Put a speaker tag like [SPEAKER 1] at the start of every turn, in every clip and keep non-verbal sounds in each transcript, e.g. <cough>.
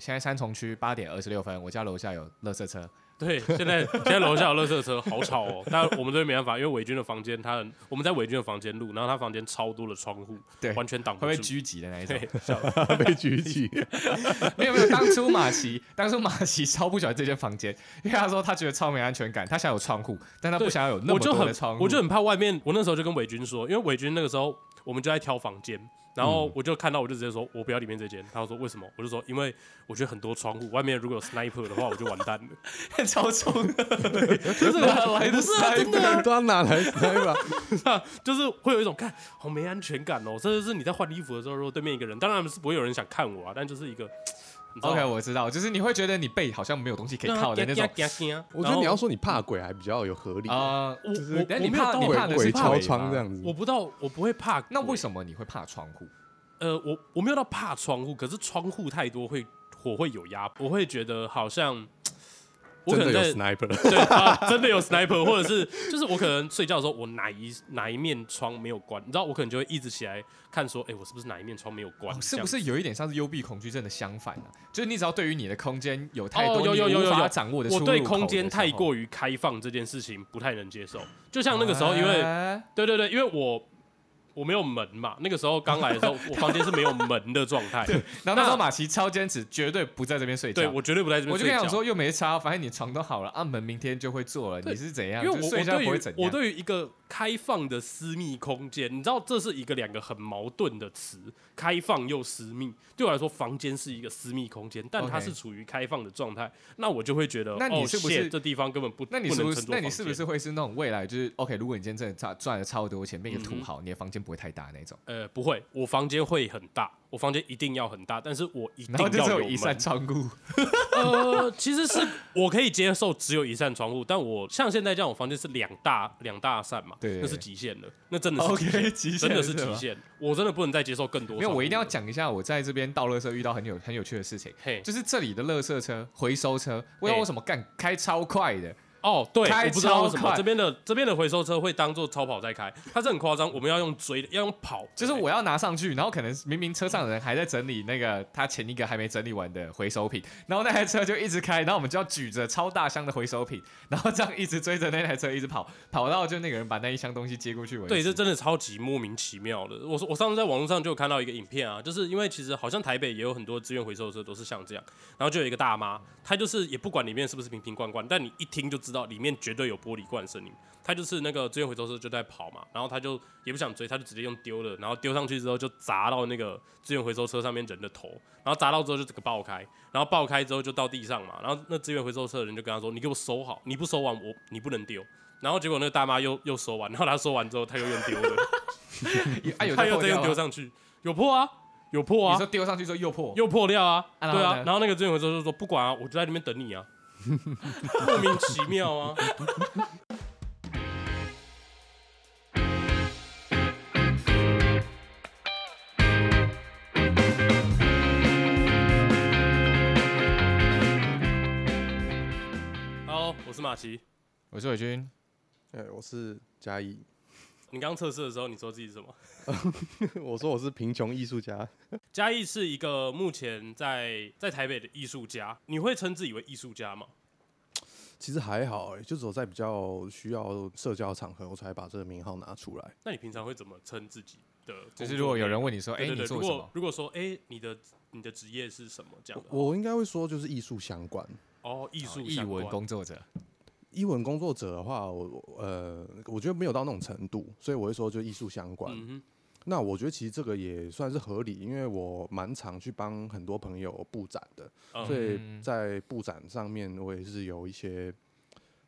[SPEAKER 1] 现在三重区八点二十六分，我家楼下有垃圾车，
[SPEAKER 2] 对，现在现在楼下有垃圾车，好吵哦。但我们这边没办法，因为伟军的房间，他很我们在伟军的房间录，然后他房间超多的窗户，
[SPEAKER 1] 对
[SPEAKER 2] 完全挡
[SPEAKER 1] 会
[SPEAKER 2] 不
[SPEAKER 1] 哎被
[SPEAKER 2] 住。
[SPEAKER 1] 狙击的那一 <laughs> 种
[SPEAKER 2] 对。，笑死
[SPEAKER 3] 被
[SPEAKER 1] <laughs>
[SPEAKER 3] 举起，
[SPEAKER 1] 没有没有，当初马奇，当初马奇超不喜欢这间房间，因为他说他觉得超没安全感，他想有窗户，但他不
[SPEAKER 2] 对
[SPEAKER 1] 想要有那么
[SPEAKER 2] 我就
[SPEAKER 1] 多
[SPEAKER 2] 很
[SPEAKER 1] 的窗户。
[SPEAKER 2] 我就很怕外面。我那时候就跟伟军说，因为伟军那个时候我们就在挑房间，然
[SPEAKER 1] 嗯
[SPEAKER 2] 后我就看到我就直接说，我不要里面这间。他说为什么？我就说因为我觉得很多窗户，外面如果有 sniper 的话，我就完蛋了。
[SPEAKER 1] 很 <laughs>
[SPEAKER 2] <laughs>
[SPEAKER 1] 超重 <laughs> 的，就是哪来的塞
[SPEAKER 3] 不然都要拿来塞吧。
[SPEAKER 2] 就是会有一种看好没安全感哦，甚至是你在换衣服的时候，如果对面一个人，当然是不会有人想看我啊，但就是一个，你知道吗
[SPEAKER 1] OK，我知道，就是你会觉得你背好像没有东西可以靠的那种。
[SPEAKER 2] 啊
[SPEAKER 3] 我觉得你要说你怕鬼还比较有合理，
[SPEAKER 1] 啊，
[SPEAKER 2] 我
[SPEAKER 3] 就是
[SPEAKER 2] 我
[SPEAKER 1] 但
[SPEAKER 2] 我
[SPEAKER 1] 你
[SPEAKER 2] 没有
[SPEAKER 1] 怕
[SPEAKER 2] 到
[SPEAKER 1] 你怕
[SPEAKER 3] 鬼
[SPEAKER 1] 的
[SPEAKER 3] 鬼
[SPEAKER 1] 是
[SPEAKER 3] 敲
[SPEAKER 1] 鬼
[SPEAKER 3] 窗
[SPEAKER 1] 吗
[SPEAKER 3] 这样子
[SPEAKER 2] 我。不到我不会怕鬼，
[SPEAKER 1] 那为
[SPEAKER 2] 么？
[SPEAKER 1] 什么你会怕窗户？
[SPEAKER 2] 呃，我我没有到怕窗户，可是窗户太多会我会有压，我会觉得好像我可
[SPEAKER 3] 真的
[SPEAKER 2] 能
[SPEAKER 3] 有
[SPEAKER 2] 在
[SPEAKER 3] sniper，
[SPEAKER 2] <laughs> 对、啊，真的有 sniper，或者是就是我可能睡觉的时候，我哪一哪一面窗没有关，你知道我可能就会一直起来看说，哎、我是不是哪一面窗没有关？
[SPEAKER 1] 哦是
[SPEAKER 2] 这样
[SPEAKER 1] 不是有一点像是幽闭恐惧症的相反啊？就是你只要对于你的空间有太
[SPEAKER 2] 哦
[SPEAKER 1] 多
[SPEAKER 2] 有有
[SPEAKER 1] 你
[SPEAKER 2] 有
[SPEAKER 1] 无
[SPEAKER 2] 有
[SPEAKER 1] 法
[SPEAKER 2] 有
[SPEAKER 1] 掌握的出
[SPEAKER 2] 我
[SPEAKER 1] 入
[SPEAKER 2] 对
[SPEAKER 1] 口
[SPEAKER 2] 空
[SPEAKER 1] 的
[SPEAKER 2] 间
[SPEAKER 1] 时
[SPEAKER 2] 太
[SPEAKER 1] 候
[SPEAKER 2] 过于开放这件事情不太能接受。就像那个时候，
[SPEAKER 1] <laughs>
[SPEAKER 2] 因为
[SPEAKER 1] 哎
[SPEAKER 2] 对对对，因为我我没有门嘛，那个时候刚来的时候，我房间是没有门的状
[SPEAKER 1] <laughs>
[SPEAKER 2] 态。
[SPEAKER 1] 然后那时候
[SPEAKER 2] 那
[SPEAKER 1] 马奇超坚持，绝对不在这边睡觉。
[SPEAKER 2] 对，我绝对不在这边
[SPEAKER 1] 我就
[SPEAKER 2] 睡
[SPEAKER 1] 跟你
[SPEAKER 2] 觉
[SPEAKER 1] 讲。说，又没差，反正你床都好了，啊，门明天就会做了，
[SPEAKER 2] 对
[SPEAKER 1] 你是怎样？
[SPEAKER 2] 因为我
[SPEAKER 1] 就
[SPEAKER 2] 我
[SPEAKER 1] 睡觉
[SPEAKER 2] 对
[SPEAKER 1] 不会
[SPEAKER 2] 于
[SPEAKER 1] 怎样。
[SPEAKER 2] 我对于一个开放的私密空间，你知道这是一个两个很矛盾的词，开放又私密。对我来说，房间是一个私密空间，但它
[SPEAKER 1] OK
[SPEAKER 2] 是处于开放的状态，那我就会觉得，
[SPEAKER 1] 那你是不是
[SPEAKER 2] 哦、shit，这地方根本不
[SPEAKER 1] 那你
[SPEAKER 2] 不
[SPEAKER 1] 是
[SPEAKER 2] 能
[SPEAKER 1] 不
[SPEAKER 2] 称
[SPEAKER 1] 是？
[SPEAKER 2] 作
[SPEAKER 1] 那
[SPEAKER 2] 房
[SPEAKER 1] 你是不
[SPEAKER 2] 间
[SPEAKER 1] 是会是那种未来就是 OK？如果你今天真的赚赚了超多钱，变一个土豪，你的房间不会太大那种，
[SPEAKER 2] 呃，不会，我房间会很大，我房间一定要很大，但是我一定
[SPEAKER 1] 然后就
[SPEAKER 2] 要
[SPEAKER 1] 只
[SPEAKER 2] 有
[SPEAKER 1] 一
[SPEAKER 2] 门
[SPEAKER 1] 扇窗户。
[SPEAKER 2] 呃，其实是 <laughs> 我可以接受只有一扇窗户，但我像现在这样，我房间是两大两大扇嘛，
[SPEAKER 1] 对对对
[SPEAKER 2] 那是极限了，那真的是
[SPEAKER 1] OK，极
[SPEAKER 2] 真的是
[SPEAKER 1] 极
[SPEAKER 2] 极。限，我真的不能再接受更多。
[SPEAKER 1] 没有，我一定要，讲一下我在这边倒垃圾遇到很有很有趣的事情，
[SPEAKER 2] 嘿，
[SPEAKER 1] 就是这里的垃圾车、回收车，为什
[SPEAKER 2] 嘿
[SPEAKER 1] 么什么干开超快的？
[SPEAKER 2] 哦，对，
[SPEAKER 1] 开
[SPEAKER 2] 我不知道为什
[SPEAKER 1] 超快
[SPEAKER 2] 么这边的这边的回收车会当做超跑在开，它是很夸张，我们要用追的，要用跑的，哎
[SPEAKER 1] 就是我要拿上去，然后可能明明车上的人还在整理那个他前一个还没整理完的回收品，然后那台车就一直开，然后我们就要举着超大箱的回收品，然后这样一直追着那台车一直跑，跑到就那个人把那一箱东西接过去为止。
[SPEAKER 2] 对，这真的超级莫名其妙的。我说我上次在网络上就有看到一个影片啊，就是因为其实好像台北也有很多资源回收车都是像这样，然后就有一个大妈，她就是也不管里面是不是瓶瓶罐罐，但你一听就知道里面绝对有玻璃罐声音。她就是那个资源回收车就在跑嘛，然后她就也不想追，她就直接用丢的，然后丢上去之后就砸到那个资源回收车上面人的头，然后砸到之后就整个爆开，然后爆开之后就到地上嘛，然后那资源回收车的人就跟她说：“你给我收好，你不收完我你不能丢。”然后结果那个大妈又又收完，然后她收完之后，她又用丢的，
[SPEAKER 1] <laughs> 啊 <laughs> 有
[SPEAKER 2] 她
[SPEAKER 1] 在
[SPEAKER 2] 又
[SPEAKER 1] 破掉
[SPEAKER 2] 再用
[SPEAKER 1] 吗
[SPEAKER 2] 丢上去，有破啊，有破
[SPEAKER 1] 你
[SPEAKER 2] 啊
[SPEAKER 1] 说，丢上去之后又破，
[SPEAKER 2] 又破掉啊，
[SPEAKER 1] 啊然后
[SPEAKER 2] 对啊
[SPEAKER 1] 呢。
[SPEAKER 2] 然后那个资源回收就说不管啊，我就在那边等你
[SPEAKER 1] <laughs>
[SPEAKER 2] 啊，莫名其妙啊。Hello，我是马奇。
[SPEAKER 1] 我说伟军，
[SPEAKER 3] 哎，我是嘉义， <laughs>
[SPEAKER 2] 你刚测试的时候，你说自己是什么？
[SPEAKER 3] 我说我是贫穷艺术家，
[SPEAKER 2] 嘉义是一个目前在在台北的艺术家，你会称自己为艺术家吗？
[SPEAKER 3] 其实还好哎，就只有在比较需要社交场合，我才把这个名号拿出来。
[SPEAKER 2] 那你平常会怎么称自己的工作内容？
[SPEAKER 1] 就是如果有人问你说，哎，
[SPEAKER 2] 对对
[SPEAKER 1] 你
[SPEAKER 2] 对，如
[SPEAKER 1] 做什
[SPEAKER 2] 果
[SPEAKER 1] 么？
[SPEAKER 2] 如果说哎、你的你的职业是什么这样的？
[SPEAKER 3] 我应该会说就是艺术相关，
[SPEAKER 2] 哦，艺术
[SPEAKER 1] 译
[SPEAKER 2] 相关
[SPEAKER 1] 文工作者，
[SPEAKER 3] 艺文工作者的话，我我呃，我觉得没有到那种程度，所以我会说就艺术相关。
[SPEAKER 2] 嗯
[SPEAKER 3] 那我觉得其实这个也算是合理，因为我蛮常去帮很多朋友布展的，
[SPEAKER 2] 哼，
[SPEAKER 3] 所
[SPEAKER 2] 嗯，
[SPEAKER 3] 以
[SPEAKER 1] 嗯
[SPEAKER 3] 在布展上面我也是有一些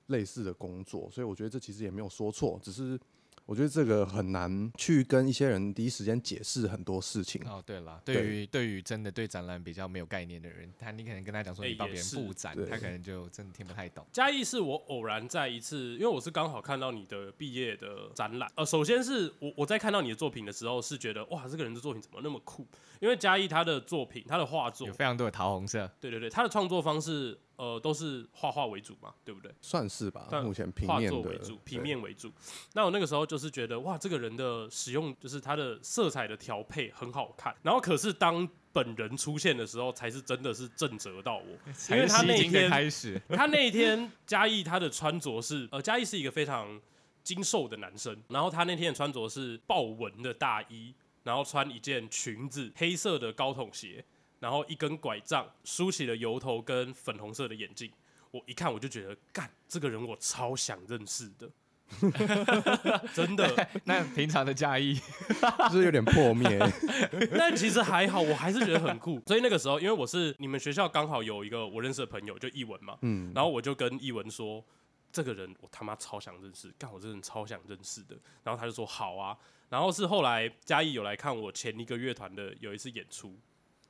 [SPEAKER 3] 类似的工作，所以我觉得这其实也没有说错，只是我觉得这个很难去跟一些人第一时间解释很多事
[SPEAKER 2] 嗯
[SPEAKER 3] 情。
[SPEAKER 1] 哦，对了，
[SPEAKER 3] 对
[SPEAKER 1] 对于对于真的对展览比较没有概念的人，他你可能跟他讲说
[SPEAKER 2] 哎
[SPEAKER 1] 你帮
[SPEAKER 2] 也
[SPEAKER 1] 别人
[SPEAKER 2] 是
[SPEAKER 1] 布展，
[SPEAKER 3] 对
[SPEAKER 1] 他可能就真的听不太懂。
[SPEAKER 2] 嘉义是我偶然在一次，因为我是刚好看到你的毕业的展览。呃，首先是我我在看到你的作品的时候，是觉得哇，这个人的作品怎么那么酷？因为嘉义他的作品，他的画作
[SPEAKER 1] 有，非常多的桃红色，
[SPEAKER 2] 对对对，他的创作方式，呃，都是画画为主嘛，对不对？
[SPEAKER 3] 算是吧，
[SPEAKER 2] 但
[SPEAKER 3] 目前平
[SPEAKER 2] 画
[SPEAKER 3] 面
[SPEAKER 2] 作
[SPEAKER 3] 的
[SPEAKER 2] 为主，平
[SPEAKER 3] 对
[SPEAKER 2] 面为主。那我那个时候就是觉得，哇，这个人的使用就是他的色彩的调配很好看。然后可是当本人出现的时候，才是真的是震慑到我，因
[SPEAKER 1] 才
[SPEAKER 2] 为
[SPEAKER 1] 是
[SPEAKER 2] 他
[SPEAKER 1] 吸
[SPEAKER 2] 那
[SPEAKER 1] 睛的
[SPEAKER 2] 天
[SPEAKER 1] 开
[SPEAKER 2] <laughs>
[SPEAKER 1] 始，
[SPEAKER 2] 他那一天嘉义他的穿着是，呃，嘉义是一个非常精瘦的男生，然后他那天的穿着是豹纹的大衣，然后穿一件裙子，黑色的高筒鞋，然后一根拐杖，梳起了油头跟粉红色的眼镜。我一看我就觉得，干这个人我超想认识的， <laughs> 真的。
[SPEAKER 1] 那平常的嫁衣，
[SPEAKER 3] 就是有点破
[SPEAKER 2] <laughs>
[SPEAKER 3] 灭。
[SPEAKER 2] 但其实还好，我还是觉得很酷。所以那个时候，因为我是你们学校刚好有一个我认识的朋友，就译文嘛，
[SPEAKER 3] 嗯，
[SPEAKER 2] 然后我就跟译文说，这个人我他妈超想认识，干我这个人超想认识的。然后他就说好啊。然后是后来嘉义有来看我前一个乐团的有一次演出，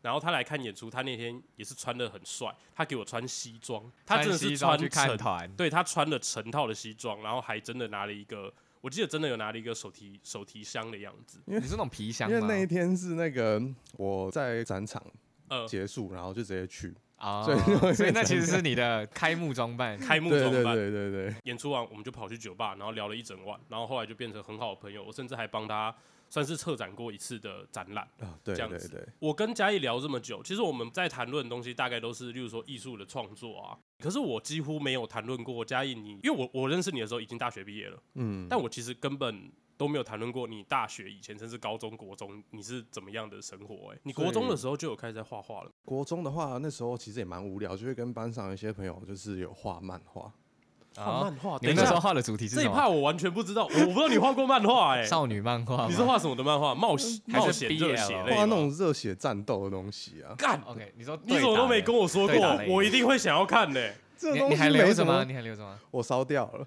[SPEAKER 2] 然后他来看演出，他那天也是穿的很帅，他给我穿西装，他真的
[SPEAKER 1] 穿西
[SPEAKER 2] 是
[SPEAKER 1] 装
[SPEAKER 2] 穿
[SPEAKER 1] 去
[SPEAKER 2] 成
[SPEAKER 1] 看团，
[SPEAKER 2] 对他穿了成套的西装，然后还真的拿了一个，我记得真的有拿了一个手提手提箱的样子，
[SPEAKER 1] 你是那种皮箱
[SPEAKER 3] <laughs> 因为
[SPEAKER 1] 吗？
[SPEAKER 3] 那一天是那个我在展场
[SPEAKER 2] 呃，
[SPEAKER 3] 结束，然后就直接去。
[SPEAKER 1] 啊
[SPEAKER 3] 所以就会，
[SPEAKER 1] 所以那其实是你的开幕装扮，
[SPEAKER 2] 开幕
[SPEAKER 3] 对
[SPEAKER 2] 装
[SPEAKER 3] 对
[SPEAKER 2] 扮。
[SPEAKER 3] 对对对，
[SPEAKER 2] 演出完我们就跑去酒吧，然后聊了一整晚，然后后来就变成很好的朋友。我甚至还帮他算是策展过一次的展览。
[SPEAKER 3] 啊，对
[SPEAKER 2] 这样
[SPEAKER 3] 对
[SPEAKER 2] 子
[SPEAKER 3] 对，
[SPEAKER 2] 我跟嘉义聊这么久，其实我们在谈论的东西大概都是，例如说艺术的创作啊。可是我几乎没有谈论过嘉义你，因为我我认识你的时候已经大学毕业了，
[SPEAKER 3] 嗯，
[SPEAKER 2] 但我其实根本都没有谈论过你大学以前，甚至高中、国中你是怎么样的生活、欸。你国中的时候就有开始在画画了，
[SPEAKER 3] 国中的话，那时候其实也蛮无聊，就会跟班上一些朋友就是有画漫画。
[SPEAKER 2] 画漫画。
[SPEAKER 1] 哦你们
[SPEAKER 2] 等一
[SPEAKER 1] 那时候
[SPEAKER 2] 下，
[SPEAKER 1] 画的主题是
[SPEAKER 2] 这
[SPEAKER 1] 什
[SPEAKER 2] 一
[SPEAKER 1] 么？
[SPEAKER 2] 趴我完全不知道，我我不知道你画过漫画哎、
[SPEAKER 1] 少女漫画吗。
[SPEAKER 2] 你是画什么的漫画？冒险
[SPEAKER 1] 还是
[SPEAKER 2] 冒险
[SPEAKER 1] BL
[SPEAKER 2] 热血类
[SPEAKER 3] 画
[SPEAKER 2] 吗
[SPEAKER 3] 那种热血战斗的东西啊，
[SPEAKER 2] 干，
[SPEAKER 1] OK？你说
[SPEAKER 2] 你怎么都没跟
[SPEAKER 1] 我，
[SPEAKER 2] 我说过
[SPEAKER 1] 对打雷，
[SPEAKER 2] 我一定会想要看的、
[SPEAKER 3] 这
[SPEAKER 1] 你
[SPEAKER 3] 东
[SPEAKER 1] 你还
[SPEAKER 3] 西
[SPEAKER 1] 留
[SPEAKER 3] 没
[SPEAKER 1] 着
[SPEAKER 3] 什
[SPEAKER 1] 吗？
[SPEAKER 3] 么，
[SPEAKER 1] 你还留着吗？
[SPEAKER 3] 我烧掉了。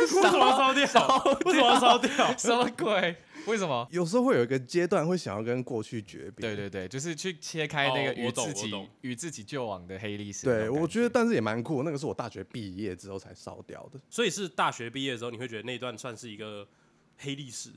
[SPEAKER 2] 为什么 <laughs> 要烧掉？为什么要烧掉？
[SPEAKER 1] <laughs> 什么鬼？ <laughs> 为什么？
[SPEAKER 3] 有时候会有一个阶段会想要跟过去诀别。
[SPEAKER 1] 对对对，就是去切开那个
[SPEAKER 2] 哦
[SPEAKER 1] 与
[SPEAKER 2] 我懂
[SPEAKER 1] 自
[SPEAKER 2] 我
[SPEAKER 1] 己
[SPEAKER 2] 懂
[SPEAKER 1] 与自己旧往的黑历史那
[SPEAKER 3] 对，
[SPEAKER 1] 种感。
[SPEAKER 3] 我觉得但是也蛮酷，那个是我大学毕业之后才烧掉的，
[SPEAKER 2] <laughs> 所以是大学毕业的时候，你会觉得那段算是一个黑历史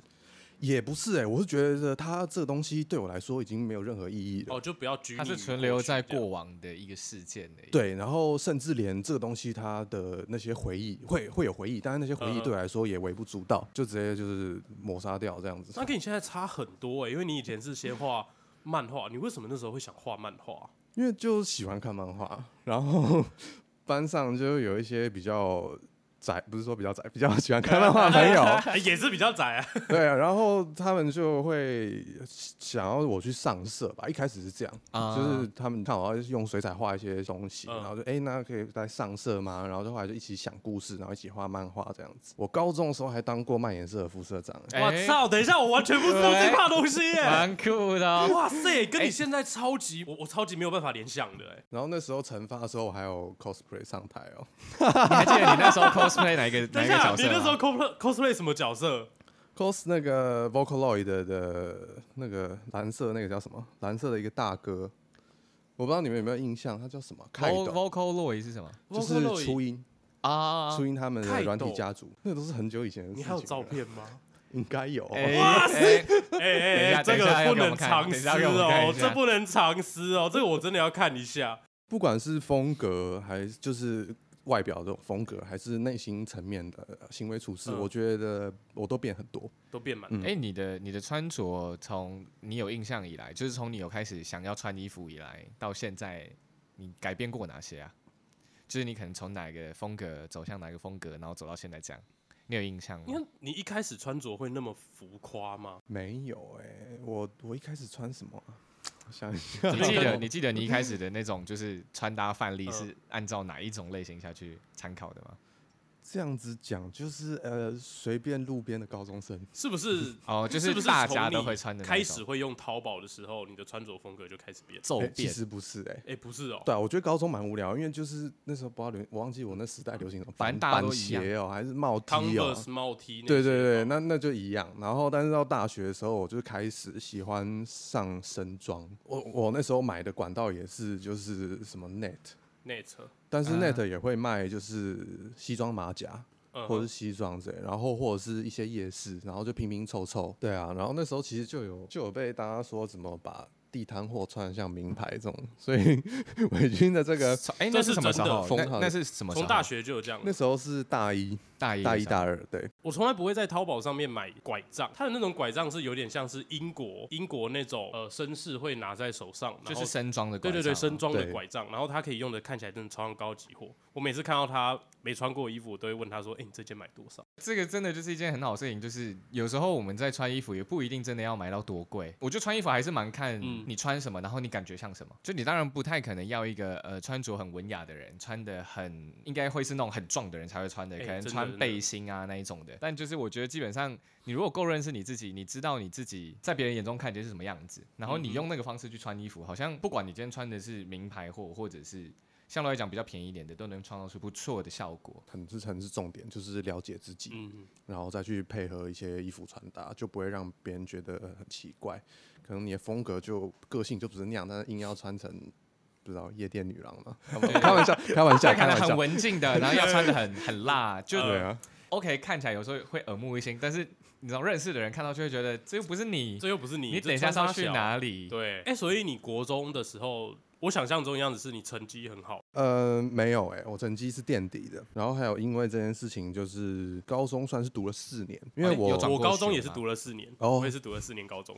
[SPEAKER 3] 也不是哎、我是觉得它这个东西对我来说已经没有任何意义了。
[SPEAKER 2] 哦，就不要拘泥于
[SPEAKER 1] 它
[SPEAKER 2] 过去。
[SPEAKER 1] 是存留在
[SPEAKER 2] 这样
[SPEAKER 1] 过往的一个事件的。，
[SPEAKER 3] 对，然后甚至连这个东西它的那些回忆会会有回忆，但是那些回忆
[SPEAKER 2] 嗯
[SPEAKER 3] 对我来说也微不足道，就直接就是抹杀掉这样子。
[SPEAKER 2] 那跟你现在差很多哎、因为你以前是先画漫画，你为什么那时候会想画漫画？
[SPEAKER 3] 因为就喜欢看漫画，然后 <laughs> 班上就有一些比较宅，不是说比较宅，比较喜欢看漫画的
[SPEAKER 2] <laughs>
[SPEAKER 3] 朋友，
[SPEAKER 2] 哎也是比较窄啊。
[SPEAKER 3] 对啊，然后他们就会想要我去上色吧，一开始是这样，
[SPEAKER 1] 啊
[SPEAKER 3] 就是他们看我要用水彩画一些东西，
[SPEAKER 2] 嗯
[SPEAKER 3] 然后就哎、诶那可以来上色吗？然后就后来就一起想故事，然后一起画漫画这样子。我高中的时候还当过漫颜社的副社长、欸
[SPEAKER 2] 我
[SPEAKER 1] 哎，
[SPEAKER 2] 操！等一下，我完全不知道这趴东西耶、欸
[SPEAKER 1] 蛮酷的哦。
[SPEAKER 2] 哇塞，跟你现在超级，我我超级没有办法联想的哎、
[SPEAKER 3] 然后那时候惩罚的时候，我还有 cosplay 上台哦、
[SPEAKER 1] 你还记得你那时候 cosplay 哪一个哪
[SPEAKER 2] <laughs> 等
[SPEAKER 1] 一
[SPEAKER 2] 一
[SPEAKER 1] 个
[SPEAKER 2] 下，
[SPEAKER 1] 角
[SPEAKER 2] 你
[SPEAKER 1] 色吗？啊
[SPEAKER 2] 那时候 cosplay cosplay 什么角色？
[SPEAKER 3] cos 那个 Vocaloid 的的那个蓝色那个叫什么？蓝色的一个大哥，我不知道你们有没有印象，他叫什么？凯
[SPEAKER 1] Vo-
[SPEAKER 3] 斗，
[SPEAKER 1] Vocaloid 是什么
[SPEAKER 3] 就是初
[SPEAKER 2] Vocaloid
[SPEAKER 3] 音，
[SPEAKER 1] 啊？
[SPEAKER 3] 初音他们
[SPEAKER 2] 凯
[SPEAKER 3] 的软体
[SPEAKER 2] 斗
[SPEAKER 3] 家族，那都是很久以前的事
[SPEAKER 2] 你
[SPEAKER 3] 情。
[SPEAKER 2] 还有照？片吗？
[SPEAKER 3] 应该有哦。
[SPEAKER 1] 哎
[SPEAKER 2] 哇塞
[SPEAKER 1] 哎
[SPEAKER 2] <laughs> 哎哎哎，
[SPEAKER 1] 等
[SPEAKER 2] 这
[SPEAKER 1] 一下
[SPEAKER 2] 个
[SPEAKER 1] 等一下要给
[SPEAKER 2] 不
[SPEAKER 1] 我
[SPEAKER 2] 能
[SPEAKER 1] 们看
[SPEAKER 2] 藏
[SPEAKER 1] 等一
[SPEAKER 2] 私
[SPEAKER 1] 下要给我们看一
[SPEAKER 2] 哦，
[SPEAKER 1] 下
[SPEAKER 2] 这不能藏私哦，这个我真的要看一下。
[SPEAKER 3] 不管是风格还是就是外表这种风格，还是内心层面的呃行为处事，
[SPEAKER 2] 嗯
[SPEAKER 3] 我觉得我都变很多。
[SPEAKER 2] 都变满，
[SPEAKER 3] 嗯
[SPEAKER 1] 哎、你的你的穿着从你有印象以来，就是从你有开始想要穿衣服以来，到现在，你改变过哪些啊？就是你可能从哪个风格走向哪个风格，然后走到现在这样，你有印象
[SPEAKER 2] 你
[SPEAKER 1] 吗？
[SPEAKER 2] 看你一开始穿着会那么浮夸吗？
[SPEAKER 3] 没有哎、我我一开始穿什么啊、我想一下，
[SPEAKER 1] <laughs> 你记
[SPEAKER 2] 没
[SPEAKER 1] 得
[SPEAKER 3] <laughs>
[SPEAKER 2] 有
[SPEAKER 1] 你记得你一开始的那种就是穿搭范例
[SPEAKER 2] 嗯
[SPEAKER 1] 是按照哪一种类型下去参考的吗？
[SPEAKER 3] 这样子讲就是呃，随便路边的高中生，
[SPEAKER 2] 是不是？
[SPEAKER 1] <laughs> 哦，就是
[SPEAKER 2] 不是
[SPEAKER 1] 大
[SPEAKER 2] 从
[SPEAKER 1] 家
[SPEAKER 2] 你
[SPEAKER 1] 都会穿的那
[SPEAKER 2] 开
[SPEAKER 1] 种
[SPEAKER 2] 始会用淘宝的时候，你的穿着风格就开始变。
[SPEAKER 1] 骤
[SPEAKER 3] 哎其
[SPEAKER 1] 变。
[SPEAKER 3] 实不是哎、
[SPEAKER 2] 哎，不是哦，
[SPEAKER 3] 对啊，我觉得高中蛮无聊，因为就是那时候不知道流，我忘记我那时代流行什么
[SPEAKER 1] 反
[SPEAKER 3] 板
[SPEAKER 1] 正大家
[SPEAKER 3] 板
[SPEAKER 1] 都一样
[SPEAKER 3] 鞋哦、还是帽 T 哦、
[SPEAKER 2] Converse 帽 T 那些
[SPEAKER 3] 对
[SPEAKER 2] 哦。
[SPEAKER 3] 对对，那那就一样。然后，但是到大学的时候，我就开始喜欢上身装。我我那时候买的管道也是就是什么 Net，
[SPEAKER 2] 内侧，
[SPEAKER 3] 但是
[SPEAKER 1] 嗯
[SPEAKER 3] Net 也会卖就是西装马甲
[SPEAKER 2] 嗯
[SPEAKER 3] 或者
[SPEAKER 2] 哼
[SPEAKER 3] 是西装之类，然后或者是一些夜市，然后就拼拼凑凑。对啊，然后那时候其实就有就有被大家说怎么把地摊货穿得像名牌这种，所以 <laughs> 伪军的这个
[SPEAKER 1] 从哎、
[SPEAKER 2] 这
[SPEAKER 1] 那是
[SPEAKER 2] 是
[SPEAKER 1] 什么时
[SPEAKER 2] 真的
[SPEAKER 1] 候？
[SPEAKER 3] 封
[SPEAKER 1] 那
[SPEAKER 3] 号
[SPEAKER 1] 那
[SPEAKER 3] 的
[SPEAKER 1] 是什么时候？
[SPEAKER 2] 从大学就有这样
[SPEAKER 3] 那时候是大一
[SPEAKER 1] 嗯大一
[SPEAKER 3] 大一
[SPEAKER 1] 的时候
[SPEAKER 3] 大二对。
[SPEAKER 2] 我从来不会在淘宝上面买拐杖，它的那种拐杖是有点像是英国英国那种呃绅士会拿在手上，然后
[SPEAKER 1] 就是身装的拐
[SPEAKER 2] 对
[SPEAKER 1] 杖
[SPEAKER 2] 对
[SPEAKER 1] 啊，
[SPEAKER 2] 对，身装的
[SPEAKER 3] 对
[SPEAKER 2] 拐杖，然后它可以用的看起来真的超像高级货。我每次看到他没穿过的衣服，我都会问他说：“哎、你这件买多少
[SPEAKER 1] 这个真的就是一件很好的事情，就是有时候我们在穿衣服也不一定真的要买到多贵。我觉得穿衣服还是蛮看
[SPEAKER 2] 嗯
[SPEAKER 1] 你穿什么，然后你感觉像什么。就你当然不太可能要一个呃穿着很文雅的人，穿的很应该会是那种很壮的人才会穿的，
[SPEAKER 2] 哎
[SPEAKER 1] 可能
[SPEAKER 2] 真的
[SPEAKER 1] 穿
[SPEAKER 2] 真的
[SPEAKER 1] 背心啊那一种的。但就是我觉得基本上你如果够认识你自己，你知道你自己在别人眼中看起来是什么样子，然后
[SPEAKER 2] 嗯
[SPEAKER 1] 你
[SPEAKER 2] 哼
[SPEAKER 1] 用那个方式去穿衣服，好像不管你今天穿的是名牌货或者是。相对来讲比较便宜一点的，都能创造出不错的效果。
[SPEAKER 3] 很是很是重点，就是了解自？”己，
[SPEAKER 2] 嗯，
[SPEAKER 3] 然后再去配合一些衣服穿搭，就不会让别人觉得很奇怪。可能你的风格就个性就不是那样，但是硬要穿成不知道夜店女郎
[SPEAKER 1] <laughs>
[SPEAKER 3] 嘛？开玩笑，开玩笑，
[SPEAKER 1] 再
[SPEAKER 3] 开
[SPEAKER 1] 看到
[SPEAKER 3] 玩
[SPEAKER 1] 很
[SPEAKER 3] 笑。
[SPEAKER 1] 文静的，然后要穿的很很
[SPEAKER 3] <laughs>
[SPEAKER 1] 辣，就
[SPEAKER 3] 对啊，
[SPEAKER 1] OK，看起来有时候会耳目一新，但是你知道认识的人看到就会觉得这又不是你，
[SPEAKER 2] 这又不是你，
[SPEAKER 1] 你
[SPEAKER 2] 这
[SPEAKER 1] 等一下是要
[SPEAKER 2] 穿搭
[SPEAKER 1] 去
[SPEAKER 2] 小？
[SPEAKER 1] 哪里？
[SPEAKER 2] 对，哎、所以你国中的时候，我想象中的样子是你成绩很好，
[SPEAKER 3] 呃，没有哎、我成绩是垫底的。然后还有因为这件事情，就是高中算是读了四年，因为
[SPEAKER 1] 哦有
[SPEAKER 3] 我、
[SPEAKER 1] 转
[SPEAKER 2] 我
[SPEAKER 1] 过
[SPEAKER 2] 高中
[SPEAKER 1] 学
[SPEAKER 2] 也是
[SPEAKER 1] 吗
[SPEAKER 2] 读了四年，
[SPEAKER 3] 哦
[SPEAKER 2] 我也是读了四年高中。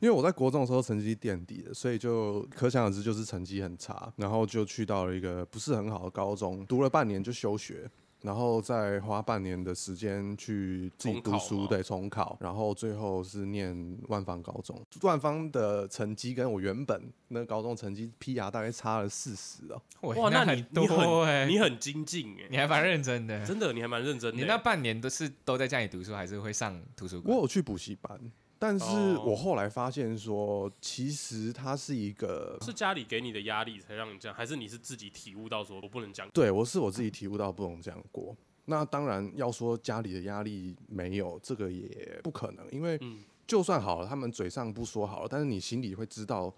[SPEAKER 3] 因为我在国中的时候成绩垫底的，所以就可想而知就是成绩很差，然后就去到了一个不是很好的高中，读了半年就休学。然后再花半年的时间去自己
[SPEAKER 2] 重考
[SPEAKER 3] 读
[SPEAKER 2] 吗
[SPEAKER 3] 书，对，重考，然后最后是念万方高中。万方的成绩跟我原本那个高中成绩 PR 大概差了四十哦，
[SPEAKER 2] 哇，那你
[SPEAKER 1] 很
[SPEAKER 2] 你
[SPEAKER 1] 多 <laughs> 哎，
[SPEAKER 2] 很你很精进哎、
[SPEAKER 1] 你还蛮认真的。
[SPEAKER 2] 真的，欸你还蛮认真的、
[SPEAKER 1] 你那半年都是都在家里读书，还是会上图书
[SPEAKER 3] 我
[SPEAKER 1] 馆？
[SPEAKER 3] 有去补习班，但是
[SPEAKER 2] 哦
[SPEAKER 3] 我后来发现说，其实它是一个
[SPEAKER 2] 是家里给你的压力才让你这样，还是你是自己体悟到说我不能讲？
[SPEAKER 3] 对我是我自
[SPEAKER 1] 嗯
[SPEAKER 3] 己体悟到不能这样过。那当然要说家里的压力没有，这个也不可能，因为
[SPEAKER 2] 嗯
[SPEAKER 3] 就算好了，他们嘴上不说好了，但是你心里会知道，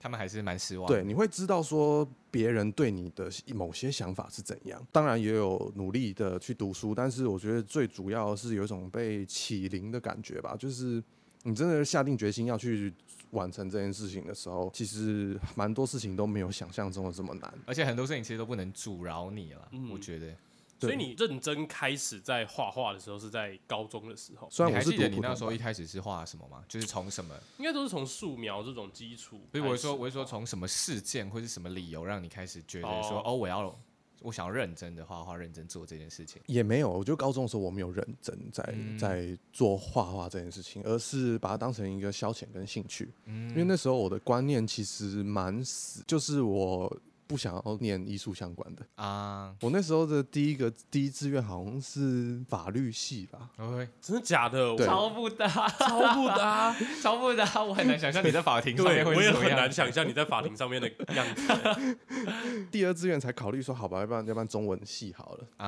[SPEAKER 1] 他们还是蛮失望。
[SPEAKER 3] 对，，你会知道说别人对你的某些想法是怎样。当然也有努力的去读书，但是我觉得最主要是有一种被欺凌的感觉吧，就是你真的下定决心要去完成这件事情的时候，其实蛮多事情都没有想象中的这么难。
[SPEAKER 1] 而且很多事情其实都不能阻挠你了
[SPEAKER 2] 嗯，
[SPEAKER 1] 我觉得。
[SPEAKER 3] 对
[SPEAKER 2] 所以你认真开始在画画的时候是在高中的时候，
[SPEAKER 3] 虽
[SPEAKER 1] 你
[SPEAKER 3] 然我
[SPEAKER 1] 还
[SPEAKER 3] 是
[SPEAKER 1] 记得
[SPEAKER 3] 读
[SPEAKER 1] 你
[SPEAKER 3] 普
[SPEAKER 1] 那
[SPEAKER 3] 通
[SPEAKER 1] 时候
[SPEAKER 3] 班
[SPEAKER 1] 一开始是画什么吗？就是从什么？
[SPEAKER 2] 应该都是从素描这种基础
[SPEAKER 1] 所
[SPEAKER 2] 开
[SPEAKER 1] 以
[SPEAKER 2] 始。
[SPEAKER 1] 我是说，我是
[SPEAKER 3] 哦
[SPEAKER 1] 说从什么事件或是什么理由让你开始觉得说，
[SPEAKER 2] 哦
[SPEAKER 1] 哦，我要我想要认真的画画，认真做这件事情。
[SPEAKER 3] 也没有，我觉得高中的时候我没有认真在、
[SPEAKER 1] 嗯
[SPEAKER 3] 在做画画这件事情，而是把它当成一个消遣跟兴趣。
[SPEAKER 1] 嗯
[SPEAKER 3] 因为那时候我的观念其实蛮死，就是我不想要念艺术相关的。
[SPEAKER 1] 啊，
[SPEAKER 3] 我那时候的第一个第一志愿好像是法律系吧，
[SPEAKER 1] OK，
[SPEAKER 2] 真的假的？我
[SPEAKER 3] 对
[SPEAKER 1] 超不搭， <laughs>
[SPEAKER 2] 超不搭，
[SPEAKER 1] 超不搭，我很难想象你
[SPEAKER 3] <laughs>
[SPEAKER 1] 在法庭上
[SPEAKER 2] 对
[SPEAKER 1] 面会
[SPEAKER 2] 我
[SPEAKER 1] 是
[SPEAKER 2] 也
[SPEAKER 1] 什么
[SPEAKER 2] 很
[SPEAKER 1] 样
[SPEAKER 2] 难。想象你在法庭上面的样子
[SPEAKER 3] 第二志愿才考虑说好吧，要不然要不然中文系好了。
[SPEAKER 1] <laughs> 啊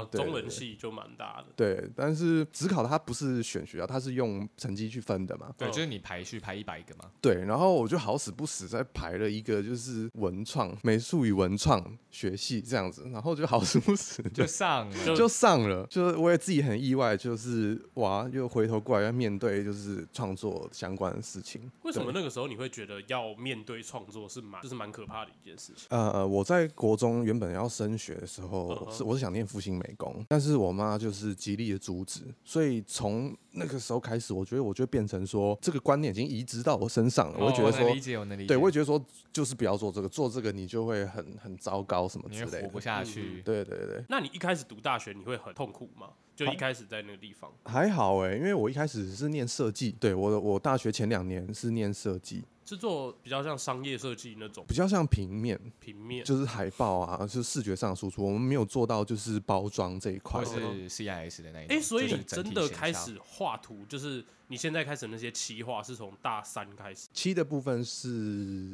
[SPEAKER 2] 啊。
[SPEAKER 3] 对
[SPEAKER 2] 中文系就蛮搭的，
[SPEAKER 3] 对，但是只考它不是选学校，它是用成绩去分的嘛。
[SPEAKER 1] 对，就是你排序排一百个嘛，
[SPEAKER 3] 对，然后我就好死不死在排了一个就是文创美术与文创学系这样子，然后就好死不死
[SPEAKER 1] 就上了。
[SPEAKER 2] <laughs> 就
[SPEAKER 3] 就上了，就是我也自己很意外，就是哇，又回头过来要面对就是创作相关的事情。
[SPEAKER 2] 为什么
[SPEAKER 3] 对？
[SPEAKER 2] 那个时候你会觉得要面对创作是蛮就是蛮可怕的一件事情？
[SPEAKER 3] 呃，呃我在国中原本要升学的时
[SPEAKER 2] 嗯
[SPEAKER 3] 候，
[SPEAKER 2] 哼
[SPEAKER 3] 是我是想念复兴美工，但是我妈就是极力的阻止，所以从那个时候开始，我觉得我就变成说这个观念已经移植到我身上了，我会
[SPEAKER 1] 哦
[SPEAKER 3] 觉
[SPEAKER 2] 哦
[SPEAKER 1] 我
[SPEAKER 3] 得
[SPEAKER 1] 能
[SPEAKER 3] 说
[SPEAKER 1] 理。解，我能理解。
[SPEAKER 3] 对，我会觉得说，就是不要做这个，做这个你就会很很糟糕什么
[SPEAKER 1] 你
[SPEAKER 3] 之
[SPEAKER 1] 会
[SPEAKER 3] 类
[SPEAKER 1] 活不
[SPEAKER 3] 的。嗯
[SPEAKER 1] 下去。
[SPEAKER 3] 对对对，
[SPEAKER 2] 那你一开始读大学，你会很痛苦吗？就一开始在那个地方，
[SPEAKER 3] 还好哎、因为我一开始是念设计，对我我大学前两年是念设计，
[SPEAKER 2] 是做比较像商业设计那种
[SPEAKER 3] 比较像平面，
[SPEAKER 2] 平面，
[SPEAKER 3] 就是海报啊，就是视觉上的输出，我们没有做到就是包装这一块
[SPEAKER 1] 或。是 CIS 的那一种。
[SPEAKER 2] 哎、所以
[SPEAKER 1] 就是
[SPEAKER 2] 你
[SPEAKER 1] 整
[SPEAKER 2] 真
[SPEAKER 1] 体
[SPEAKER 2] 的
[SPEAKER 1] 形
[SPEAKER 2] 开
[SPEAKER 1] 象
[SPEAKER 2] 始画图，就是你现在开始那些企划是从大三开始，
[SPEAKER 3] 七的部分是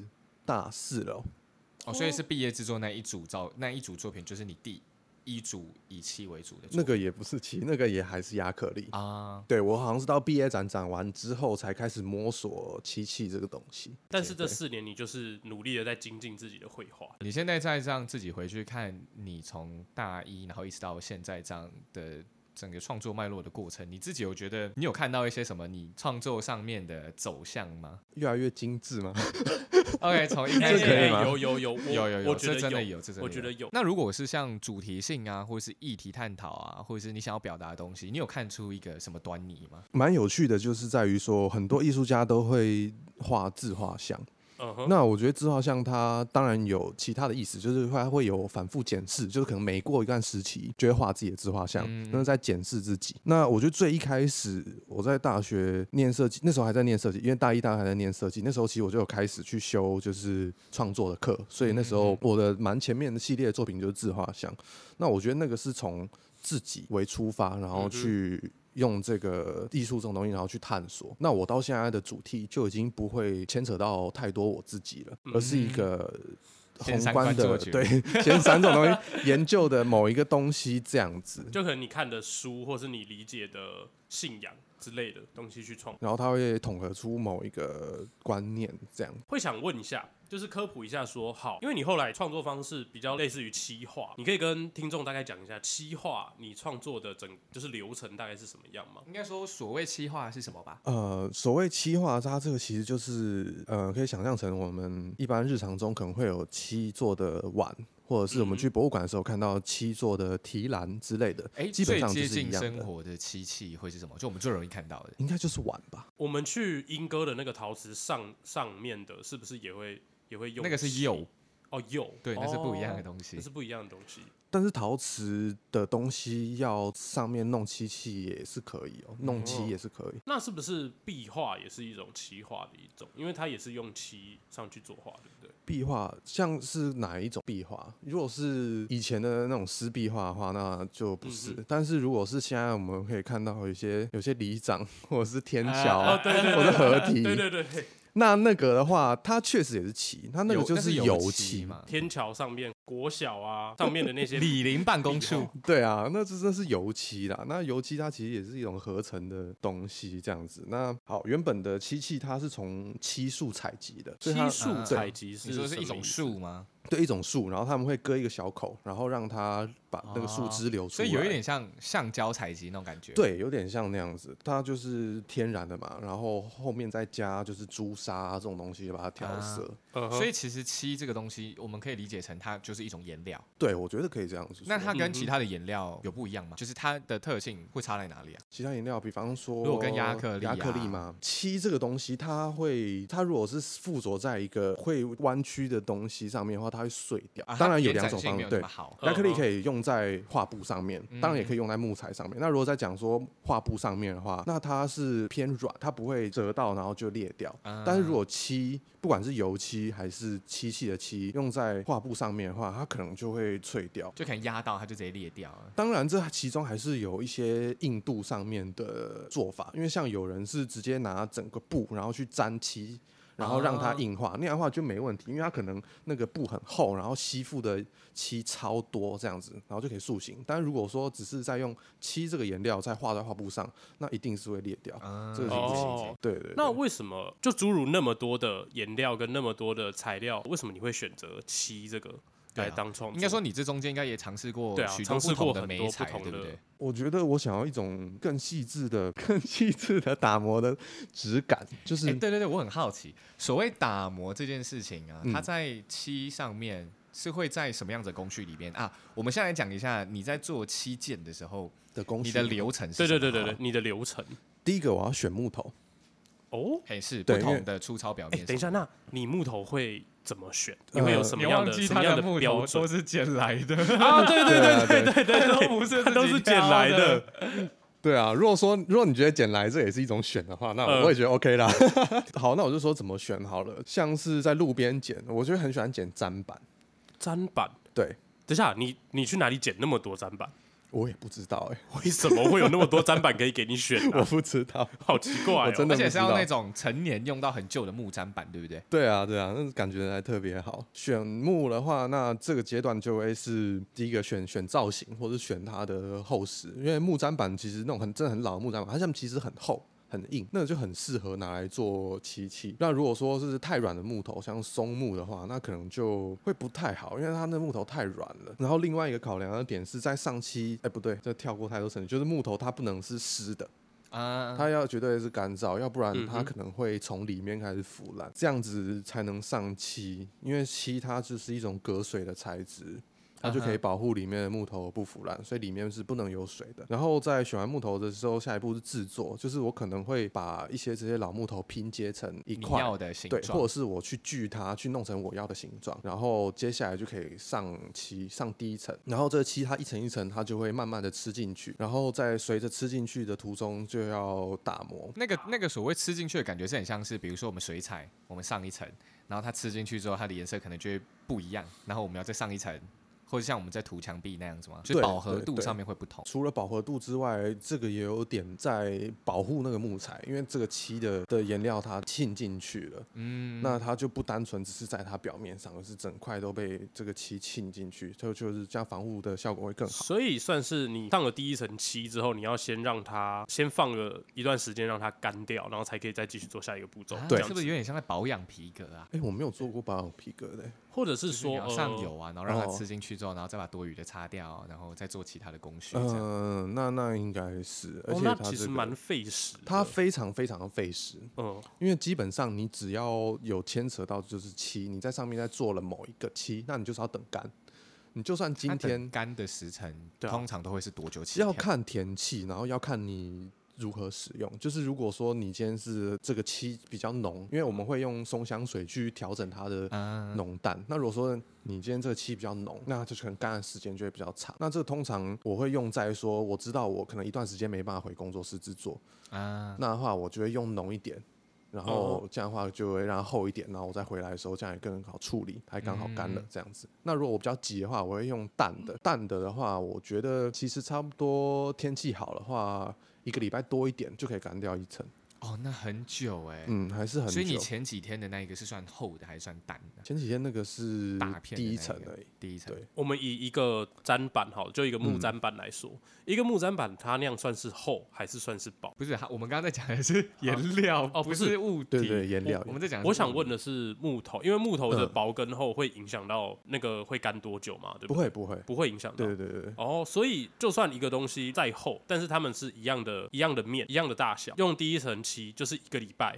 [SPEAKER 3] 大四了，
[SPEAKER 1] 哦，所以是毕业制作那一组照那一组作品，就是你第一组以漆为主的作
[SPEAKER 3] 那
[SPEAKER 1] 品
[SPEAKER 3] 个也不是七，那个也还是亚克力。
[SPEAKER 1] 啊。
[SPEAKER 3] 对我好像是到毕业展展完之后才开始摸索漆器这个东西。
[SPEAKER 2] 但是这
[SPEAKER 3] 对
[SPEAKER 2] 四年你就是努力的在精进自己的绘画。
[SPEAKER 1] 你现在再这样自己回去看，你从大一然后一直到现在这样的整个创作脉络的过程，你自己有觉得你有看到一些什么你创作上面的走向吗？
[SPEAKER 3] 越来越精致吗？ <laughs>
[SPEAKER 1] OK，从一开
[SPEAKER 2] 哎
[SPEAKER 3] 这可以
[SPEAKER 1] 始
[SPEAKER 2] 哎
[SPEAKER 3] 吗
[SPEAKER 2] 有有有我
[SPEAKER 1] 有有有，
[SPEAKER 2] 我觉
[SPEAKER 1] 这
[SPEAKER 2] 得
[SPEAKER 1] 真的有，
[SPEAKER 2] 有，
[SPEAKER 1] 这真的
[SPEAKER 2] 我觉得有
[SPEAKER 1] 那如果是像主题性啊，或者是议题探讨啊，或者是你想要表达的东西，你有看出一个什么端倪吗？
[SPEAKER 3] 蛮有趣的，就是在于说，很多艺术家都会画自画像。
[SPEAKER 2] 嗯哼，
[SPEAKER 3] 那我觉得自画像它当然有其他的意思，就是它会有反复检视，就是可能每过一段时期就会画自己的自画像，
[SPEAKER 1] 嗯
[SPEAKER 3] 那在检视自己。那我觉得最一开始我在大学念设计，那时候还在念设计，因为大一、大二还在念设计，那时候其实我就有开始去修就是创作的课，所以那时候我的蛮前面的系列作品就是自画像。那我觉得那个是从自己为出发，
[SPEAKER 1] 嗯
[SPEAKER 3] 然后去用这个艺术这种东西，然后去探索。那我到现在的主题就已经不会牵扯到太多我自己了，而是一个。宏
[SPEAKER 1] 先嗯三
[SPEAKER 3] 观
[SPEAKER 1] 观
[SPEAKER 3] 的
[SPEAKER 1] 作觉
[SPEAKER 3] 对， <laughs> 先三种东西研究的某一个东西这样子，
[SPEAKER 2] 就可能你看的书，或是你理解的信仰之类的东西去创作。
[SPEAKER 3] 然后它会统合出某一个观念这样。
[SPEAKER 2] 会想问一下，就是科普一下说好，因为你后来创作方式比较类似于漆画，你可以跟听众大概讲一下漆画你创作的整就是流程大概是什么样吗？
[SPEAKER 1] 应该说所谓企划是什么吧？
[SPEAKER 3] 呃，所谓漆画，它这个其实就是呃，可以想象成我们一般日常中可能会有漆做的碗，或者是我们
[SPEAKER 2] 嗯
[SPEAKER 3] 去博物馆的时候看到漆做的提篮之类的，
[SPEAKER 1] 哎，
[SPEAKER 3] 基本
[SPEAKER 1] 最
[SPEAKER 3] 上就
[SPEAKER 1] 接
[SPEAKER 3] 是一
[SPEAKER 1] 近
[SPEAKER 3] 样
[SPEAKER 1] 生
[SPEAKER 3] 的，
[SPEAKER 1] 活的漆器会是什么？就我们最容易看到的。
[SPEAKER 3] 应该就是碗吧？
[SPEAKER 2] 我们去英歌的那个陶瓷上上面的，是不是也会也会用漆？
[SPEAKER 1] 那个是釉，
[SPEAKER 2] 哦，釉
[SPEAKER 1] 对，那是不一样的
[SPEAKER 2] 哦
[SPEAKER 1] 东西
[SPEAKER 2] 那。是不一样的东西。
[SPEAKER 3] 但是陶瓷的东西要上面弄漆器也是可以哦，弄漆也是可以。
[SPEAKER 2] 那是不是壁画也是一种漆画的一种？因为它也是用漆上去作画，对不对？
[SPEAKER 3] 壁画像是哪一种壁画？如果是以前的那种湿壁画的话，那就不是。
[SPEAKER 2] 嗯
[SPEAKER 3] 但是如果是现在我们可以看到有一些有些里长 <laughs> 或者是天桥、
[SPEAKER 1] 啊
[SPEAKER 2] 哦，对对
[SPEAKER 3] 或者合体，
[SPEAKER 2] 对对对对，
[SPEAKER 3] 那那个的话，它确实也是漆，它那个
[SPEAKER 1] 有
[SPEAKER 3] 就
[SPEAKER 1] 那是
[SPEAKER 3] 油
[SPEAKER 1] 漆。嘛？
[SPEAKER 2] 天桥上面、国小啊上面的那
[SPEAKER 3] <laughs>
[SPEAKER 2] 些
[SPEAKER 1] 李林办公处，
[SPEAKER 3] 对啊，那这真是油漆啦。那油漆它其实也是一种合成的东西，这样子。那好，原本的漆器它是从漆树采集的，所以它啊
[SPEAKER 2] 漆树
[SPEAKER 1] 嗯
[SPEAKER 2] 采集是
[SPEAKER 1] 你说是一
[SPEAKER 2] 什么
[SPEAKER 1] 种
[SPEAKER 2] 意思
[SPEAKER 1] 树吗？
[SPEAKER 3] 对一种树，然后他们会割一个小口，然后让它把那个树
[SPEAKER 1] 哦
[SPEAKER 3] 啊枝流出
[SPEAKER 1] 所
[SPEAKER 3] 来。
[SPEAKER 1] 以有一点像橡胶采集那种感觉。，
[SPEAKER 3] 对，有点像那样子，它就是天然的嘛，然后后面再加就是朱砂、啊、这种东西把它调
[SPEAKER 1] 啊
[SPEAKER 3] 色。
[SPEAKER 2] 嗯哼
[SPEAKER 1] 所以其实漆这个东西，我们可以理解成它就是一种颜料。
[SPEAKER 3] 对，我觉得可以这样子说。
[SPEAKER 1] 那它跟
[SPEAKER 2] 嗯
[SPEAKER 1] 其他的颜料有不一样吗？就是它的特性会差在哪里啊？
[SPEAKER 3] 其他饮料，比方说，
[SPEAKER 1] 如果跟亚克力
[SPEAKER 3] 亚
[SPEAKER 1] 啊
[SPEAKER 3] 克力嘛，漆这个东西，它会，它如果是附着在一个会弯曲的东西上面的话，它会碎掉。
[SPEAKER 1] 啊
[SPEAKER 3] 当
[SPEAKER 1] 它
[SPEAKER 3] 然有
[SPEAKER 1] 延
[SPEAKER 3] 两
[SPEAKER 1] 展
[SPEAKER 3] 种
[SPEAKER 1] 性
[SPEAKER 3] 方
[SPEAKER 1] 没有那
[SPEAKER 3] 法，对
[SPEAKER 1] 么，好。
[SPEAKER 3] 亚克力
[SPEAKER 2] 嗯哼
[SPEAKER 3] 可以用在画布上面，当然也可以用在木材上面。那如果在讲说画布上面的话，那它是偏软，它不会折到然后就裂掉。
[SPEAKER 1] 啊
[SPEAKER 3] 但是如果漆，不管是油漆还是漆器的漆，用在画布上面的话，它可能就会脆掉。
[SPEAKER 1] 就可能压到它就直接裂掉了。
[SPEAKER 3] 当然，这其中还是有一些硬度上面的做法，因为像有人是直接拿整个布，然后去沾漆，然后让它硬化，那样的话就没问题，因为它可能那个布很厚，然后吸附的漆超多这样子，然后就可以塑形。但如果说只是在用漆这个颜料再画在画布上，那一定是会裂掉，
[SPEAKER 1] 啊
[SPEAKER 3] 这个是不行的。
[SPEAKER 2] 哦
[SPEAKER 3] 对对对
[SPEAKER 2] 那为什么就诸如那么多的颜料跟那么多的材料，为什么你会选择漆这个
[SPEAKER 1] 对啊
[SPEAKER 2] 来当创作？
[SPEAKER 1] 应该说你这中间应该也尝试过
[SPEAKER 2] 对啊
[SPEAKER 1] 许多
[SPEAKER 2] 尝试
[SPEAKER 1] 不同
[SPEAKER 2] 过
[SPEAKER 1] 的
[SPEAKER 2] 很
[SPEAKER 1] 媒
[SPEAKER 2] 多
[SPEAKER 1] 材，
[SPEAKER 2] 不同
[SPEAKER 1] 对不
[SPEAKER 2] 的
[SPEAKER 1] 对？
[SPEAKER 3] 我觉得我想要一种 <laughs> 更细致的、更细致的打磨的质感，就是、
[SPEAKER 1] 哎、对对对，我很好奇，所谓打磨这件事情啊，
[SPEAKER 3] 嗯
[SPEAKER 1] 它在漆上面是会在什么样子的工序里边啊？我们现在来讲一下你在做漆件的时候，
[SPEAKER 3] 的工
[SPEAKER 1] 你
[SPEAKER 3] 序。
[SPEAKER 1] 的流程是
[SPEAKER 2] 对对
[SPEAKER 1] 什么
[SPEAKER 2] 对对对
[SPEAKER 1] 好，
[SPEAKER 2] 你的流程
[SPEAKER 3] 第一个我要选木头。
[SPEAKER 2] 哦。
[SPEAKER 1] 哎、是
[SPEAKER 3] 对
[SPEAKER 1] 不
[SPEAKER 3] 因为
[SPEAKER 1] 同的粗糙表
[SPEAKER 2] 哎、
[SPEAKER 1] 面、
[SPEAKER 2] 等一下，，那你木头会怎么选？你
[SPEAKER 3] 呃
[SPEAKER 2] 会有什么样的什么样标准？
[SPEAKER 1] 是捡来的，
[SPEAKER 2] 啊，
[SPEAKER 1] <laughs>
[SPEAKER 2] 对对
[SPEAKER 3] 对
[SPEAKER 2] 对对对
[SPEAKER 1] 都
[SPEAKER 2] 对，
[SPEAKER 1] 不
[SPEAKER 2] <laughs>
[SPEAKER 1] 是自己
[SPEAKER 2] 都是捡来
[SPEAKER 1] 挑
[SPEAKER 2] 的。
[SPEAKER 3] 对啊，如果说如果你觉得捡来这也是一种选的话，那
[SPEAKER 2] 嗯
[SPEAKER 3] 我也觉得 OK 啦。 <laughs> 好，那我就说怎么选好了。像是在路边捡，我就很喜欢捡砧板。
[SPEAKER 2] 砧板。
[SPEAKER 3] 对，
[SPEAKER 2] 等一下，你你去哪里捡那么多砧
[SPEAKER 3] <laughs>
[SPEAKER 2] 板？
[SPEAKER 3] 我也不知道哎、
[SPEAKER 2] 为什么会有那么多砧板可以给你选、
[SPEAKER 3] 我 <laughs>
[SPEAKER 2] 啊？
[SPEAKER 3] 不知道。
[SPEAKER 2] 好奇怪、哦，
[SPEAKER 3] 我真的
[SPEAKER 1] 而且是要
[SPEAKER 3] 不知道
[SPEAKER 1] 那种成年用到很旧的木砧板，对不对？
[SPEAKER 3] 对啊，对啊，那感觉还特别好。选木的话，那这个阶段就会是第一个选选造型，或者选它的厚实，因为木砧板其实那种很真的很老的木砧板，它下面其实很厚。很硬，那就很适合拿来做漆器。那如果说是太软的木头，像松木的话，那可能就会不太好，因为它那木头太软了。然后另外一个考量的点是在上漆，哎、不对，这跳过太多层级，就是木头它不能是湿的，
[SPEAKER 1] 啊，
[SPEAKER 3] 它要绝对是干燥，要不然
[SPEAKER 2] 嗯
[SPEAKER 3] 它
[SPEAKER 2] 哼
[SPEAKER 3] 可能会从里面开始腐烂，这样子才能上漆。因为漆它就是一种隔水的材质，它就可以
[SPEAKER 1] 嗯
[SPEAKER 3] 保护里面的木头不腐烂，所以里面是不能有水的。然后在选完木头的时候，下一步是制作，就是我可能会把一些这些老木头拼接成一
[SPEAKER 1] 你
[SPEAKER 3] 块。
[SPEAKER 1] 要的形
[SPEAKER 3] 对，或
[SPEAKER 1] 状
[SPEAKER 3] 者是我去锯它，去弄成我要的形状，然后接下来就可以上漆，上第一层，然后这个漆它一层一层，它就会慢慢的吃进去，然后在随着吃进去的途中就要打磨。
[SPEAKER 1] 那个那个所谓吃进去的感觉是很像是，比如说我们水彩，我们上一层，然后它吃进去之后，它的颜色可能就会不一样，然后我们要再上一层，或者像我们在涂墙壁那样子嘛，就是
[SPEAKER 3] 对
[SPEAKER 1] 饱和
[SPEAKER 3] 对
[SPEAKER 1] 度
[SPEAKER 3] 对
[SPEAKER 1] 上面会不同。
[SPEAKER 3] 除了饱和度之外，这个也有点在保护那个木材，因为这个漆的的颜料它沁进去了，
[SPEAKER 1] 嗯，
[SPEAKER 3] 那它就不单纯只是在它表面上，而是整块都被这个漆沁进去，就就是这样防护的效果会更好。
[SPEAKER 2] 所以算是你上了第一层漆之后，你要先让它先放个一段时间让它干掉，然后才可以再继续做下一个步骤
[SPEAKER 1] 啊。
[SPEAKER 2] 哦这样
[SPEAKER 1] 是不
[SPEAKER 2] 子
[SPEAKER 1] 是有点像在保养皮革啊？
[SPEAKER 3] 哎、我没有做过保养皮革的、
[SPEAKER 2] 或者是
[SPEAKER 1] 就是你
[SPEAKER 2] 说
[SPEAKER 1] 要上
[SPEAKER 2] 呃
[SPEAKER 1] 油啊，然后让它
[SPEAKER 3] 哦
[SPEAKER 1] 吃进去之后，然后再把多余的擦掉，啊然后再做其他的工序。这样
[SPEAKER 3] 嗯、那那应该是，而
[SPEAKER 2] 哦
[SPEAKER 3] 且它、
[SPEAKER 2] 那
[SPEAKER 3] 这
[SPEAKER 2] 其实
[SPEAKER 3] 个
[SPEAKER 2] 蛮费时的。
[SPEAKER 3] 它非常非常的费时，
[SPEAKER 2] 嗯，
[SPEAKER 3] 因为基本上你只要有牵扯到就是漆，你在上面再做了某一个漆，那你就是要等干。你就算今
[SPEAKER 1] 它等
[SPEAKER 3] 天
[SPEAKER 1] 干的时辰，
[SPEAKER 2] 对啊
[SPEAKER 1] 通常都会是多久起跳？
[SPEAKER 3] 要看天气，然后要看你如何使用。就是如果说你今天是这个漆比较浓，因为我们会用松香水去调整它的
[SPEAKER 1] 嗯，
[SPEAKER 3] 浓淡。那如果说你今天这个漆比较浓，那就可能干的时间就会比较长。那这个通常我会用在说，我知道我可能一段时间没办法回工作室制作，
[SPEAKER 1] 啊，
[SPEAKER 3] 那的话我就会用浓一点，然后这样的话就会让它厚一点，然后我再回来的时候这样也更好处理，它刚好干了这样子。那如果我比较急的话，我会用淡的，淡的的话，我觉得其实差不多天气好的话，一个礼拜多一点就可以干掉一层，
[SPEAKER 1] 哦，那很久哎。
[SPEAKER 3] 嗯，还是很
[SPEAKER 1] 所以你
[SPEAKER 3] 久。
[SPEAKER 1] 前几天的那一个是算厚的还是算淡的？
[SPEAKER 3] 前几天那个是
[SPEAKER 1] 大片的
[SPEAKER 3] 第一
[SPEAKER 1] 那
[SPEAKER 3] 层
[SPEAKER 1] 个
[SPEAKER 3] 而已，
[SPEAKER 1] 第一层
[SPEAKER 3] 对
[SPEAKER 2] 我们以一个砧板好了，就一个木砧板来说，
[SPEAKER 3] 嗯
[SPEAKER 2] 一个木砧板它那样算是厚还是算是薄？
[SPEAKER 1] 不是，它我们刚刚在讲的是颜料，
[SPEAKER 2] 哦
[SPEAKER 1] 不
[SPEAKER 2] 不
[SPEAKER 1] 是
[SPEAKER 2] 是
[SPEAKER 1] 物体。
[SPEAKER 3] 对对，颜料
[SPEAKER 1] 我我们在讲的是物
[SPEAKER 2] 我
[SPEAKER 1] 体，
[SPEAKER 2] 想问的是木头，因为木头的
[SPEAKER 3] 嗯
[SPEAKER 2] 薄跟厚会影响到那个会干多久嘛？对
[SPEAKER 3] 不
[SPEAKER 2] 对？
[SPEAKER 3] 会不会，
[SPEAKER 2] 不会影响到。
[SPEAKER 3] 对对对对。
[SPEAKER 2] 哦，所以就算一个东西再厚，但是它们是一样的、一样的面、一样的大小，用第一层漆就是一个礼拜，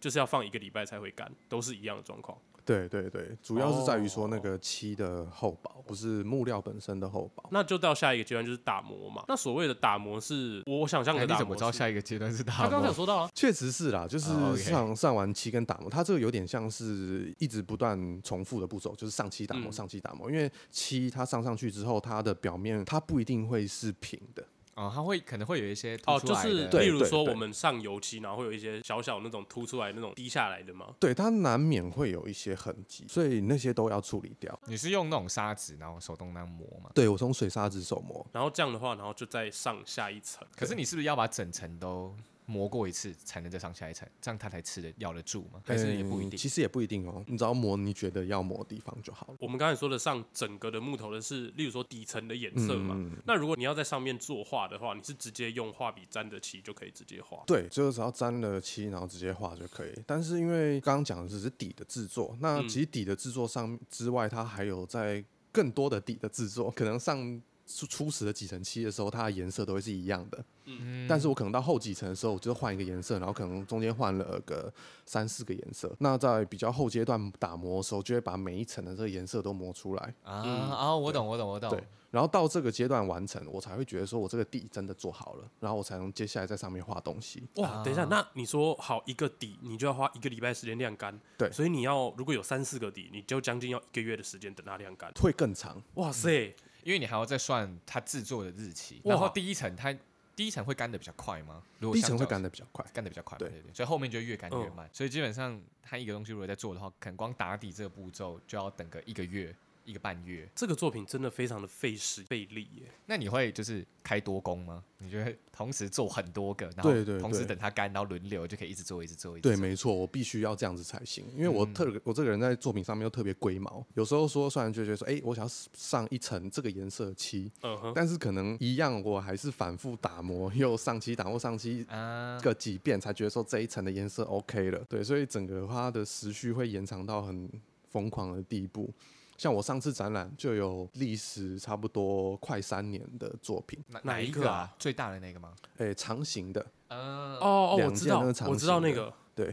[SPEAKER 2] 就是要放一个礼拜才会干，都是一样的状况。
[SPEAKER 3] 对对对，主要是在于说那
[SPEAKER 2] 哦
[SPEAKER 3] 个漆的厚薄，不是木料本身的厚薄。
[SPEAKER 2] 那就到下一个阶段就是打磨嘛。那所谓的打磨是，我想象
[SPEAKER 1] 哎
[SPEAKER 2] 的
[SPEAKER 1] 你
[SPEAKER 2] 打
[SPEAKER 1] 怎
[SPEAKER 2] 磨
[SPEAKER 1] 么
[SPEAKER 2] 是，
[SPEAKER 1] 知道下一个阶段是大？
[SPEAKER 2] 他刚才有说到啊，
[SPEAKER 3] 确实是啦，就是
[SPEAKER 1] 哦，OK
[SPEAKER 3] 上、上完漆跟打磨，它这个有点像是一直不断重复的步骤，就是上漆打磨、
[SPEAKER 2] 嗯
[SPEAKER 3] 上漆打磨。因为漆它上上去之后，它的表面它不一定会是平的，
[SPEAKER 1] 哦，它会可能会有一些凸
[SPEAKER 2] 哦，
[SPEAKER 1] 出
[SPEAKER 2] 就
[SPEAKER 1] 来
[SPEAKER 2] 是
[SPEAKER 1] 的
[SPEAKER 2] 例
[SPEAKER 3] 对
[SPEAKER 2] 如说
[SPEAKER 3] 对
[SPEAKER 2] 我们上油漆，然后会有一些小小那种凸出来那种滴下来的嘛。
[SPEAKER 3] 对，它难免会有一些痕迹，所以那些都要处理掉。
[SPEAKER 1] 你是用那种砂纸，然后手动那样磨嘛？
[SPEAKER 3] 对我从水砂子手磨，
[SPEAKER 2] 然后这样的话，然后就再上下一层。
[SPEAKER 1] 可是你是不是要把整层都磨过一次，才能再上下一层，这样它才吃得咬得住吗？还是也不一
[SPEAKER 3] 嗯
[SPEAKER 1] 定？
[SPEAKER 3] 其实也不一定哦，你只要磨你觉得要磨的地方就好了。
[SPEAKER 2] 我们刚才说的上整个的木头的是，例如说底层的颜色嘛。
[SPEAKER 3] 嗯
[SPEAKER 2] 那如果你要在上面作画的话，你是直接用画笔沾的漆就可以直接画。
[SPEAKER 3] 对，就是只要沾了漆，然后直接画就可以。但是因为刚刚讲的只是底的制作，那
[SPEAKER 2] 嗯
[SPEAKER 3] 其实底的制作上之外，它还有在更多的底的制作，可能上。初初始的几层漆的时候，它的颜色都会是一样的，
[SPEAKER 1] 嗯
[SPEAKER 3] 但是我可能到后几层的时候，我就换一个颜色，然后可能中间换了个三四个颜色。那在比较后阶段打磨的时候，就会把每一层的这个颜色都磨出来。
[SPEAKER 1] 啊
[SPEAKER 2] 嗯
[SPEAKER 1] 啊，我懂，我懂，我懂。
[SPEAKER 3] 对，然后到这个阶段完成，我才会觉得说我这个底真的做好了，然后我才能接下来在上面画东西。
[SPEAKER 2] 哇，等一下，
[SPEAKER 3] 啊
[SPEAKER 2] 那你说好一个底，你就要花一个礼拜时间晾干。
[SPEAKER 3] 对
[SPEAKER 2] 所以你要如果有三四个底，你就将近要一个月的时间等它晾干。
[SPEAKER 3] 会更长，
[SPEAKER 2] 哇塞，
[SPEAKER 1] 因为你还要再算它制作的日期，
[SPEAKER 2] 哇
[SPEAKER 1] 然后第一层它第一层会干的比较快吗？如果
[SPEAKER 3] 第一层
[SPEAKER 1] 相较
[SPEAKER 3] 会干的比较快。
[SPEAKER 1] 干的比较快嘛，
[SPEAKER 3] 对
[SPEAKER 1] 对对，所以后面就越干越
[SPEAKER 2] 嗯
[SPEAKER 1] 慢。所以基本上它一个东西如果在做的话，可能光打底这个步骤就要等个一个月、一个半月。
[SPEAKER 2] 这个作品真的非常的费时费力耶。
[SPEAKER 1] 那你会就是开多工吗？你就会同时做很多个，然后
[SPEAKER 3] 对对
[SPEAKER 1] 同时
[SPEAKER 3] 对
[SPEAKER 1] 等它干，然后轮流就可以一直做、一直做、一直
[SPEAKER 3] 对，
[SPEAKER 1] 做
[SPEAKER 3] 没错，我必须要这样子才行，因为我特、我这个人在作品上面又特别龟毛，有时候说虽然就觉得说，哎、我想要上一层这个颜色漆，
[SPEAKER 2] 嗯哼，
[SPEAKER 3] 但是可能一样，我还是反复打磨，又上漆打磨上漆
[SPEAKER 1] 啊，
[SPEAKER 3] 个几遍，才觉得说这一层的颜色 OK 了。对，所以整个它的时序会延长到很疯狂的地步。像我上次展览就有历时差不多快三年的作品，
[SPEAKER 1] 哪
[SPEAKER 2] 哪
[SPEAKER 1] 一
[SPEAKER 2] 一个
[SPEAKER 1] 个
[SPEAKER 2] 啊？
[SPEAKER 1] 最大的那个吗？
[SPEAKER 3] 诶、长形的，
[SPEAKER 1] 嗯，
[SPEAKER 2] 哦哦，我
[SPEAKER 3] 两
[SPEAKER 2] 知
[SPEAKER 3] 件
[SPEAKER 2] 道
[SPEAKER 3] 那个，长
[SPEAKER 2] 我知道
[SPEAKER 3] 形
[SPEAKER 2] 那
[SPEAKER 3] 的
[SPEAKER 2] 个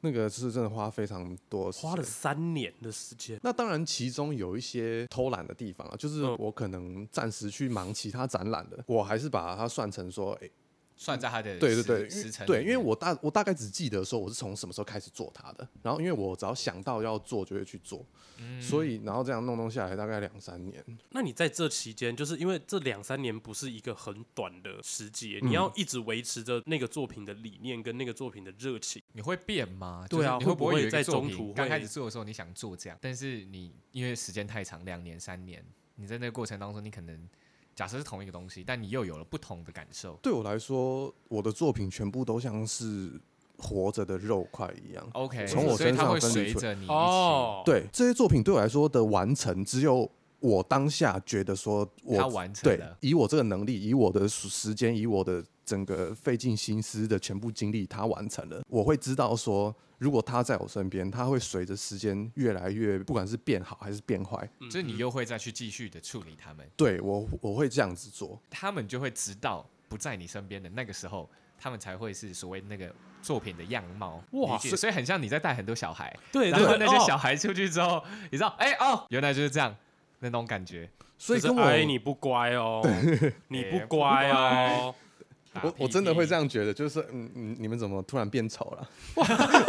[SPEAKER 3] 那个是真的花非常多时间，
[SPEAKER 2] 花了三年的时间。
[SPEAKER 3] 那当然，其中有一些偷懒的地方啊，就是
[SPEAKER 2] 嗯
[SPEAKER 3] 我可能暂时去忙其他展览的，我还是把它算成说，哎、
[SPEAKER 1] 算在他的
[SPEAKER 3] 对
[SPEAKER 1] 时
[SPEAKER 3] 对对，因
[SPEAKER 1] 时
[SPEAKER 3] 为
[SPEAKER 1] 辰
[SPEAKER 3] 对，
[SPEAKER 1] 里
[SPEAKER 3] 因为
[SPEAKER 1] 面
[SPEAKER 3] 我大我大概只记得说我是从什么时候开始做它的，然后因为我只要想到要做就会去做，所
[SPEAKER 1] 嗯
[SPEAKER 3] 以然后这样弄弄下来大概两三年，
[SPEAKER 2] 那你在这期间，就是因为这两三年不是一个很短的时节，
[SPEAKER 1] 嗯
[SPEAKER 2] 你要一直维持着那个作品的理念跟那个作品的热情。
[SPEAKER 1] 你会变吗？
[SPEAKER 2] 对啊
[SPEAKER 1] 就是你会
[SPEAKER 2] 会不
[SPEAKER 1] 会
[SPEAKER 2] 会
[SPEAKER 1] 有一个
[SPEAKER 2] 在
[SPEAKER 1] 作
[SPEAKER 2] 中
[SPEAKER 1] 品
[SPEAKER 2] 途
[SPEAKER 1] 刚开
[SPEAKER 2] 会
[SPEAKER 1] 始做的时候你想做这样，但是你因为时间太长，两年三年，你在那个过程当中，你可能假设是同一个东西，但你又有了不同的感受。
[SPEAKER 3] 对我来说，我的作品全部都像是活着的肉块一样。
[SPEAKER 1] OK，
[SPEAKER 3] 从我
[SPEAKER 1] 所以
[SPEAKER 3] 身
[SPEAKER 1] 它
[SPEAKER 3] 上
[SPEAKER 1] 会
[SPEAKER 3] 分离
[SPEAKER 1] 随
[SPEAKER 3] 出
[SPEAKER 1] 着你一起，
[SPEAKER 2] 哦
[SPEAKER 3] 对这些作品对我来说的完成，只有我当下觉得说我
[SPEAKER 1] 它完成
[SPEAKER 3] 对
[SPEAKER 1] 了，。
[SPEAKER 3] 以我这个能力，以我的时时间，以我的整个费尽心思的全部精力，他完成了。我会知道说，如果他在我身边，他会随着时间越来越，不管是变好还是变坏，
[SPEAKER 2] 嗯
[SPEAKER 1] 就是你又会再去继续的处理他们，
[SPEAKER 3] 对我我会这样子做。
[SPEAKER 1] 他们就会直到不在你身边的那个时候，他们才会是所谓那个作品的样貌。
[SPEAKER 2] 哇
[SPEAKER 1] 理解所以很像你在带很多小孩，
[SPEAKER 2] 对
[SPEAKER 1] 然
[SPEAKER 2] 对
[SPEAKER 1] 后
[SPEAKER 2] 对，
[SPEAKER 1] 那些
[SPEAKER 2] 哦
[SPEAKER 1] 小孩出去之后，你知道，哎、哦，原来就是这样，那种感觉。
[SPEAKER 3] 所以
[SPEAKER 2] 就是
[SPEAKER 3] 跟我、
[SPEAKER 2] 哎你不乖
[SPEAKER 1] <laughs>
[SPEAKER 2] 哦，你
[SPEAKER 1] 哎
[SPEAKER 2] 不
[SPEAKER 1] 不
[SPEAKER 2] 乖
[SPEAKER 1] 乖
[SPEAKER 2] 哦， <laughs>
[SPEAKER 1] 打
[SPEAKER 3] 我
[SPEAKER 1] 屁
[SPEAKER 3] 我真的
[SPEAKER 1] 屁
[SPEAKER 3] 会这样觉得，就是嗯嗯，你们怎么突然变丑了？ <laughs>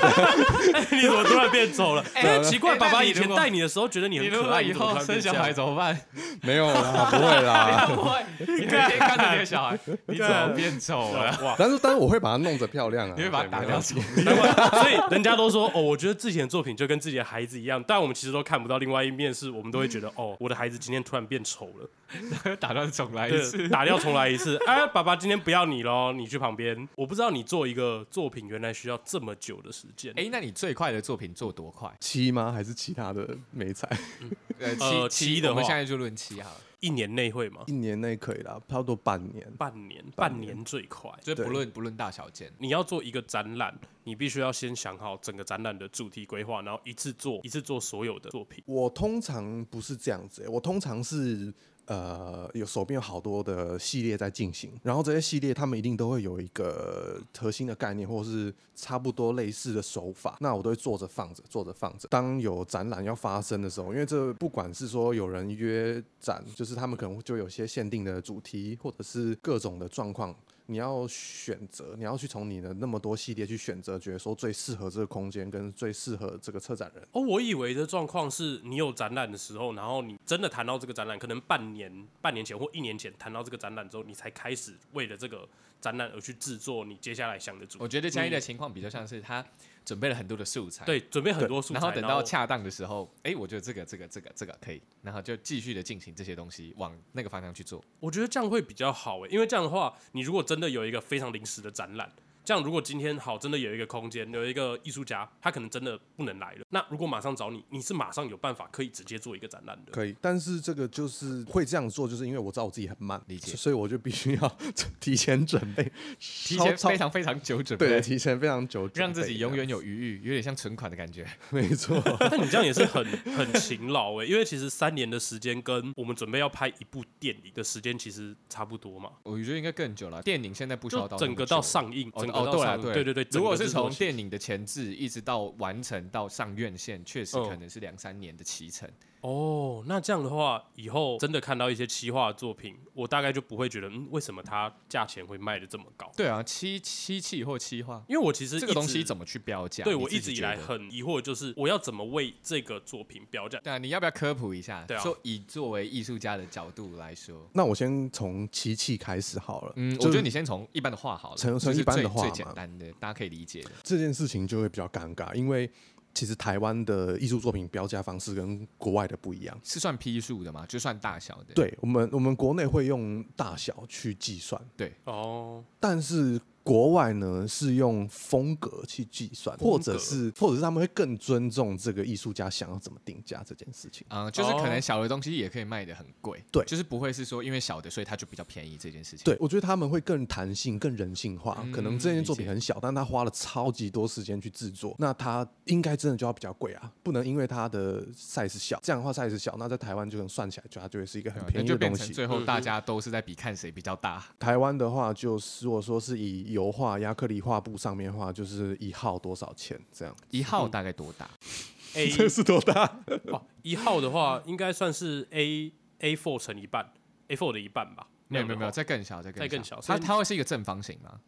[SPEAKER 2] 你怎么突然变丑了？哎，奇怪，
[SPEAKER 1] 哎
[SPEAKER 2] 爸
[SPEAKER 1] 那
[SPEAKER 2] 爸
[SPEAKER 1] 你
[SPEAKER 2] 以前
[SPEAKER 1] 如果
[SPEAKER 2] 带你的时候觉得你
[SPEAKER 1] 你
[SPEAKER 2] 很
[SPEAKER 1] 如
[SPEAKER 2] 可
[SPEAKER 1] 果
[SPEAKER 2] 爱，
[SPEAKER 1] 以
[SPEAKER 2] 你怎么突
[SPEAKER 1] 后
[SPEAKER 2] 然
[SPEAKER 1] 生
[SPEAKER 2] 变
[SPEAKER 1] 小
[SPEAKER 2] 这样
[SPEAKER 1] 孩怎么办？
[SPEAKER 3] 没
[SPEAKER 1] <laughs>
[SPEAKER 3] 有啦，不会啦。
[SPEAKER 1] 不会，你每天看着你的小孩，你怎么变丑了？
[SPEAKER 2] 哇，
[SPEAKER 3] 但是但是我会把它弄得漂亮啊，
[SPEAKER 1] 你会把他
[SPEAKER 3] 对
[SPEAKER 1] 打
[SPEAKER 3] 没
[SPEAKER 1] 掉
[SPEAKER 3] 问题
[SPEAKER 1] 手？
[SPEAKER 2] 难怪啊所以人家都说哦，我觉得自己的作品就跟自己的孩子一样，但我们其实都看不到另外一面，是我们都会觉得哦，我的孩子今天突然变丑了，
[SPEAKER 1] <laughs> 打断重来一
[SPEAKER 2] 对，
[SPEAKER 1] 次。
[SPEAKER 2] 打掉重来一次。 <laughs> 哎，爸爸今天不要你喽，你去旁边。我不知道你做一个作品原来需要这么久的时间。
[SPEAKER 1] 哎，那你最快的作品做多快？
[SPEAKER 3] 漆吗？还是其他的美彩？
[SPEAKER 1] <laughs>
[SPEAKER 3] <laughs>
[SPEAKER 1] 呃
[SPEAKER 2] 呃
[SPEAKER 1] 七
[SPEAKER 2] 七的
[SPEAKER 1] 我们
[SPEAKER 2] 话
[SPEAKER 1] 现在就论七好了，
[SPEAKER 2] 一年内会吗？
[SPEAKER 3] 一年内可以啦，差不多半年。
[SPEAKER 2] 半年，
[SPEAKER 3] 半
[SPEAKER 2] 半
[SPEAKER 3] 年
[SPEAKER 2] 年最快。
[SPEAKER 1] 就是不
[SPEAKER 3] 对
[SPEAKER 1] 论不论大小件。
[SPEAKER 2] 你要做一个展览，你必须要先想好整个展览的主题规划，然后一次做一次做所有的作品。
[SPEAKER 3] 我通常不是这样子欸、我通常是呃有手边有好多的系列在进行，然后这些系列他们一定都会有一个核心的概念，或是差不多类似的手法，那我都会坐着放着，坐着放着。当有展览要发生的时候，因为这不管是说有人约展，就是他们可能就有些限定的主题，或者是各种的状况。你要选择，你要去从你的那么多系列去选择，觉得说最适合这个空间跟最适合这个策展人。
[SPEAKER 2] 哦，我以为的状况是你有展览的时候，然后你真的谈到这个展览，可能半年、半年前或一年前谈到这个展览之后，你才开始为了这个展览而去制作你接下来想的主
[SPEAKER 1] 我
[SPEAKER 2] 题。
[SPEAKER 1] 觉得嘉义的情况比较像是他准备了很多的素材，，
[SPEAKER 2] 嗯对，准备很多素材，
[SPEAKER 1] 然后等到恰当的时候，哎，我觉得这个这个这个这个可以，然后就继续的进行这些东西，往那个方向去做。
[SPEAKER 2] 我觉得这样会比较好欸诶，因为这样的话，你如果真的有一个非常临时的展览，这样如果今天好真的有一个空间，有一个艺术家，他可能真的不能来了，那如果马上找你，你是马上有办法可以直接做一个展览
[SPEAKER 1] <laughs>
[SPEAKER 2] 的。
[SPEAKER 3] 可以，但是这个就是会这样做，就是因为我知道我自己很慢，
[SPEAKER 1] 理解
[SPEAKER 3] 所所以我就必须要 <laughs> 提前准备，
[SPEAKER 1] 提
[SPEAKER 3] 提
[SPEAKER 1] 前非常非常久准
[SPEAKER 3] 对
[SPEAKER 1] 备，
[SPEAKER 3] 提前非常久准备，
[SPEAKER 1] <laughs> 让自己永远
[SPEAKER 3] 有
[SPEAKER 1] 有余裕，有点像存款的感觉。
[SPEAKER 3] 没错，
[SPEAKER 2] 但你这样也是很很勤劳欸诶，因为其实三年的时间跟我们准备要拍一部电影的时间其实差不多嘛，
[SPEAKER 1] 我觉得应该更久了，电影现在不需要
[SPEAKER 2] 就
[SPEAKER 1] 到那
[SPEAKER 2] 整
[SPEAKER 1] 么
[SPEAKER 2] 个
[SPEAKER 1] 久
[SPEAKER 2] 到上映，
[SPEAKER 1] 哦
[SPEAKER 2] 整
[SPEAKER 1] 哦
[SPEAKER 2] 个到
[SPEAKER 1] 对
[SPEAKER 2] 上
[SPEAKER 1] 啊
[SPEAKER 2] 映
[SPEAKER 1] 对
[SPEAKER 2] 对对对。
[SPEAKER 1] 如果是
[SPEAKER 2] 整
[SPEAKER 1] 从
[SPEAKER 2] 个制作期
[SPEAKER 1] 电影的前置一直到完成到上院线，确实
[SPEAKER 2] 嗯
[SPEAKER 1] 可能是两三年的骑程。
[SPEAKER 2] 哦，那这样的话，以后真的看到一些企划作品，我大概就不会觉得，嗯，为什么它价钱会卖的这么高？
[SPEAKER 1] 对啊，七七气或七化，
[SPEAKER 2] 因为我其实
[SPEAKER 1] 这个东西
[SPEAKER 2] 么
[SPEAKER 1] 怎么去标价？
[SPEAKER 2] 对
[SPEAKER 1] 你
[SPEAKER 2] 我
[SPEAKER 1] 自
[SPEAKER 2] 一
[SPEAKER 1] 己
[SPEAKER 2] 直以
[SPEAKER 1] 觉
[SPEAKER 2] 来
[SPEAKER 1] 得。
[SPEAKER 2] 很疑惑，就是我要怎么为这个作品标价？
[SPEAKER 1] 对啊，你要不要科普一下？
[SPEAKER 2] 对啊
[SPEAKER 1] 说以作为艺术家的角度来说，
[SPEAKER 3] 那我先从漆器开始好了，
[SPEAKER 1] 嗯，我
[SPEAKER 3] 就
[SPEAKER 1] 觉得
[SPEAKER 3] 是
[SPEAKER 1] 你先从一般的画好了，
[SPEAKER 3] 从
[SPEAKER 1] 这
[SPEAKER 3] 从
[SPEAKER 1] 是
[SPEAKER 3] 一般的
[SPEAKER 1] 最
[SPEAKER 3] 画
[SPEAKER 1] 最
[SPEAKER 3] 嘛
[SPEAKER 1] 简单的，大家可以理解的。
[SPEAKER 3] 这件事情就会比较尴尬，因为其实台湾的艺术作品标价方式跟国外的不一样。
[SPEAKER 1] 是算批数的嘛？就算大小的。，
[SPEAKER 3] 对我们，我们国内会用大小去计算，
[SPEAKER 2] 哦，
[SPEAKER 3] 但是国外呢是用风格去计算，
[SPEAKER 2] 风格
[SPEAKER 3] 或者是或者是他们会更尊重这个艺术家想要怎么定价这件事情。
[SPEAKER 1] 嗯，就是可能
[SPEAKER 2] 哦
[SPEAKER 1] 小的东西也可以卖的很贵，
[SPEAKER 3] 对
[SPEAKER 1] 就是不会是说因为小的所以它就比较便宜这件事情。
[SPEAKER 3] 对，我觉得他们会更弹性、更人性化。可能这
[SPEAKER 1] 嗯
[SPEAKER 3] 件作品
[SPEAKER 1] 理解
[SPEAKER 3] 很小，但他花了超级多时间去制作，那他应该真的就要比较贵啊，不能因为它的 size 小，这样的话 size 小，那在台湾就能算起来，就它就会是一个
[SPEAKER 1] 对
[SPEAKER 3] 很
[SPEAKER 1] 啊，那
[SPEAKER 3] 便宜
[SPEAKER 1] 就
[SPEAKER 3] 的
[SPEAKER 1] 变
[SPEAKER 3] 东
[SPEAKER 1] 成
[SPEAKER 3] 西。
[SPEAKER 1] 最
[SPEAKER 2] 嗯
[SPEAKER 1] 后大家都是在比看谁比较大。
[SPEAKER 3] 台湾的话，就是如果说是以油画、亚克力画布上面的话，就是一号多少钱
[SPEAKER 1] <laughs>
[SPEAKER 3] 这样。
[SPEAKER 1] 一号
[SPEAKER 2] 嗯
[SPEAKER 1] 大概多大？ <laughs>
[SPEAKER 2] A
[SPEAKER 3] 这是多大？
[SPEAKER 2] 哦一号的话，应该算是 A A four 乘一半，A four 的一半吧。
[SPEAKER 1] 没有没有没有，
[SPEAKER 2] 这
[SPEAKER 1] 再更小，再更
[SPEAKER 2] 再更小所
[SPEAKER 1] 它
[SPEAKER 2] 以
[SPEAKER 1] 它会是一个正方形吗？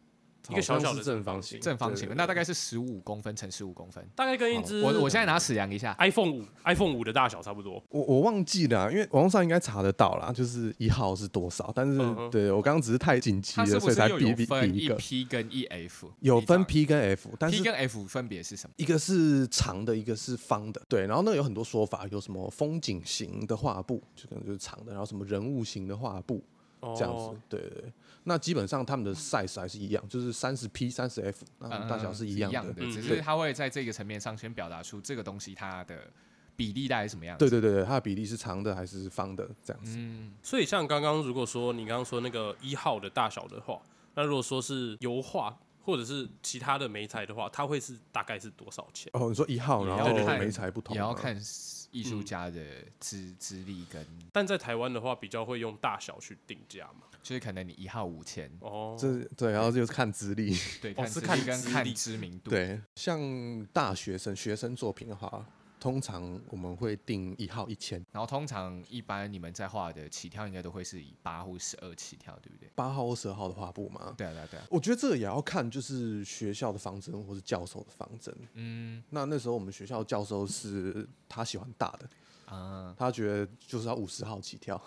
[SPEAKER 2] 一个小小的
[SPEAKER 3] 好像是正方形，
[SPEAKER 1] 正方形
[SPEAKER 3] 对
[SPEAKER 1] 的，
[SPEAKER 3] 对
[SPEAKER 1] 那大概是十五公分乘十五公分。
[SPEAKER 2] 大概跟一只
[SPEAKER 1] 我我现在拿尺量一下，
[SPEAKER 2] iPhone 五 iPhone 五的大小差不多。
[SPEAKER 3] 我我忘记了啊、因为网络上应该查得到啦，就是一号是多少，但是、
[SPEAKER 2] 嗯哼
[SPEAKER 3] 对我刚刚只是太紧急
[SPEAKER 1] 它
[SPEAKER 3] 了，
[SPEAKER 1] 是不
[SPEAKER 3] 所以
[SPEAKER 1] 是
[SPEAKER 3] 才
[SPEAKER 1] 又
[SPEAKER 3] 比
[SPEAKER 1] 有
[SPEAKER 3] 比
[SPEAKER 1] 分
[SPEAKER 3] 比一
[SPEAKER 1] 一
[SPEAKER 3] 个
[SPEAKER 1] P 跟一 F？
[SPEAKER 3] 有分
[SPEAKER 1] 一张
[SPEAKER 3] P 跟 F，但
[SPEAKER 1] P
[SPEAKER 3] 是
[SPEAKER 1] 跟 F 分别是什么？
[SPEAKER 3] 一个是长的，一个是方的，对，然后那个有很多说法，有什么风景型的画布，就可能就是长的，然后什么人物型的画布
[SPEAKER 2] 哦
[SPEAKER 3] 这样子，对对对。那基本上他们的 size 还是一样，就是三十 P、三十 F，那
[SPEAKER 1] 嗯
[SPEAKER 3] 大小是一样的。
[SPEAKER 1] 的，只
[SPEAKER 2] 嗯
[SPEAKER 1] 是它会在这个层面上先表达出这个东西它的比例大概是什么样子。
[SPEAKER 3] 对对对对，它的比例是长的还是方的这样子？
[SPEAKER 1] 嗯，
[SPEAKER 2] 所以像刚刚如果说你刚刚说那个一号的大小的话，那如果说是油画或者是其他的媒材的话，它会是大概是多少钱？
[SPEAKER 3] 哦，你说一号，
[SPEAKER 2] 也
[SPEAKER 3] 然
[SPEAKER 2] 要
[SPEAKER 3] 后
[SPEAKER 1] 看
[SPEAKER 3] 媒材不同，
[SPEAKER 1] 也要。看艺
[SPEAKER 2] 嗯
[SPEAKER 1] 术家的资资历跟，
[SPEAKER 2] 但在台湾的话，比较会用大小去定价嘛。
[SPEAKER 1] 就是可能你一号五千，
[SPEAKER 2] 哦，
[SPEAKER 3] 这对，然后就是看资历。
[SPEAKER 1] 对，
[SPEAKER 2] 哦
[SPEAKER 1] 看
[SPEAKER 2] 是
[SPEAKER 1] 资历
[SPEAKER 2] 看
[SPEAKER 1] 跟
[SPEAKER 2] 资
[SPEAKER 1] 看
[SPEAKER 2] 历
[SPEAKER 1] 知名度。
[SPEAKER 3] 对，像大学生学生作品的话，通常我们会定一号一千，
[SPEAKER 1] 然后通常一般你们在画的起跳应该都会是以八或十二起跳，对不对？
[SPEAKER 3] 八号或十二号的画布嘛。
[SPEAKER 1] 对啊，对啊，对啊。
[SPEAKER 3] 我觉得这个也要看，就是学校的方针或是教授的方针。
[SPEAKER 1] 嗯
[SPEAKER 3] 那那时候我们学校教授是他喜欢大的，
[SPEAKER 1] 啊，
[SPEAKER 3] 他觉得就是要五十号起跳，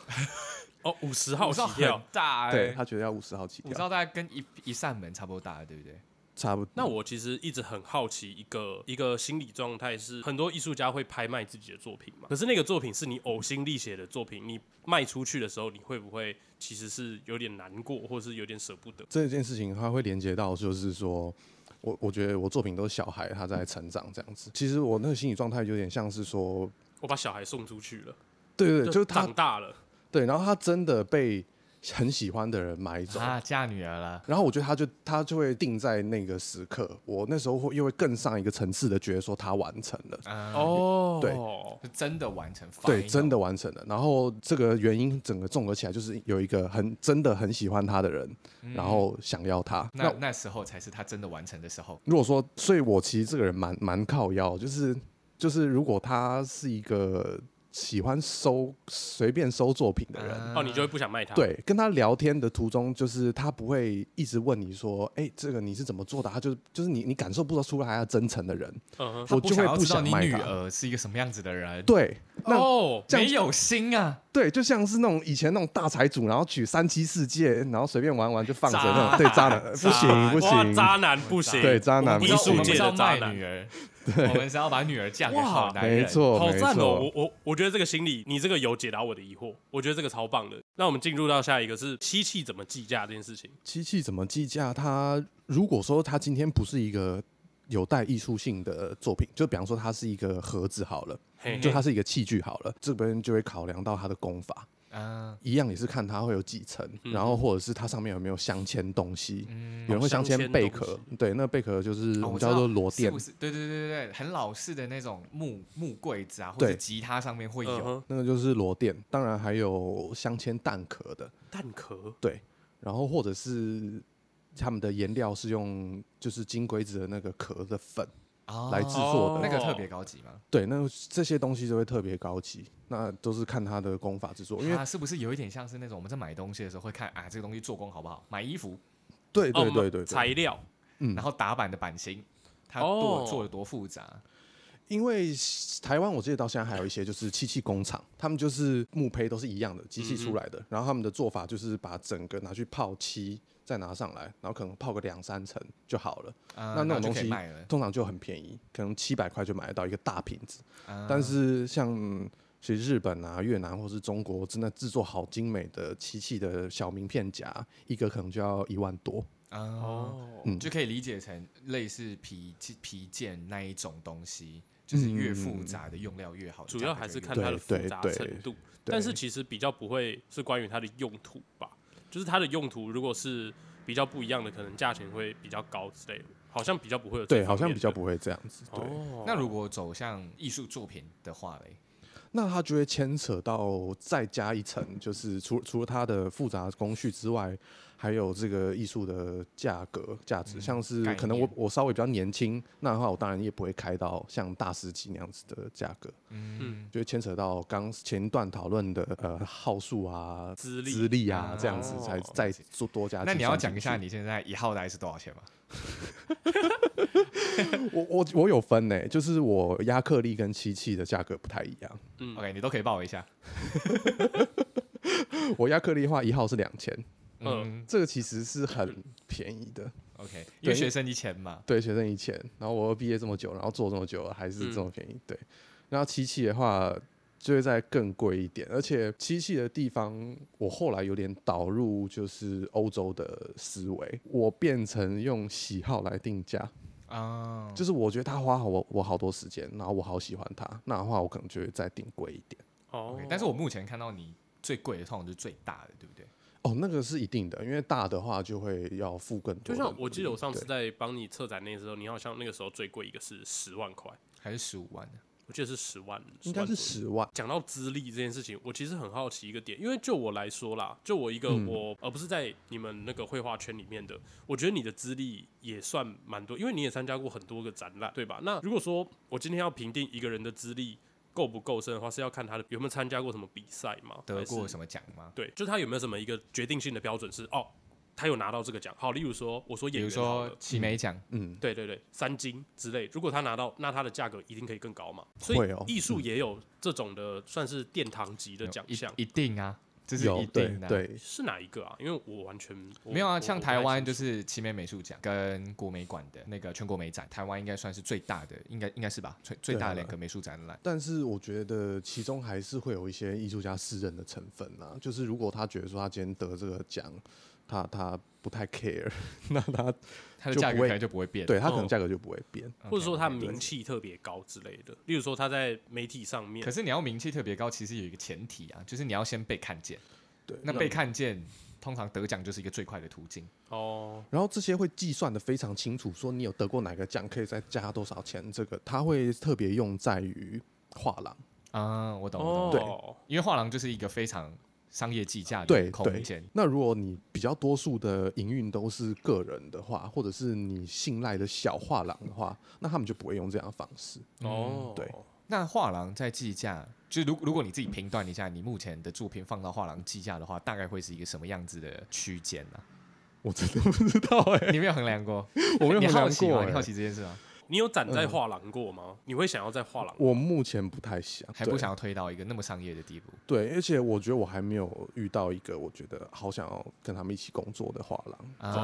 [SPEAKER 2] 哦，五十
[SPEAKER 1] 五
[SPEAKER 2] 号欸起
[SPEAKER 1] 兆
[SPEAKER 2] 跳
[SPEAKER 1] 很。大
[SPEAKER 3] 对
[SPEAKER 1] 哎，
[SPEAKER 3] 他觉得要五十号起
[SPEAKER 1] 五
[SPEAKER 3] 跳，
[SPEAKER 1] 兆大概跟一一扇门差不多大，对不对？
[SPEAKER 3] 差不多。
[SPEAKER 2] 那我其实一直很好奇一个一个心理状态是，很多艺术家会拍卖自己的作品嘛？可是那个作品是你呕心沥血的作品，你卖出去的时候，你会不会其实是有点难过，或是有点舍不得？
[SPEAKER 3] 这件事情，它会连接到就是说，我我觉得我作品都是小孩他在成长这样子。其实我那个心理状态有点像是说，
[SPEAKER 2] 我把小孩送出去了，
[SPEAKER 3] 对对对，就是他
[SPEAKER 2] 长大了，
[SPEAKER 3] 对，然后他真的被很喜欢的人买走，
[SPEAKER 1] 啊，嫁女儿了。
[SPEAKER 3] 然后我觉得他就他就会定在那个时刻。我那时候会又会更上一个层次的觉得说他完成了。
[SPEAKER 1] 哦，
[SPEAKER 2] 哦，
[SPEAKER 3] 嗯对
[SPEAKER 1] 是真的完成，哦
[SPEAKER 3] 对，
[SPEAKER 1] final
[SPEAKER 3] 真的完成了。然后这个原因整个综合起来，就是有一个很真的很喜欢他的人，然后想要他。
[SPEAKER 1] 嗯那那时候才是他真的完成的时候。
[SPEAKER 3] 如果说，所以我其实这个人蛮蛮靠腰，就是就是如果他是一个喜欢收随便收作品的人，
[SPEAKER 2] 哦，你
[SPEAKER 1] 啊
[SPEAKER 2] 就会不想卖它，，
[SPEAKER 3] 对，跟他聊天的途中，就是他不会一直问你说，哎、这个你是怎么做的？他就就是你你感受不出来他真诚的人，
[SPEAKER 2] 嗯哼，
[SPEAKER 1] 他
[SPEAKER 3] 我就会
[SPEAKER 1] 想要
[SPEAKER 3] 不
[SPEAKER 1] 知道
[SPEAKER 3] 想
[SPEAKER 1] 你
[SPEAKER 3] 卖
[SPEAKER 1] 女
[SPEAKER 3] 他
[SPEAKER 1] 儿是一个什么样子的人。
[SPEAKER 3] 对，那、
[SPEAKER 2] 哦，
[SPEAKER 3] 这样
[SPEAKER 1] 没有心啊，
[SPEAKER 3] 对，就像是那种以前那种大财主，然后娶三妻四妾，然后随便玩玩就放着
[SPEAKER 1] 渣
[SPEAKER 3] 那种，对渣男，不行不
[SPEAKER 2] 哇，
[SPEAKER 3] 行，
[SPEAKER 2] 渣男不行，
[SPEAKER 3] 对渣男
[SPEAKER 1] 我们
[SPEAKER 3] 不
[SPEAKER 2] 艺
[SPEAKER 1] 不是
[SPEAKER 2] 术
[SPEAKER 1] 我们
[SPEAKER 2] 界
[SPEAKER 1] 不是
[SPEAKER 2] 的
[SPEAKER 1] 要
[SPEAKER 2] 渣
[SPEAKER 1] 卖
[SPEAKER 2] 男
[SPEAKER 1] 女。儿，我们是要把女儿嫁给好男人。
[SPEAKER 3] 没，错
[SPEAKER 2] 好
[SPEAKER 3] 没
[SPEAKER 2] 赞哦！我
[SPEAKER 3] 错，
[SPEAKER 2] 我我觉得这个心理，你这个有解答我的疑惑，我觉得这个超棒的。那我们进入到下一个是漆器怎么计价这件事情。
[SPEAKER 3] 漆器怎么计价？它如果说它今天不是一个有带艺术性的作品，就比方说它是一个盒子好了，
[SPEAKER 2] 嘿
[SPEAKER 3] 嗯就
[SPEAKER 2] 嘿
[SPEAKER 3] 它是一个器具好了，这边就会考量到它的功法。
[SPEAKER 1] 啊，
[SPEAKER 3] 一样也是看它会有几层，
[SPEAKER 2] 嗯
[SPEAKER 3] 然后或者是它上面有没有镶嵌东西，
[SPEAKER 1] 嗯
[SPEAKER 3] 有人会镶
[SPEAKER 2] 镶
[SPEAKER 3] 嵌
[SPEAKER 2] 嵌东
[SPEAKER 3] 贝壳，
[SPEAKER 2] 西
[SPEAKER 3] 对，那贝壳就是
[SPEAKER 1] 哦
[SPEAKER 3] 我
[SPEAKER 1] 我
[SPEAKER 3] 们
[SPEAKER 1] 知道
[SPEAKER 3] 叫做螺
[SPEAKER 1] 是
[SPEAKER 3] 钿
[SPEAKER 1] 不，是？对对对对对，很老式的那种木木柜子啊，或
[SPEAKER 3] 对
[SPEAKER 1] 者吉他上面会
[SPEAKER 2] 嗯
[SPEAKER 1] 有。
[SPEAKER 2] 哼，
[SPEAKER 3] 那个就是螺钿，当然还有镶嵌蛋壳的，
[SPEAKER 2] 蛋壳
[SPEAKER 3] 对，然后或者是他们的颜料是用就是金龟子的那个壳的粉，
[SPEAKER 1] 哦
[SPEAKER 3] 来制作
[SPEAKER 2] 的
[SPEAKER 1] 那个特别高级吗？
[SPEAKER 3] 对，那这些东西就会特别高级，那都是看它的工法制作，因为
[SPEAKER 1] 它是不是有一点像是那种我们在买东西的时候会看啊，这个东西做工好不好？买衣服，
[SPEAKER 3] 对
[SPEAKER 2] 哦
[SPEAKER 3] 对对对
[SPEAKER 2] 材
[SPEAKER 3] 对，
[SPEAKER 2] 料
[SPEAKER 3] 嗯
[SPEAKER 1] 然后打版的版型，它多、
[SPEAKER 2] 哦
[SPEAKER 1] 做的多复杂。
[SPEAKER 3] 因为台湾我记得到现在还有一些就是漆器工厂，他们就是木胚都是一样的
[SPEAKER 2] 嗯
[SPEAKER 3] 机器出来的，然后他们的做法就是把整个拿去泡漆，再拿上来，然后可能泡个两三层就好了，
[SPEAKER 1] 啊
[SPEAKER 3] 那那
[SPEAKER 1] 我就
[SPEAKER 3] 种东
[SPEAKER 1] 可以
[SPEAKER 3] 西
[SPEAKER 1] 卖了，
[SPEAKER 3] 通常就很便宜，可能七百块就买得到一个大瓶子。
[SPEAKER 1] 啊
[SPEAKER 3] 但是像其实日本啊、越南或是中国，真的制作好精美的漆器的小名片夹，一个可能就要一万多。
[SPEAKER 1] 哦，
[SPEAKER 2] 哦，
[SPEAKER 3] 嗯
[SPEAKER 1] 就可以理解成类似皮皮件那一种东西，就是
[SPEAKER 3] 嗯
[SPEAKER 1] 越复杂的用料越好，
[SPEAKER 2] 主要还是看
[SPEAKER 1] 价
[SPEAKER 2] 它的复
[SPEAKER 3] 对
[SPEAKER 2] 杂
[SPEAKER 3] 对
[SPEAKER 2] 程度，
[SPEAKER 3] 对
[SPEAKER 2] 但是其实比较不会是关于它的用途吧，就是它的用途如果是比较不一样的，可能价钱会比较高之类的，好像比较不会有这
[SPEAKER 3] 对，好
[SPEAKER 2] 方
[SPEAKER 3] 像
[SPEAKER 2] 面
[SPEAKER 3] 比较
[SPEAKER 2] 的
[SPEAKER 3] 不会这样子。对，
[SPEAKER 2] 哦
[SPEAKER 1] 格越。那如果走向艺术作品的话嘞，
[SPEAKER 3] 那它就会牵扯到再加一层，就是除除了它的复杂工序之外，还有这个艺术的价格价值，像是
[SPEAKER 1] 概
[SPEAKER 3] 可能我
[SPEAKER 1] 念
[SPEAKER 3] 我稍微比较年轻，那的话我当然也不会开到像大师级那样子的价格，
[SPEAKER 2] 嗯，
[SPEAKER 3] 就会牵扯到刚前一段讨论的呃号数啊、
[SPEAKER 2] 资历
[SPEAKER 3] 资历啊
[SPEAKER 1] 啊
[SPEAKER 3] 这样子，才
[SPEAKER 2] 哦
[SPEAKER 3] 再做多加计算进去。
[SPEAKER 1] 那你要讲一下你现在一号的还是多少钱吗？
[SPEAKER 3] 我我我有分呢、就是我亚克力跟漆器的价格不太一样。
[SPEAKER 2] 嗯
[SPEAKER 1] OK，你都可以报我一下。
[SPEAKER 3] 我亚克力的话一号是两千，
[SPEAKER 1] 嗯
[SPEAKER 3] 这个其实是很便宜的，
[SPEAKER 1] ，OK，因为学生一千嘛，
[SPEAKER 3] 对学生一千。然后我又毕业这么久，然后做这么久了还是
[SPEAKER 2] 嗯
[SPEAKER 3] 这么便宜，对。然后漆器的话就会再更贵一点，而且漆器的地方我后来有点导入就是欧洲的思维，我变成用喜好来定价。
[SPEAKER 2] 嗯
[SPEAKER 1] 啊，
[SPEAKER 3] 就是我觉得他花好我我好多时间，然后我好喜欢他，那的话我可能就会再定贵一点。
[SPEAKER 2] 哦
[SPEAKER 1] OK，但是我目前看到你最贵的通常就是最大的，对不对？
[SPEAKER 3] 哦，那个是一定的，因为大的话就会要付更多
[SPEAKER 2] 就
[SPEAKER 3] 的努力。
[SPEAKER 2] 像我记得我上次
[SPEAKER 3] 对
[SPEAKER 2] 在帮你策展那时候，你好像那个时候最贵一个是十万块，
[SPEAKER 1] 还是十五万呢？
[SPEAKER 2] 我记得是十万，
[SPEAKER 3] 应该
[SPEAKER 2] 10万左
[SPEAKER 3] 是
[SPEAKER 2] 右
[SPEAKER 3] 十万，
[SPEAKER 2] 讲到资历这件事情，我其实很好奇一个点，因为就我来说啦，就我一个
[SPEAKER 3] 嗯
[SPEAKER 2] 我，而不是在你们那个绘画圈里面的，我觉得你的资历也算蛮多，因为你也参加过很多个展览，对吧？那如果说我今天要评定一个人的资历够不够深的话，是要看他的有没有参加过什么比赛嘛，
[SPEAKER 1] 得过
[SPEAKER 2] 么？
[SPEAKER 1] 什么奖吗？
[SPEAKER 2] 对，就他有没有什么一个决定性的标准是哦，他有拿到这个奖。好，例如说我说
[SPEAKER 1] 比
[SPEAKER 2] 演
[SPEAKER 1] 如
[SPEAKER 2] 员好了，
[SPEAKER 1] 说奇美奖，
[SPEAKER 3] 嗯，
[SPEAKER 2] 对对对，三金之类，如果他拿到，那他的价格一定可以更高嘛。所
[SPEAKER 3] 会
[SPEAKER 2] 以
[SPEAKER 3] 哦
[SPEAKER 2] 艺术也有这种的，算是殿堂级的奖
[SPEAKER 1] 一
[SPEAKER 2] 项，
[SPEAKER 1] 一定啊，这是
[SPEAKER 3] 有
[SPEAKER 1] 一
[SPEAKER 3] 对
[SPEAKER 1] 定的啊。
[SPEAKER 3] 对，
[SPEAKER 2] 是哪一个啊？因为我完全我
[SPEAKER 1] 没有
[SPEAKER 2] 我
[SPEAKER 1] 啊，像
[SPEAKER 2] 我不
[SPEAKER 1] 台
[SPEAKER 2] 太
[SPEAKER 1] 湾
[SPEAKER 2] 清
[SPEAKER 1] 就
[SPEAKER 2] 楚
[SPEAKER 1] 是奇美美术奖跟国美馆的那个全国美展，台湾应该算是最大的，应该应该是吧，最最
[SPEAKER 3] 对啊
[SPEAKER 1] 大的两个美术展览。
[SPEAKER 3] 但是我觉得其中还是会有一些艺术家私人的成分啊，就是如果他觉得说他今天得这个奖，他他不太 care，那 <laughs> 他
[SPEAKER 1] 它的
[SPEAKER 3] 就
[SPEAKER 1] 价格可
[SPEAKER 3] 不会
[SPEAKER 1] 能就不会变，
[SPEAKER 3] 对他可能
[SPEAKER 2] 哦
[SPEAKER 3] 价格就不会变。
[SPEAKER 1] OK，
[SPEAKER 2] 或者说他
[SPEAKER 3] 嗯
[SPEAKER 1] OK
[SPEAKER 2] 名气特别高之类的，例如说他在媒体上面
[SPEAKER 1] 可，是你要名气特别高，其实有一个前提啊，就是你要先被看见。
[SPEAKER 3] 对
[SPEAKER 1] 那被看见，通常得奖就是一个最快的途径。
[SPEAKER 2] 哦，
[SPEAKER 3] 然后这些会计算的非常清楚，说你有得过哪个奖，可以再加多少钱，这个他会特别用在于画廊。
[SPEAKER 1] 啊，我懂，我懂，
[SPEAKER 2] 哦，
[SPEAKER 1] 我懂因为画廊就是一个非常商业计价的
[SPEAKER 3] 对
[SPEAKER 1] 空间。
[SPEAKER 3] 那如果你比较多数的营运都是个人的话，或者是你信赖的小画廊的话，那他们就不会用这样的方式。
[SPEAKER 2] 哦，
[SPEAKER 3] 嗯对
[SPEAKER 1] 那画廊在计价，就如如果你自己评断一下，你目前的作品放到画廊计价的话，大概会是一个什么样子的区间呢、
[SPEAKER 3] 我真的不知道哎、
[SPEAKER 1] 你没有衡量过？
[SPEAKER 3] <laughs> 我没有
[SPEAKER 1] 你
[SPEAKER 3] 衡
[SPEAKER 1] 好
[SPEAKER 3] 量
[SPEAKER 1] 奇
[SPEAKER 3] 过、
[SPEAKER 1] 吗？你好
[SPEAKER 3] 欸。
[SPEAKER 1] 奇这件事吗？
[SPEAKER 2] 你有展
[SPEAKER 3] 嗯
[SPEAKER 2] 在画廊过吗？你会想要在画廊？
[SPEAKER 3] 我目前不太想，
[SPEAKER 1] 还不想要推到一个那么商业的地步？
[SPEAKER 3] 对，对而且我觉得我还没有遇到一个我觉得好想要跟他们一起工作的画廊。
[SPEAKER 2] 哦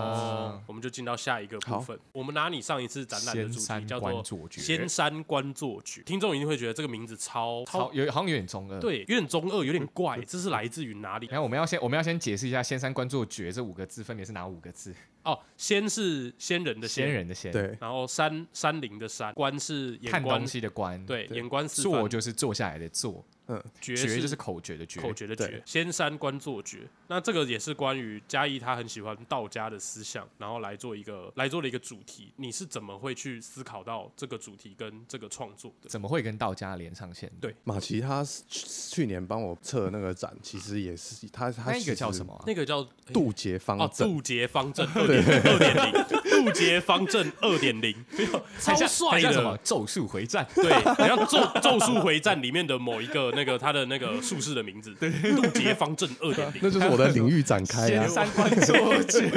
[SPEAKER 1] 啊，，
[SPEAKER 2] 我们就进到下一个部
[SPEAKER 3] 好
[SPEAKER 2] 分。我们拿你上一次展览的
[SPEAKER 1] 仙
[SPEAKER 2] 主题
[SPEAKER 1] 山
[SPEAKER 2] 叫
[SPEAKER 1] 观
[SPEAKER 2] 做
[SPEAKER 1] 作
[SPEAKER 2] 《
[SPEAKER 1] 绝，
[SPEAKER 2] 仙山观作曲》，听众一定会觉得这个名字超
[SPEAKER 1] 好
[SPEAKER 2] 超
[SPEAKER 1] 有好像有点中二。，
[SPEAKER 2] 对，有点中二，有
[SPEAKER 1] 嗯
[SPEAKER 2] 点怪，这是来自于哪里
[SPEAKER 1] 然？后我们要先我们要先解释一下“仙山观作绝”这五个字分别是哪五个字？
[SPEAKER 2] 哦，仙是仙人的
[SPEAKER 1] 仙，人的仙，，
[SPEAKER 3] 对，
[SPEAKER 2] 然后山山林的山，观是眼
[SPEAKER 1] 看
[SPEAKER 2] 观
[SPEAKER 1] 东，西的观，，
[SPEAKER 2] 对，眼观四
[SPEAKER 1] 坐
[SPEAKER 2] 方，
[SPEAKER 1] 就是坐下来的坐，
[SPEAKER 3] 嗯，
[SPEAKER 2] 绝
[SPEAKER 1] 绝就是
[SPEAKER 2] 是
[SPEAKER 1] 口诀的诀。
[SPEAKER 2] 口诀的诀
[SPEAKER 3] 对，
[SPEAKER 2] 仙山观作诀。那这个也是关于嘉义，他很喜欢道家的思想，然后来做一个来做了一个主题。你是怎么会去思考到这个主题跟这个创作的？
[SPEAKER 1] 怎么会跟道家连上线？
[SPEAKER 2] 对
[SPEAKER 3] 马奇他是去去年帮我测那个展，其实也是他他
[SPEAKER 1] 那一个
[SPEAKER 3] 其实
[SPEAKER 1] 叫什么啊？
[SPEAKER 2] 那
[SPEAKER 1] <laughs>
[SPEAKER 2] 个叫
[SPEAKER 3] 渡劫方
[SPEAKER 2] 哦，
[SPEAKER 3] 阵。
[SPEAKER 2] 渡劫方阵二点二点零，渡劫方阵二点零， <laughs> 超
[SPEAKER 1] 还像
[SPEAKER 2] 帅
[SPEAKER 1] 还像
[SPEAKER 2] 的
[SPEAKER 1] 什么咒术回战？
[SPEAKER 2] <laughs>
[SPEAKER 1] <laughs>
[SPEAKER 2] 对，好像咒咒术回战里面的某一个那个他的那个术士的名字，渡劫方阵二点零
[SPEAKER 3] 那。就是
[SPEAKER 1] <laughs>
[SPEAKER 3] 我的领域展
[SPEAKER 2] 哎
[SPEAKER 3] 开啊
[SPEAKER 1] 仙！山观作
[SPEAKER 2] <laughs>
[SPEAKER 1] 哎诀，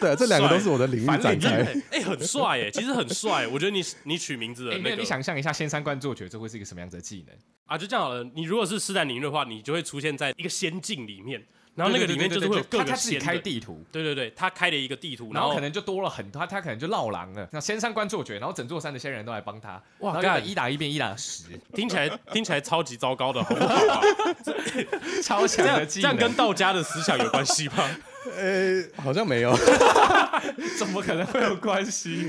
[SPEAKER 3] 对啊，这两个都是我的领域
[SPEAKER 1] 反
[SPEAKER 3] 展
[SPEAKER 1] 领域
[SPEAKER 3] 开。
[SPEAKER 2] 哎、很帅哎、其实很帅。我觉得你你取名字的
[SPEAKER 1] 哎那
[SPEAKER 2] 那个
[SPEAKER 1] 你想象一下，仙山观作诀这会是一个什么样子的技能？
[SPEAKER 2] 啊，就这样好了。你如果是施展领域的话，你就会出现在一个仙境里面，然后那个里面就是会有各
[SPEAKER 1] 他
[SPEAKER 2] 个
[SPEAKER 1] 他自己
[SPEAKER 2] 仙
[SPEAKER 1] 开
[SPEAKER 2] 人。
[SPEAKER 1] 地图，
[SPEAKER 2] 对对对，他开了一个地图，
[SPEAKER 1] 然
[SPEAKER 2] 然
[SPEAKER 1] 后
[SPEAKER 2] 后
[SPEAKER 1] 可能就多了很多，他他可能就绕狼了。那仙山观作诀，然后整座山的仙人都来帮他，
[SPEAKER 2] 哇
[SPEAKER 1] 然后原本
[SPEAKER 2] 干
[SPEAKER 1] 一打一变一打
[SPEAKER 2] <laughs>
[SPEAKER 1] 十，
[SPEAKER 2] 听起来听起来超级糟糕的，好不好啊？
[SPEAKER 1] 超
[SPEAKER 2] 这
[SPEAKER 1] 强的
[SPEAKER 2] 样
[SPEAKER 1] 技
[SPEAKER 2] 这
[SPEAKER 1] 能。
[SPEAKER 2] 样跟道家的思想有关系吗？
[SPEAKER 3] 呃，好像没有。 <laughs>
[SPEAKER 1] 怎么可能会有关
[SPEAKER 2] <laughs>
[SPEAKER 1] 系？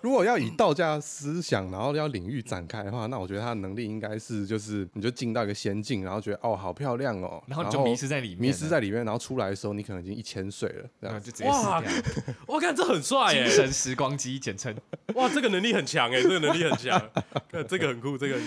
[SPEAKER 3] 如果要以道家思想，然后要领域展开的话，那我觉得他的能力应该是就是，你就进到一个仙境，然后觉得哦好漂亮哦，
[SPEAKER 1] 然后你就迷失在里面了，
[SPEAKER 3] 迷失在里面，然后出来的时候你可能已经一千岁了，这
[SPEAKER 1] 嗯，
[SPEAKER 3] 样子。
[SPEAKER 1] 就直接死掉
[SPEAKER 2] 哇。我看这很帅耶
[SPEAKER 1] 精！神时光机，简称。
[SPEAKER 2] 哇，这个能力很强哎，这个能力很强， <laughs> 看这个很酷，这个很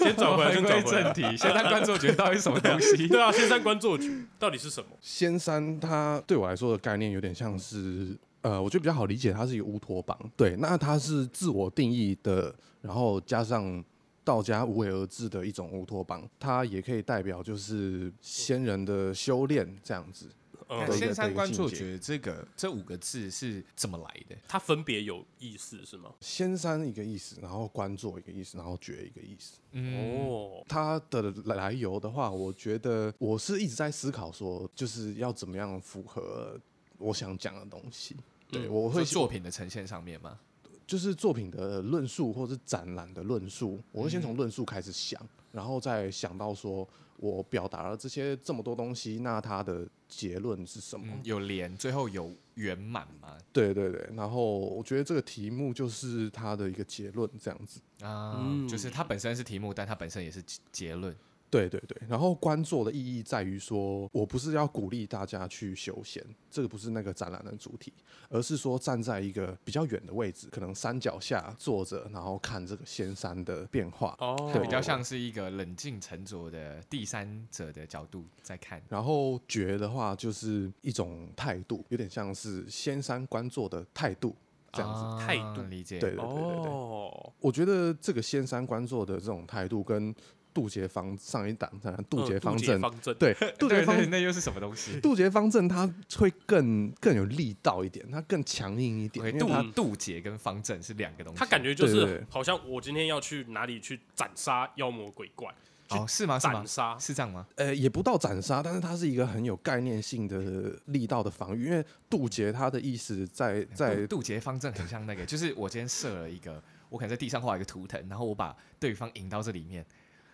[SPEAKER 2] 酷。先转回来，
[SPEAKER 1] 回
[SPEAKER 2] 先
[SPEAKER 1] 归
[SPEAKER 2] 转回
[SPEAKER 1] 正 <laughs>
[SPEAKER 2] <laughs> 来。
[SPEAKER 1] 题，先当观众觉得到底是什么东西？
[SPEAKER 2] 对啊，仙山观作曲到底是什么？
[SPEAKER 3] 仙山它对我来说的概念有点像是，呃，我觉得比较好理解，它是一个乌托邦。对，那它是自我定义的，然后加上道家无为而治的一种乌托邦，它也可以代表就是先人的修炼这样子。
[SPEAKER 2] 嗯
[SPEAKER 3] 对一个
[SPEAKER 4] 仙
[SPEAKER 3] 对
[SPEAKER 4] 山
[SPEAKER 3] 一个
[SPEAKER 4] 观
[SPEAKER 3] 境
[SPEAKER 4] 错
[SPEAKER 3] 界
[SPEAKER 4] 觉这个这五个字是怎么来的？
[SPEAKER 2] 它分别有意思是吗？
[SPEAKER 3] 仙山一个意思，然后观作一个意思，然后觉一个意思。
[SPEAKER 1] 嗯
[SPEAKER 2] 哦，
[SPEAKER 3] 它的来由的话，我觉得我是一直在思考说，就是要怎么样符合我想讲的东西。对，我
[SPEAKER 1] 我
[SPEAKER 3] 会
[SPEAKER 1] 会作品的呈现上面吗？
[SPEAKER 3] 就是作品的论述或是展览的论述，我会先从论述开始想，然后再想到说我表达了这些这么多东西，那它的结论是什么？
[SPEAKER 1] 嗯，有连，最后有圆满吗？
[SPEAKER 3] 对对对，然后我觉得这个题目就是它的一个结论，这样子。
[SPEAKER 1] 啊，
[SPEAKER 2] 嗯
[SPEAKER 1] 就是它本身是题目，但它本身也是结结论。
[SPEAKER 3] 对对对，然后观作的意义在于说，我不是要鼓励大家去修仙，这个不是那个展览的主题，而是说站在一个比较远的位置，可能山脚下坐着，然后看这个仙山的变化。
[SPEAKER 2] 哦，
[SPEAKER 1] 它比较像是一个冷静沉着的第三者的角度在看。
[SPEAKER 3] 然后觉的话就是一种态度，有点像是仙山观作的态度这样子。
[SPEAKER 1] 啊
[SPEAKER 2] 态度
[SPEAKER 1] 理解。
[SPEAKER 3] 对对对对对，
[SPEAKER 2] 哦，
[SPEAKER 3] 我觉得这个仙山观作的这种态度跟渡劫方上一档，当然渡劫方
[SPEAKER 1] 哦
[SPEAKER 3] 阵，
[SPEAKER 2] 呃方阵，
[SPEAKER 3] 对
[SPEAKER 1] <laughs>
[SPEAKER 3] 渡劫
[SPEAKER 1] 对
[SPEAKER 3] 方
[SPEAKER 1] 对，那又是什么东西？
[SPEAKER 3] 渡劫方阵，它会更更有力道一点，它更强硬一点，
[SPEAKER 1] 对，
[SPEAKER 3] 因为
[SPEAKER 1] 渡
[SPEAKER 3] 它
[SPEAKER 1] 渡劫跟方阵是两个东西。
[SPEAKER 2] 他感觉就
[SPEAKER 3] 对对
[SPEAKER 2] 是
[SPEAKER 3] 对
[SPEAKER 2] 好像我今天要去哪里去斩杀妖魔鬼怪，
[SPEAKER 1] 哦，是吗？是吗
[SPEAKER 2] 斩？杀，
[SPEAKER 1] 是这样吗？
[SPEAKER 3] 呃也不到斩杀，但是它是一个很有概念性的力道的防御，因为渡劫它的意思在在
[SPEAKER 1] 渡渡劫方阵很像那个，就是我今天设了一个，我可能在地上画一个图腾，然后我把对方引到这里面，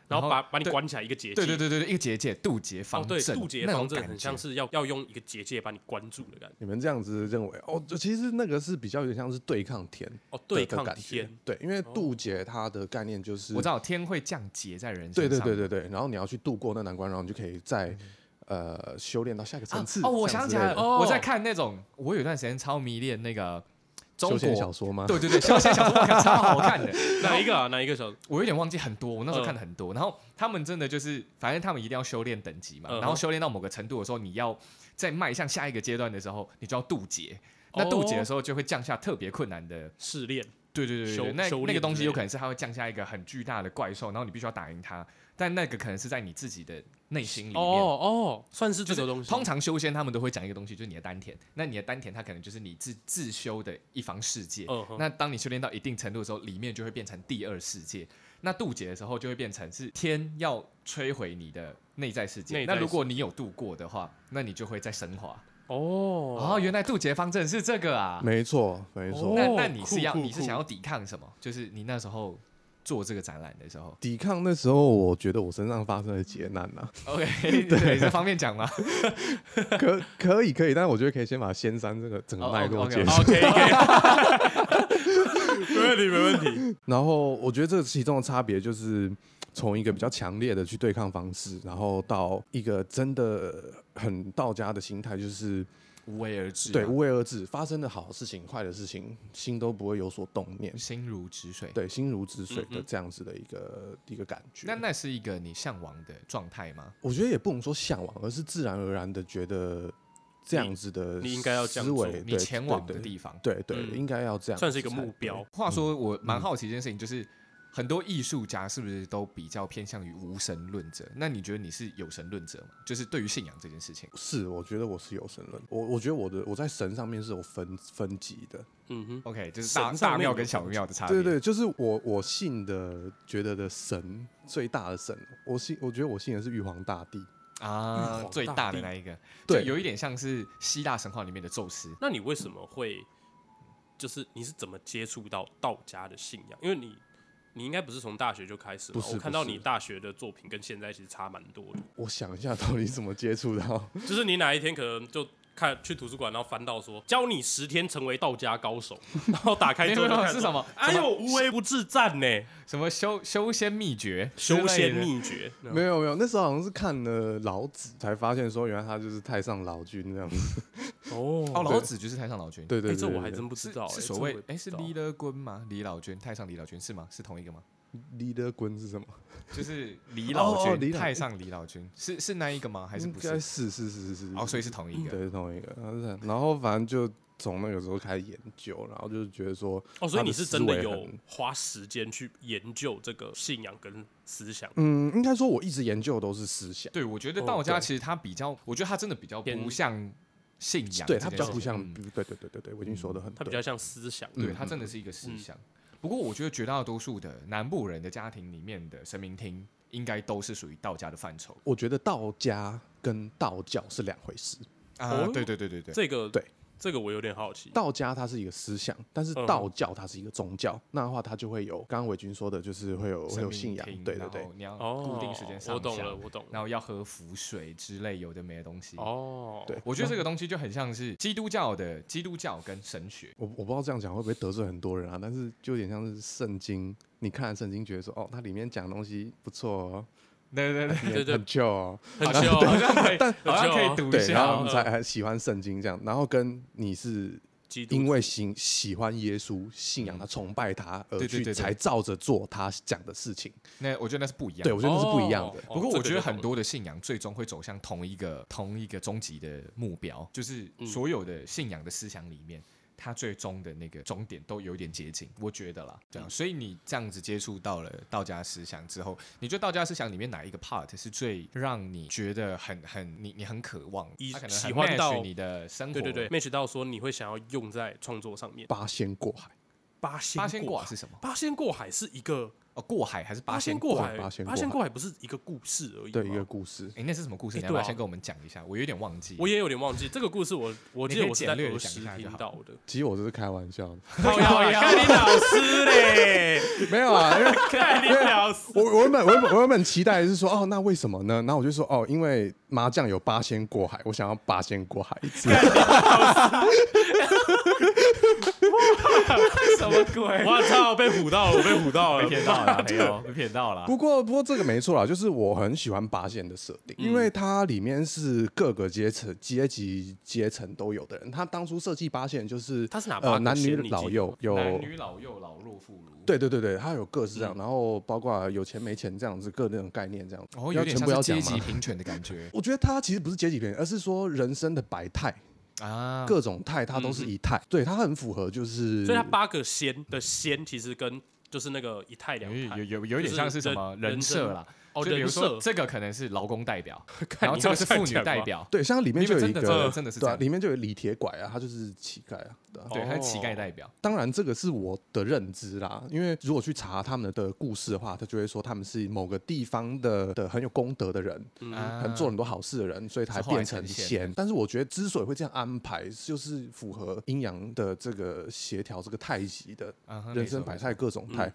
[SPEAKER 2] 然后把把你
[SPEAKER 1] 对
[SPEAKER 2] 关起来一个结界。
[SPEAKER 1] 对对对对，对一个结界渡劫
[SPEAKER 2] 哦
[SPEAKER 1] 方，
[SPEAKER 2] 对，
[SPEAKER 1] 阵，
[SPEAKER 2] 渡劫
[SPEAKER 1] 那种
[SPEAKER 2] 方阵
[SPEAKER 1] 感
[SPEAKER 2] 很
[SPEAKER 1] 觉
[SPEAKER 2] 像是要要用一个结界把你关住的感觉。
[SPEAKER 3] 你们这样子认为哦，这其实那个是比较有点像是对抗天。
[SPEAKER 2] 哦，
[SPEAKER 3] 的
[SPEAKER 2] 对
[SPEAKER 3] 的
[SPEAKER 2] 抗
[SPEAKER 3] 感觉
[SPEAKER 2] 天，，哦
[SPEAKER 3] 对，因为渡劫它的概念就是，
[SPEAKER 1] 我知道天会降劫在人身
[SPEAKER 3] 对
[SPEAKER 1] 上。啊
[SPEAKER 3] 对对对对，然后你要去度过那难关，然后你就可以
[SPEAKER 2] 嗯
[SPEAKER 3] 再呃修炼到下一个层
[SPEAKER 1] 啊
[SPEAKER 3] 次。
[SPEAKER 1] 哦，我
[SPEAKER 3] 这样
[SPEAKER 1] 想起
[SPEAKER 3] 之
[SPEAKER 1] 来
[SPEAKER 3] 类
[SPEAKER 1] 了，
[SPEAKER 3] 的
[SPEAKER 2] 哦
[SPEAKER 1] 我在看那种，我有一段时间超迷恋那个中
[SPEAKER 3] 修仙
[SPEAKER 1] 国
[SPEAKER 3] 小说吗？
[SPEAKER 1] 对对对，修仙小说我看超好看
[SPEAKER 2] <laughs>
[SPEAKER 1] 的，
[SPEAKER 2] 哪一个啊？哪一个小？
[SPEAKER 1] 我有点忘记很多，我那时候
[SPEAKER 2] 嗯
[SPEAKER 1] 看了很多。然后他们真的就是，反正他们一定要修炼等级嘛，
[SPEAKER 2] 嗯哼
[SPEAKER 1] 然后修炼到某个程度的时候，你要在迈向下一个阶段的时候，你就要渡劫。那渡劫的时候就会降下特别困难的，
[SPEAKER 2] 试炼
[SPEAKER 1] 对对对
[SPEAKER 2] 修
[SPEAKER 1] 对，那
[SPEAKER 2] 修炼
[SPEAKER 1] 那个东
[SPEAKER 2] 之
[SPEAKER 1] 西
[SPEAKER 2] 类
[SPEAKER 1] 有可能是它会降下一个很巨大的怪兽，然后你必须要打赢它，但那个可能是在你自己的内心里
[SPEAKER 2] 哦
[SPEAKER 1] 面。
[SPEAKER 2] 哦，算是
[SPEAKER 1] 就
[SPEAKER 2] 这
[SPEAKER 1] 是
[SPEAKER 2] 个东西。
[SPEAKER 1] 通常修仙他们都会讲一个东西，就是你的丹田。那你的丹田，它可能就是你自自修的一方世界。
[SPEAKER 2] 嗯哼
[SPEAKER 1] 那当你修炼到一定程度的时候，里面就会变成第二世界。那渡劫的时候，就会变成是天要摧毁你的内在世界。
[SPEAKER 2] 内在
[SPEAKER 1] 那
[SPEAKER 2] 世
[SPEAKER 1] 如果你有度过的话，那你就会再升华。哦，
[SPEAKER 2] 哦，
[SPEAKER 1] 原来渡劫方阵是这个啊！
[SPEAKER 3] 没错没错。
[SPEAKER 1] 那
[SPEAKER 2] 哦
[SPEAKER 1] 那你是要
[SPEAKER 2] 酷酷
[SPEAKER 1] 你是
[SPEAKER 2] 酷
[SPEAKER 1] 想要抵抗什么？就是你那时候做这个展览的时候
[SPEAKER 3] 抵抗那时候，我觉得我身上发生了劫难啊呐、
[SPEAKER 1] ，OK，对， <laughs> 这方面讲吗？
[SPEAKER 3] 可 <laughs> 可以可以，但是我觉得可以先把仙山这个整个
[SPEAKER 1] 哦
[SPEAKER 3] 脉络
[SPEAKER 1] ，OK，OK，
[SPEAKER 3] 结束。
[SPEAKER 2] 好可以可以， <laughs> 没问题没
[SPEAKER 1] <laughs>
[SPEAKER 2] 问题。
[SPEAKER 3] 然后我觉得这其中的差别就是从一个比较强烈的去对抗方式，然后到一个真的很道家的心态，就是
[SPEAKER 1] 无为而治嘛，啊
[SPEAKER 3] 对无为而治，发生的好事情、坏的事情，心都不会有所动念，
[SPEAKER 1] 心如止水。
[SPEAKER 3] 对，心如止水
[SPEAKER 2] 嗯
[SPEAKER 3] 的
[SPEAKER 2] 嗯
[SPEAKER 3] 这样子的一个、一个感觉。
[SPEAKER 1] 那那是一个你向往的状态吗？
[SPEAKER 3] 我觉得也不能说向往，而是自然而然的觉得这样子的
[SPEAKER 2] 你应该要这样
[SPEAKER 3] 思
[SPEAKER 2] 做
[SPEAKER 3] 维，
[SPEAKER 1] 你
[SPEAKER 3] 对
[SPEAKER 1] 前往
[SPEAKER 3] 对
[SPEAKER 1] 的
[SPEAKER 3] 对
[SPEAKER 1] 地方，
[SPEAKER 3] 对对，
[SPEAKER 2] 嗯
[SPEAKER 3] 应该要这样，
[SPEAKER 2] 算是一个
[SPEAKER 1] 啊
[SPEAKER 2] 目标。
[SPEAKER 1] 话说，我
[SPEAKER 2] 嗯
[SPEAKER 1] 蛮好奇一件事情，就是很多艺术家是不是都比较偏向于无神论者？那你觉得你是有神论者吗？就是对于信仰这件事情，
[SPEAKER 3] 是，我觉得我是有神论，我我觉得我的我在神上面是有分分级的，
[SPEAKER 2] 嗯哼，
[SPEAKER 1] OK，就是大
[SPEAKER 2] 神上
[SPEAKER 1] 大
[SPEAKER 2] 面
[SPEAKER 1] 庙
[SPEAKER 2] 有
[SPEAKER 1] 跟小
[SPEAKER 2] 分
[SPEAKER 1] 庙的差别。
[SPEAKER 3] 对对，对就是我我信的觉得的神最大的神，我信我觉得我信的是玉皇大帝，
[SPEAKER 1] 啊，
[SPEAKER 2] 嗯皇
[SPEAKER 1] 最
[SPEAKER 2] 大
[SPEAKER 1] 大的
[SPEAKER 2] 帝
[SPEAKER 1] 那一个，
[SPEAKER 3] 对
[SPEAKER 1] 就有一点像是希腊神话里面的宙斯。
[SPEAKER 2] 那你为什么会就是你是怎么接触到道家的信仰？因为你你应该不是从大学就开始吧，
[SPEAKER 3] 不是
[SPEAKER 2] 我看
[SPEAKER 3] 不
[SPEAKER 2] 到
[SPEAKER 3] 是
[SPEAKER 2] 你大学的作品跟现在其实差蛮多的。
[SPEAKER 3] 我想一下到底怎么接触到，
[SPEAKER 2] 就是你哪一天可能就看去图书馆，然后翻到说教你十天成为道家
[SPEAKER 1] <laughs>
[SPEAKER 2] 高手，然后打开
[SPEAKER 1] 没
[SPEAKER 2] 之后
[SPEAKER 1] 有
[SPEAKER 2] 就
[SPEAKER 1] 没有
[SPEAKER 2] 看
[SPEAKER 1] 是
[SPEAKER 2] 说
[SPEAKER 1] 什么
[SPEAKER 2] 哎
[SPEAKER 1] 什
[SPEAKER 2] 呦，无微不至赞呢，
[SPEAKER 1] 什么修修仙秘诀之类
[SPEAKER 2] 修
[SPEAKER 1] 的，
[SPEAKER 2] 仙秘诀。
[SPEAKER 1] 啊
[SPEAKER 3] 没有没有，那时候好像是看了老子，才发现说原来他就是太上老君
[SPEAKER 1] <laughs>
[SPEAKER 3] 那样子。
[SPEAKER 2] 哦
[SPEAKER 1] 哦，老子就是太上老君，
[SPEAKER 3] 对对
[SPEAKER 2] 哎，
[SPEAKER 3] 对
[SPEAKER 2] 这
[SPEAKER 3] 对
[SPEAKER 2] 我还
[SPEAKER 3] 对
[SPEAKER 2] 真不知
[SPEAKER 1] 是
[SPEAKER 2] 道，
[SPEAKER 1] 是
[SPEAKER 2] 哎
[SPEAKER 1] 所
[SPEAKER 2] 这
[SPEAKER 1] 谓
[SPEAKER 2] 我也不
[SPEAKER 1] 哎
[SPEAKER 2] 知
[SPEAKER 1] 是
[SPEAKER 2] 道
[SPEAKER 1] 李德坤吗？李老君，太上李老君是吗？是同一个吗？
[SPEAKER 3] leader 棍是什么？
[SPEAKER 1] 就是李老
[SPEAKER 3] 哦哦
[SPEAKER 1] 君，
[SPEAKER 3] 李老
[SPEAKER 1] 太上李老君是是那一个吗？还是不
[SPEAKER 3] 应该
[SPEAKER 1] 是？
[SPEAKER 3] 是是是是是。
[SPEAKER 1] 哦，所以是同一个。
[SPEAKER 3] 对，是同一个。然后是然后反正就从那个时候开始研究，然后就觉得说，
[SPEAKER 2] 哦，所以
[SPEAKER 3] 他的
[SPEAKER 2] 你是
[SPEAKER 3] 思
[SPEAKER 2] 真的
[SPEAKER 3] 维
[SPEAKER 2] 有
[SPEAKER 3] 很
[SPEAKER 2] 花时间去研究这个信仰跟思想，
[SPEAKER 3] 嗯，应该说我一直研究的都是思想，
[SPEAKER 1] 对，我觉得
[SPEAKER 2] 哦
[SPEAKER 1] 道家
[SPEAKER 3] 对
[SPEAKER 1] 其实他比较，我觉得他真的比较
[SPEAKER 2] 偏
[SPEAKER 1] 不像信仰这件事情，
[SPEAKER 3] 对他比较不像
[SPEAKER 1] 嗯，
[SPEAKER 3] 对对对对对，我已经说的很
[SPEAKER 2] 它比
[SPEAKER 3] 对
[SPEAKER 2] 较。像思想。
[SPEAKER 1] 对，它真的是一个思
[SPEAKER 2] 嗯
[SPEAKER 1] 想。不过，我觉得绝大多数的南部人的家庭里面的神明厅，应该都是属于道家的范畴
[SPEAKER 3] 我觉得道家跟道教是两回事，
[SPEAKER 1] 啊
[SPEAKER 2] 哦。
[SPEAKER 1] 对对对对对，
[SPEAKER 2] 这个
[SPEAKER 3] 对，
[SPEAKER 2] 这个我有点好奇。
[SPEAKER 3] 道家它是一个思想，但是
[SPEAKER 2] 嗯哼
[SPEAKER 3] 道教它是一个宗教，那的话它就会有刚刚伟军说的，就是会有会
[SPEAKER 1] 神
[SPEAKER 3] 有
[SPEAKER 1] 明
[SPEAKER 3] 信仰
[SPEAKER 1] 厅，
[SPEAKER 3] 对对
[SPEAKER 1] 然
[SPEAKER 3] 对
[SPEAKER 1] 后，你要
[SPEAKER 2] 哦，
[SPEAKER 1] 固定时间上
[SPEAKER 2] 我懂
[SPEAKER 1] 香
[SPEAKER 2] 了，我懂了。
[SPEAKER 1] 然后要喝符水之类有的没的东西。
[SPEAKER 2] 哦，
[SPEAKER 3] 对，
[SPEAKER 1] 我觉得这个东西就很像是基督教的基督教跟神学。
[SPEAKER 3] 我我不知道这样讲会不会得罪很多人啊，但是就有点像是圣经，你看了圣经觉得说，哦，它里面讲的东西不错哦，
[SPEAKER 1] 对对对， <laughs>
[SPEAKER 2] 对对
[SPEAKER 3] 很旧哦，
[SPEAKER 2] <laughs> 很秀，好像可以，
[SPEAKER 1] 但好像
[SPEAKER 2] 有
[SPEAKER 1] 可
[SPEAKER 2] 趣
[SPEAKER 1] 以
[SPEAKER 2] 哦
[SPEAKER 1] 读一
[SPEAKER 3] 对，然
[SPEAKER 1] 下
[SPEAKER 3] 后
[SPEAKER 1] 哦。
[SPEAKER 3] 你才还喜欢圣经这样，然后跟你是
[SPEAKER 2] 基督
[SPEAKER 3] 因为喜喜欢耶稣、信仰他、崇拜他
[SPEAKER 1] 嗯对
[SPEAKER 3] 而
[SPEAKER 1] 对
[SPEAKER 3] 去
[SPEAKER 1] 对对
[SPEAKER 3] 才照着做他讲的事情，
[SPEAKER 1] 那我觉得那是不一样
[SPEAKER 3] 对
[SPEAKER 1] 的。
[SPEAKER 3] 我觉得那是不一样的
[SPEAKER 2] 哦。
[SPEAKER 1] 不过
[SPEAKER 2] 这
[SPEAKER 1] 我
[SPEAKER 2] 个
[SPEAKER 1] 觉得
[SPEAKER 2] 就懂
[SPEAKER 1] 很
[SPEAKER 2] 了
[SPEAKER 1] 多的信仰最终会走向同一个同一个终极的目标，就是
[SPEAKER 2] 嗯
[SPEAKER 1] 所有的信仰的思想里面，它最终的那个终点都有一点接近，我觉得啦。对啊，
[SPEAKER 2] 嗯
[SPEAKER 1] 所以你这样子接触到了道家思想之后，你觉得道家思想里面哪一个 part 是最让你觉得很很你你很渴望，
[SPEAKER 2] 以
[SPEAKER 1] 它可能
[SPEAKER 2] 喜
[SPEAKER 1] 很
[SPEAKER 2] 欢
[SPEAKER 1] match
[SPEAKER 2] 到
[SPEAKER 1] 你的生活？
[SPEAKER 2] 对对对，match 到说你会想要用在创作上面。
[SPEAKER 3] 八仙过海，
[SPEAKER 2] 八仙
[SPEAKER 1] 八仙过
[SPEAKER 2] 过
[SPEAKER 1] 海
[SPEAKER 2] 海
[SPEAKER 1] 是，什么？
[SPEAKER 2] 八仙过海是一个
[SPEAKER 1] 哦，过海还是八
[SPEAKER 2] 八仙
[SPEAKER 1] 仙
[SPEAKER 2] 过
[SPEAKER 3] 过
[SPEAKER 2] 海，
[SPEAKER 3] 海八仙过
[SPEAKER 2] 八仙
[SPEAKER 3] 海
[SPEAKER 2] 过海不是一个故事而已
[SPEAKER 3] 对
[SPEAKER 2] 吗
[SPEAKER 3] 一个故事，
[SPEAKER 1] 哎，那是什么故事？
[SPEAKER 2] 哎
[SPEAKER 1] 你要不要
[SPEAKER 2] 对啊
[SPEAKER 1] 先跟我们讲一下？我有点忘记。
[SPEAKER 2] 我也有点忘记这个故事我，我
[SPEAKER 1] 你
[SPEAKER 2] 记
[SPEAKER 1] 可以
[SPEAKER 2] 得我是
[SPEAKER 1] 简
[SPEAKER 2] 在
[SPEAKER 1] 略地
[SPEAKER 2] 儿
[SPEAKER 1] 讲
[SPEAKER 2] 时
[SPEAKER 1] 一下就
[SPEAKER 2] 听
[SPEAKER 1] 好
[SPEAKER 2] 到的。
[SPEAKER 3] 其实我这是开
[SPEAKER 1] <laughs>
[SPEAKER 3] 玩笑的，
[SPEAKER 2] 靠呀，看你老师嘞，
[SPEAKER 3] 没有
[SPEAKER 1] <laughs>
[SPEAKER 3] 啊，因为
[SPEAKER 2] 看你老师。
[SPEAKER 3] 我我原本我原本我原本期待是说哦，那为什么呢？然后我就说哦，因为麻将有八仙过海，我想要八仙过海一次。
[SPEAKER 1] 什么鬼？
[SPEAKER 2] 我操，被唬到了，我被唬到了
[SPEAKER 1] 被。骗到了，没有被骗到了。
[SPEAKER 3] 不过不过这个没错啦，就是我很喜欢八仙的设定，
[SPEAKER 1] 嗯
[SPEAKER 3] 因为它里面是各个阶层、阶级、阶层都有的人。他当初设计八仙就是
[SPEAKER 2] 它是哪八
[SPEAKER 3] 呃
[SPEAKER 2] 个
[SPEAKER 3] 男女
[SPEAKER 2] 仙你记
[SPEAKER 3] 老
[SPEAKER 2] 得
[SPEAKER 3] 幼有
[SPEAKER 1] 男女老幼老弱妇孺。嗯
[SPEAKER 3] 对对对对，它有各式这样，然后包括有钱没钱这样子各种概念这样子，
[SPEAKER 1] 哦，有
[SPEAKER 3] 要
[SPEAKER 1] 点
[SPEAKER 3] 全
[SPEAKER 1] 像
[SPEAKER 3] 部要
[SPEAKER 1] 是
[SPEAKER 3] 讲
[SPEAKER 1] 阶
[SPEAKER 3] 吗
[SPEAKER 1] 级？平权的感
[SPEAKER 2] <laughs>
[SPEAKER 1] 觉
[SPEAKER 3] 我觉得它其实不是阶级偏见，而是说人生的百态，
[SPEAKER 1] 啊。
[SPEAKER 3] 各种态它都是
[SPEAKER 1] 嗯
[SPEAKER 3] 一态，对它很符合就是。
[SPEAKER 2] 所以它八个仙的仙其实跟就是那个一太
[SPEAKER 1] 有
[SPEAKER 2] 两
[SPEAKER 1] 有
[SPEAKER 2] 太
[SPEAKER 1] 有有有点像是什么
[SPEAKER 2] 就是人
[SPEAKER 1] 人设啦，
[SPEAKER 2] 哦
[SPEAKER 1] 就比如
[SPEAKER 2] 人
[SPEAKER 1] 说
[SPEAKER 2] 设
[SPEAKER 1] 这个可能是劳工代表，
[SPEAKER 2] <laughs> 看
[SPEAKER 1] 然后
[SPEAKER 2] 你
[SPEAKER 1] 这个
[SPEAKER 2] 要
[SPEAKER 1] 是
[SPEAKER 2] 这样
[SPEAKER 1] 妇女
[SPEAKER 2] 讲
[SPEAKER 1] 代
[SPEAKER 2] 吗
[SPEAKER 1] 表，
[SPEAKER 3] 对，像里面就有一
[SPEAKER 1] 因为真的真
[SPEAKER 3] 个
[SPEAKER 1] 的真的是这
[SPEAKER 3] 对啊，
[SPEAKER 1] 样
[SPEAKER 3] 里面就有李铁拐啊，他就是乞丐啊，对啊。
[SPEAKER 1] 对，他是乞丐
[SPEAKER 2] 哦
[SPEAKER 1] 代表。
[SPEAKER 3] 当然，这个是我的认知啦，因为如果去查他们的故事的话，他就会说他们是某个地方的的很有功德的人，
[SPEAKER 2] 嗯
[SPEAKER 1] 啊
[SPEAKER 3] 嗯很做很多好事的人，所以才变成
[SPEAKER 1] 是后来成仙
[SPEAKER 3] 仙。但是我觉得之所以会这样安排，就是符合阴阳的这个协调，这个太极的
[SPEAKER 1] 嗯哼
[SPEAKER 3] 人生
[SPEAKER 1] 没错
[SPEAKER 3] 百态各种
[SPEAKER 1] 嗯
[SPEAKER 3] 态。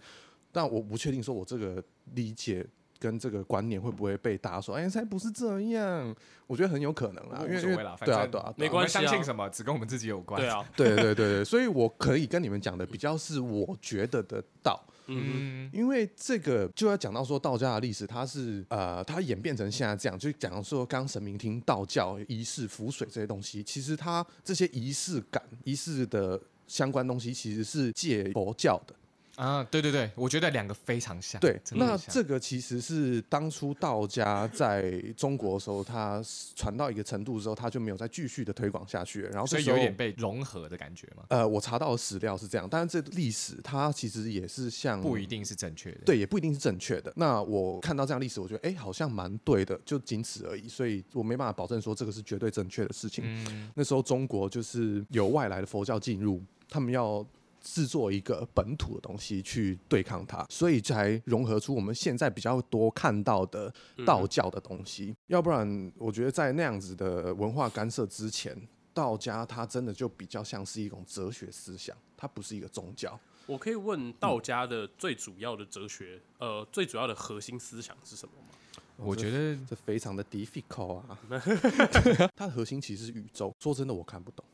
[SPEAKER 3] 但我不确定说我这个理解。跟这个观念会不会被大家说？哎，才不是这样！我觉得很有可能啊，
[SPEAKER 1] 哦无
[SPEAKER 3] 因为
[SPEAKER 1] 所
[SPEAKER 3] 因
[SPEAKER 1] 谓
[SPEAKER 3] 为
[SPEAKER 1] 啦反
[SPEAKER 3] 对啊
[SPEAKER 1] 正
[SPEAKER 3] 对啊，
[SPEAKER 2] 没
[SPEAKER 3] 对啊
[SPEAKER 1] 我们
[SPEAKER 2] 关系啊
[SPEAKER 1] 相信什么只跟我们自己有关。
[SPEAKER 2] 对，啊，
[SPEAKER 3] 对对对对，所以我可以跟你们讲的比较是我觉得的道，
[SPEAKER 2] 嗯，
[SPEAKER 1] 嗯，
[SPEAKER 3] 因为这个就要讲到说道家的历史，它是呃，它演变成现在这样，就讲说刚神明听道教仪式、符水这些东西，其实它这些仪式感、仪式的相关东西，其实是借佛教的。
[SPEAKER 1] 啊，对对对，我觉得两个非常像。
[SPEAKER 3] 对，
[SPEAKER 1] 真的
[SPEAKER 3] 那
[SPEAKER 1] 很像
[SPEAKER 3] 这个其实是当初道家在中国的时候，它传到一个程度之后，它就没有再继续的推广下去了，然后
[SPEAKER 1] 所
[SPEAKER 3] 这
[SPEAKER 1] 以
[SPEAKER 3] 时候
[SPEAKER 1] 有点被融合的感觉嘛，
[SPEAKER 3] 呃，我查到的史料是这样，但是这历史它其实也是像
[SPEAKER 1] 不一定是正确的。，
[SPEAKER 3] 嗯对，也不一定是正确的。那我看到这样历史，我觉得哎、诶好像蛮对的，就仅此而已。所以我没办法保证说这个是绝对正确的事情。
[SPEAKER 1] 嗯，
[SPEAKER 3] 那时候中国就是有外来的佛教进入，他们要制作一个本土的东西去对抗它，所以才融合出我们现在比较多看到的道教的东西。要不然，我觉得在那样子的文化干涉之前，道家它真的就比较像是一种哲学思想，它不是一个宗教。
[SPEAKER 2] 我可以问道家的最主要的哲学，呃，最主要的核心思想是什么吗？
[SPEAKER 1] 我觉得
[SPEAKER 3] 这非常的 difficult 啊。
[SPEAKER 1] <laughs>
[SPEAKER 3] 它的核心其实是宇宙，说真的我看不懂。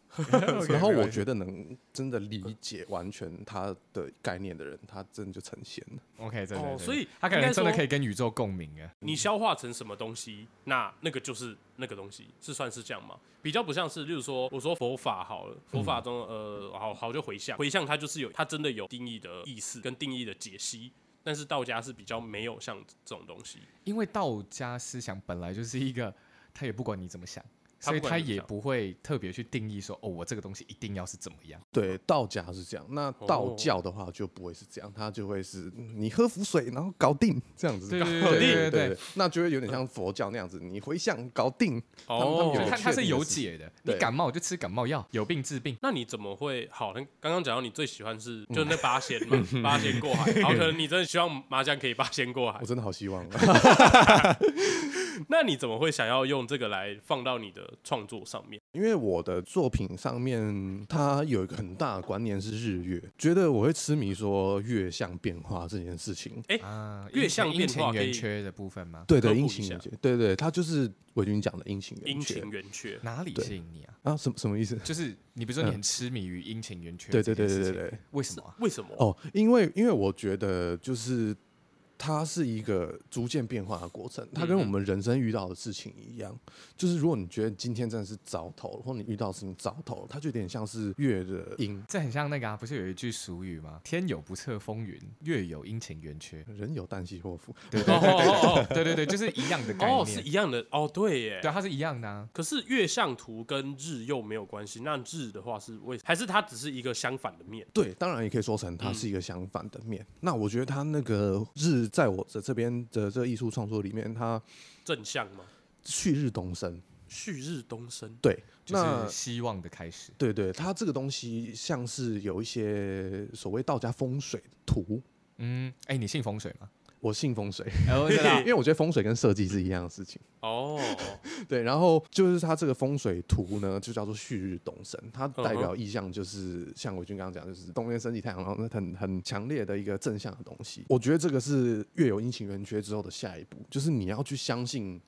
[SPEAKER 3] 然后我觉得能真的理解完全它的概念的人，他真的就成仙了。
[SPEAKER 1] OK，真的，
[SPEAKER 2] 哦
[SPEAKER 1] 真的
[SPEAKER 2] 所以
[SPEAKER 1] 他可
[SPEAKER 2] 应
[SPEAKER 1] 能
[SPEAKER 2] 该
[SPEAKER 1] 真的
[SPEAKER 2] 说
[SPEAKER 1] 可以跟宇宙共鸣啊。
[SPEAKER 3] 嗯
[SPEAKER 2] 你消化成什么东西，那那个就是那个东西，是算是这样吗？比较不像是，例如说，我说佛法好
[SPEAKER 3] 嗯
[SPEAKER 2] 了，佛法中、呃，好好就回向，回向它就是有，它真的有定义的意思跟定义的解析，但是道家是比较没有像这种东西，
[SPEAKER 1] 因为道家思想本来就是一个，他也不管你怎么想，
[SPEAKER 2] 他
[SPEAKER 1] 所以
[SPEAKER 2] 不管
[SPEAKER 1] 他
[SPEAKER 2] 你怎么
[SPEAKER 1] 也
[SPEAKER 2] 想
[SPEAKER 1] 不会特别去定义说，哦，我这个东西一定要是怎么样。
[SPEAKER 3] 对，道家是这样，那道
[SPEAKER 2] 哦
[SPEAKER 3] 教的话就不会是这样，它就会是嗯你喝符水，然后搞定这样子，
[SPEAKER 1] 对
[SPEAKER 3] 搞
[SPEAKER 1] 对对
[SPEAKER 3] 定，
[SPEAKER 1] 对对
[SPEAKER 3] 对对，那就会有点像佛教那样子，你回向搞定，们他
[SPEAKER 2] 哦
[SPEAKER 3] 们
[SPEAKER 1] 所
[SPEAKER 3] 有
[SPEAKER 1] 以他
[SPEAKER 3] 确
[SPEAKER 1] 他是
[SPEAKER 3] 定
[SPEAKER 1] 有
[SPEAKER 3] 的事
[SPEAKER 1] 解的，你
[SPEAKER 3] 对
[SPEAKER 1] 感冒就吃感冒药，有病治病。
[SPEAKER 2] 那你怎么会好？那刚刚讲到你最喜欢
[SPEAKER 3] <laughs>
[SPEAKER 2] 是就是那八仙嘛，八仙过海。好，可能你真的希望麻将可以八仙过
[SPEAKER 1] 哎
[SPEAKER 3] <laughs>
[SPEAKER 2] 海
[SPEAKER 3] 我。真的好希望啊。
[SPEAKER 2] 那你怎么会想要用这个来放到你的创作上面？
[SPEAKER 3] 因为我的作品上面，它有一个很大的观念是日月，觉得我会痴迷说月相变化这件事情。
[SPEAKER 1] 啊，
[SPEAKER 2] 月
[SPEAKER 1] 阴
[SPEAKER 2] 相
[SPEAKER 1] 晴
[SPEAKER 2] 变
[SPEAKER 1] 阴晴
[SPEAKER 2] 化可
[SPEAKER 1] 圆
[SPEAKER 2] 以
[SPEAKER 1] 缺的部分吗？
[SPEAKER 3] 对的，
[SPEAKER 2] 科普
[SPEAKER 3] 阴
[SPEAKER 2] 一
[SPEAKER 3] 晴
[SPEAKER 2] 下
[SPEAKER 3] 圆缺，对对，它就是维君讲的阴晴圆
[SPEAKER 2] 阴
[SPEAKER 3] 缺
[SPEAKER 2] 晴圆缺，
[SPEAKER 1] 哪里
[SPEAKER 3] 对
[SPEAKER 1] 吸引你啊？
[SPEAKER 3] 啊，什么什么意
[SPEAKER 2] <laughs>
[SPEAKER 3] 思？
[SPEAKER 1] 就是你不是说你
[SPEAKER 3] 嗯
[SPEAKER 1] 很痴迷于阴晴圆缺？
[SPEAKER 3] 对对对对对，对。
[SPEAKER 1] 为什么啊？
[SPEAKER 2] 为什么？
[SPEAKER 3] 哦，因为因为我觉得就是它是一个逐渐变化的过程，它
[SPEAKER 2] 嗯
[SPEAKER 3] 跟我们人生遇到的事情一样，就是如果你觉得今天真的是糟透了，或你遇到的事情糟透了，它就有点像是月的阴，
[SPEAKER 1] 这很像那个啊，不是有一句俗语吗？天有不测风云，月有阴晴圆缺。
[SPEAKER 3] 人有旦夕祸福。
[SPEAKER 1] 对
[SPEAKER 2] 哦
[SPEAKER 1] 对
[SPEAKER 2] 哦
[SPEAKER 1] 对对对，就是一样的
[SPEAKER 2] 哦
[SPEAKER 1] 概
[SPEAKER 2] 哦，是
[SPEAKER 1] 念。
[SPEAKER 2] 一样的哦，对耶。
[SPEAKER 1] 对啊，它是一样的啊。
[SPEAKER 2] 可是月相图跟日又没有关系，那日的话是为还是它只是一个相反的面？
[SPEAKER 3] 对，当然也可以说成它
[SPEAKER 2] 嗯
[SPEAKER 3] 是一个相反的面。那我觉得它那个日，在我的这边的这艺术创作里面，它
[SPEAKER 2] 正向吗？
[SPEAKER 3] 旭日东升。
[SPEAKER 2] 旭日东升，
[SPEAKER 3] 对，
[SPEAKER 1] 就
[SPEAKER 3] 那
[SPEAKER 1] 是希望的开始。
[SPEAKER 3] 对对，它这个东西像是有一些所谓道家风水图。
[SPEAKER 1] 嗯，哎，你信风水吗？
[SPEAKER 3] 我信风水，
[SPEAKER 1] 哦，真的啊
[SPEAKER 3] 因为我觉得风水跟设计是一样的事情。
[SPEAKER 2] <laughs> 哦，
[SPEAKER 3] 对，然后就是它这个风水图呢，就叫做旭日东升，它代
[SPEAKER 2] 嗯
[SPEAKER 3] 表意象就是像伟军刚刚讲，就是东边升起太阳，然后那很很强烈的一个正向的东西。我觉得这个是月有阴晴圆缺之后的下一步，就是你要去相信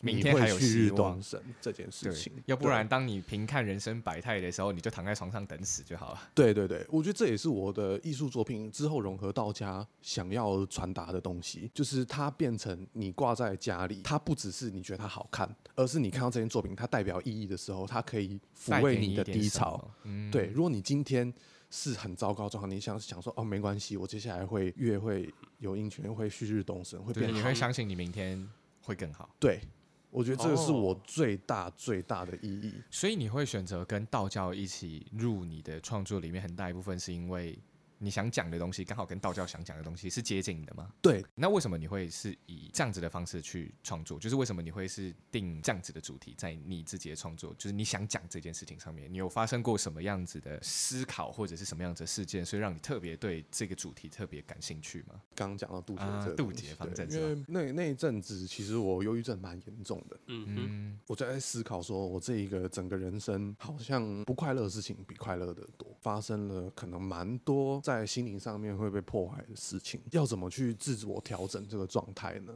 [SPEAKER 1] 明
[SPEAKER 3] 你
[SPEAKER 1] 天
[SPEAKER 3] 会
[SPEAKER 1] 还有
[SPEAKER 3] 旭
[SPEAKER 1] 希
[SPEAKER 3] 日
[SPEAKER 1] 望
[SPEAKER 3] 东升这件事情，
[SPEAKER 1] 要不
[SPEAKER 3] 对
[SPEAKER 1] 然当你平看人生百态的时候，你就躺在床上等死就好了。
[SPEAKER 3] 对对对，我觉得这也是我的艺术作品之后融合道家想要传达的东西，就是它变成你挂在家里，它不只是你觉得它好看，而是你看到这件作品它代表意义的时候，它可以抚慰你的
[SPEAKER 1] 带给你
[SPEAKER 3] 低潮。
[SPEAKER 1] 一点什么，嗯，
[SPEAKER 3] 对，如果你今天是很糟糕的状况，你想想说哦没关系，我接下来会越会有阴晴，会旭日东升，会
[SPEAKER 1] 对，
[SPEAKER 3] 变
[SPEAKER 1] 你
[SPEAKER 3] 好。
[SPEAKER 1] 会相信你明天会更好，
[SPEAKER 3] 对，我觉得这个是
[SPEAKER 2] 哦
[SPEAKER 3] 我最大最大的意义。
[SPEAKER 1] 所以你会选择跟道教一起入你的创作里面，很大一部分是因为你想讲的东西刚好跟道教想讲的东西是接近的吗？
[SPEAKER 3] 对，
[SPEAKER 1] 那为什么你会是以这样子的方式去创作？就是为什么你会是定这样子的主题在你自己的创作，就是你想讲这件事情上面，你有发生过什么样子的思考或者是什么样子的事件，所以让你特别对这个主题特别感兴趣吗？
[SPEAKER 3] 刚刚讲到渡劫
[SPEAKER 1] 啊
[SPEAKER 3] 这个
[SPEAKER 1] 渡
[SPEAKER 3] 东西
[SPEAKER 1] 劫方
[SPEAKER 3] 对
[SPEAKER 1] 阵是
[SPEAKER 3] 因为那那一阵子其实我忧郁症蛮严重的，
[SPEAKER 2] 嗯哼，
[SPEAKER 1] 嗯，
[SPEAKER 3] 我就在思考说，我这一个整个人生好像不快乐的事情比快乐的多，发生了可能蛮多在心灵上面会被破坏的事情，要怎么去自我调整这个状态呢？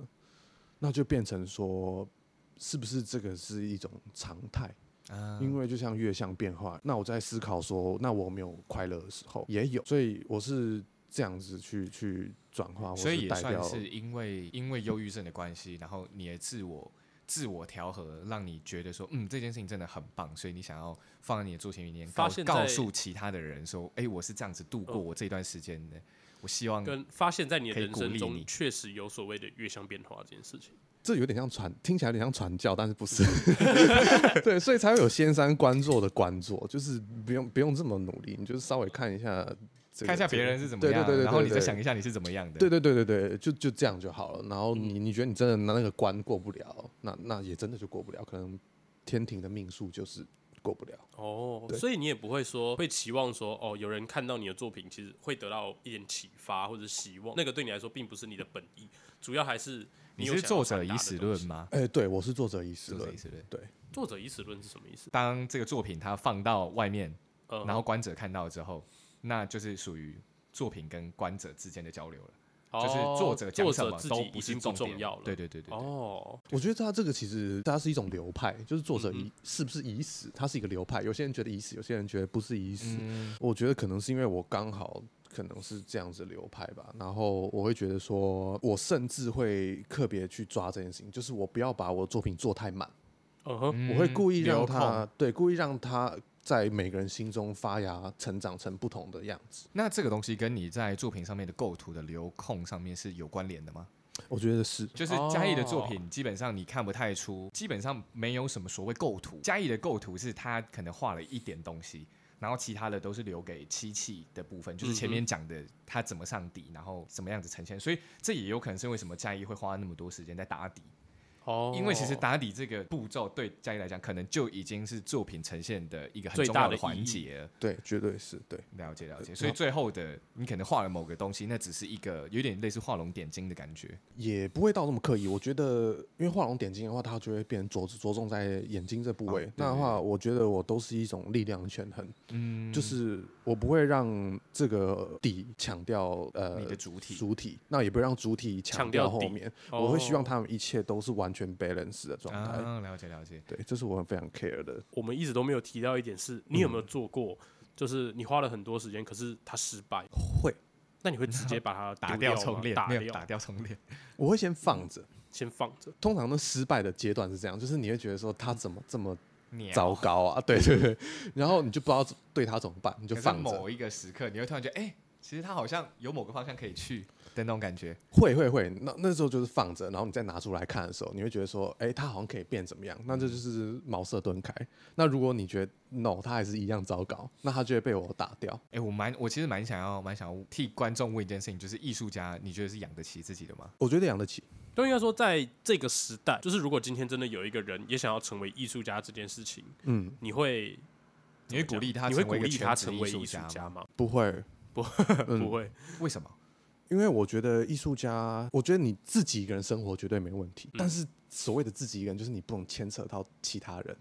[SPEAKER 3] 那就变成说，是不是这个是一种常态？
[SPEAKER 1] 啊
[SPEAKER 3] 因为就像月相变化，那我在思考说，那我有没有快乐的时候也有，所以我是这样子去去转化，
[SPEAKER 1] 所以
[SPEAKER 3] 或
[SPEAKER 1] 也
[SPEAKER 3] 哦代
[SPEAKER 1] 算
[SPEAKER 3] 表
[SPEAKER 1] 是因为因为忧郁症的关系，然后你的自我自我调和，让你觉得说，嗯，这件事情真的很棒，所以你想要放在你的作品里面，告
[SPEAKER 2] 发现在哦
[SPEAKER 1] 告诉其他的人说，哎、我是这样子度过我这段时间的，我希望
[SPEAKER 2] 跟发现在你的
[SPEAKER 1] 可以
[SPEAKER 2] 人
[SPEAKER 1] 鼓
[SPEAKER 2] 生
[SPEAKER 1] 励
[SPEAKER 2] 中
[SPEAKER 1] 你
[SPEAKER 2] 确实有所谓的月相变化这件事情。
[SPEAKER 3] 这有点像传，听起来有点像传教，但是不是？
[SPEAKER 1] 嗯
[SPEAKER 3] <laughs> 对，所以才会有仙山观坐的观坐，就是不用不用这么努力，你就是稍微看一下、这个，
[SPEAKER 1] 看一下别人是怎么样，啊
[SPEAKER 3] 对对对对对
[SPEAKER 1] 然后你再
[SPEAKER 3] 对
[SPEAKER 1] 想一下你是怎么样的。
[SPEAKER 3] 对对对对对，就就这样就好了。然后你你觉得你真的拿那个关过不了，那那也真的就过不了，可能天庭的命数就是过不了。
[SPEAKER 2] 哦，
[SPEAKER 3] 对
[SPEAKER 2] 所以你也不会说会期望说哦，有人看到你的作品，其实会得到一点启发或者希望。那个对你来说并不是你的本意，主要还是
[SPEAKER 1] 你
[SPEAKER 2] 有
[SPEAKER 1] 是
[SPEAKER 2] 想要
[SPEAKER 1] 作者
[SPEAKER 2] 传达
[SPEAKER 1] 已
[SPEAKER 2] 的
[SPEAKER 1] 死
[SPEAKER 2] 东
[SPEAKER 1] 论
[SPEAKER 2] 西。
[SPEAKER 1] 吗？
[SPEAKER 3] 哎，对，我是作者已死
[SPEAKER 1] 作者
[SPEAKER 3] 论
[SPEAKER 1] 已，死论。
[SPEAKER 3] 对，
[SPEAKER 2] 作者已死论是什么意思？
[SPEAKER 1] 当这个作品它放到外面，
[SPEAKER 2] 呃，
[SPEAKER 1] 然后观者看到之后，那就是属于作品跟观者之间的交流了。就是作者讲
[SPEAKER 2] 哦作
[SPEAKER 1] 什
[SPEAKER 2] 者
[SPEAKER 1] 么
[SPEAKER 2] 自
[SPEAKER 1] 都
[SPEAKER 2] 己
[SPEAKER 1] 不
[SPEAKER 2] 已
[SPEAKER 1] 是
[SPEAKER 2] 经
[SPEAKER 1] 重
[SPEAKER 2] 不
[SPEAKER 1] 点
[SPEAKER 2] 重要了。
[SPEAKER 1] 对对对对，对
[SPEAKER 2] 哦，
[SPEAKER 3] 我觉得他这个其实它是一种流派，就是作者已、是不是已死，它是一个流派。有些人觉得已死，有些人觉得不是已死。我觉得可能是因为我刚好可能是这样子流派吧，然后我会觉得说，我甚至会特别去抓这件事情，就是我不要把我的作品做太满，
[SPEAKER 2] 嗯哼，
[SPEAKER 1] 嗯
[SPEAKER 3] 我会故意让
[SPEAKER 1] 留空
[SPEAKER 3] 它对，故意让它在每个人心中发芽、成长成不同的样子。
[SPEAKER 1] 那这个东西跟你在作品上面的构图的留空上面是有关联的吗？
[SPEAKER 3] 我觉得是，
[SPEAKER 1] 就是嘉义的作
[SPEAKER 2] 哦
[SPEAKER 1] 品，基本上你看不太出，基本上没有什么所谓构图。嘉义的构图是他可能画了一点东西，然后其他的都是留给漆器的部分，
[SPEAKER 2] 嗯
[SPEAKER 1] 就是前面讲的他怎么上底，然后怎么样子呈现。所以这也有可能是为什么嘉义会花那么多时间在打底，
[SPEAKER 2] 哦，
[SPEAKER 1] 因为其实打底这个步骤对嘉义来讲，可能就已经是作品呈现的一个很
[SPEAKER 2] 最
[SPEAKER 1] 重
[SPEAKER 2] 大
[SPEAKER 1] 要
[SPEAKER 2] 的
[SPEAKER 1] 的环
[SPEAKER 2] 意义呃
[SPEAKER 1] 节了。
[SPEAKER 3] 对，绝对是对。
[SPEAKER 1] 了解了解，所以最后的你可能画了某个东西，那只是一个有点类似画龙点睛的感觉。
[SPEAKER 3] 也不会到那么刻意。我觉得，因为画龙点睛的话，它就会变着着重在眼睛这部位。
[SPEAKER 1] 哦
[SPEAKER 3] 那的话，我觉得我都是一种力量权衡，
[SPEAKER 1] 嗯，
[SPEAKER 3] 就是我不会让这个底强调呃
[SPEAKER 1] 你的主体
[SPEAKER 3] 主体，那也不会让主体强
[SPEAKER 2] 强调
[SPEAKER 3] 调后
[SPEAKER 2] 底
[SPEAKER 3] 面。
[SPEAKER 2] 哦
[SPEAKER 3] 我会希望他们一切都是完全 balance 的状态。
[SPEAKER 1] 啊，了解了解。
[SPEAKER 3] 对，这是我非常 care 的。
[SPEAKER 2] 我们一直都没有提到一点是，你
[SPEAKER 1] 嗯
[SPEAKER 2] 有没有做过？就是你花了很多时间，可是它失败，
[SPEAKER 3] 会，
[SPEAKER 2] 那你会直
[SPEAKER 1] <laughs>
[SPEAKER 2] 接把它
[SPEAKER 1] 打掉
[SPEAKER 2] 丢吗
[SPEAKER 1] 重练，
[SPEAKER 2] 打
[SPEAKER 1] 没有
[SPEAKER 2] 掉，
[SPEAKER 1] 打掉重练，
[SPEAKER 3] 我会先放着。
[SPEAKER 2] 先放着。
[SPEAKER 3] 通常的失败的阶段是这样，就是你会觉得说他怎么这么
[SPEAKER 1] 鸟
[SPEAKER 3] 糟糕
[SPEAKER 1] 嗯
[SPEAKER 3] 啊？ <laughs> 对对对，然后你就不知道对他怎么办，你就
[SPEAKER 1] 可是
[SPEAKER 3] 放着。
[SPEAKER 1] 某一个时刻，你会突然觉得，哎、其实他好像有某个方向可以去的那种感觉。
[SPEAKER 3] 会会会，那那时候就是放着，然后你再拿出来看的时候，你会觉得说，哎、它好像可以变怎么样？那这就是茅塞顿开。那如果你觉得 no，它还是一样糟糕，那它就会被我打掉。
[SPEAKER 1] 哎、我蛮，我其实蛮想要，蛮想要替观众问一件事情，就是艺术家，你觉得是养得起自己的吗？
[SPEAKER 3] 我觉得养得起，
[SPEAKER 2] 都应该说，在这个时代，就是如果今天真的有一个人也想要成为艺术家这件事情，
[SPEAKER 3] 嗯，
[SPEAKER 2] 你会
[SPEAKER 1] 你会鼓励他
[SPEAKER 2] 你
[SPEAKER 1] 成为
[SPEAKER 2] 会
[SPEAKER 1] 一个
[SPEAKER 2] 鼓励他
[SPEAKER 1] 全职
[SPEAKER 2] 成为
[SPEAKER 1] 艺术
[SPEAKER 2] 艺术
[SPEAKER 1] 家
[SPEAKER 2] 家吗？
[SPEAKER 3] 不会，
[SPEAKER 1] <laughs>
[SPEAKER 3] 嗯
[SPEAKER 2] 不会，
[SPEAKER 1] 为什么？
[SPEAKER 3] 因为我觉得艺术家，我觉得你自己一个人生活绝对没问
[SPEAKER 1] 嗯
[SPEAKER 3] 题，但是所谓的自己一个人，就是你不能牵扯到其他人，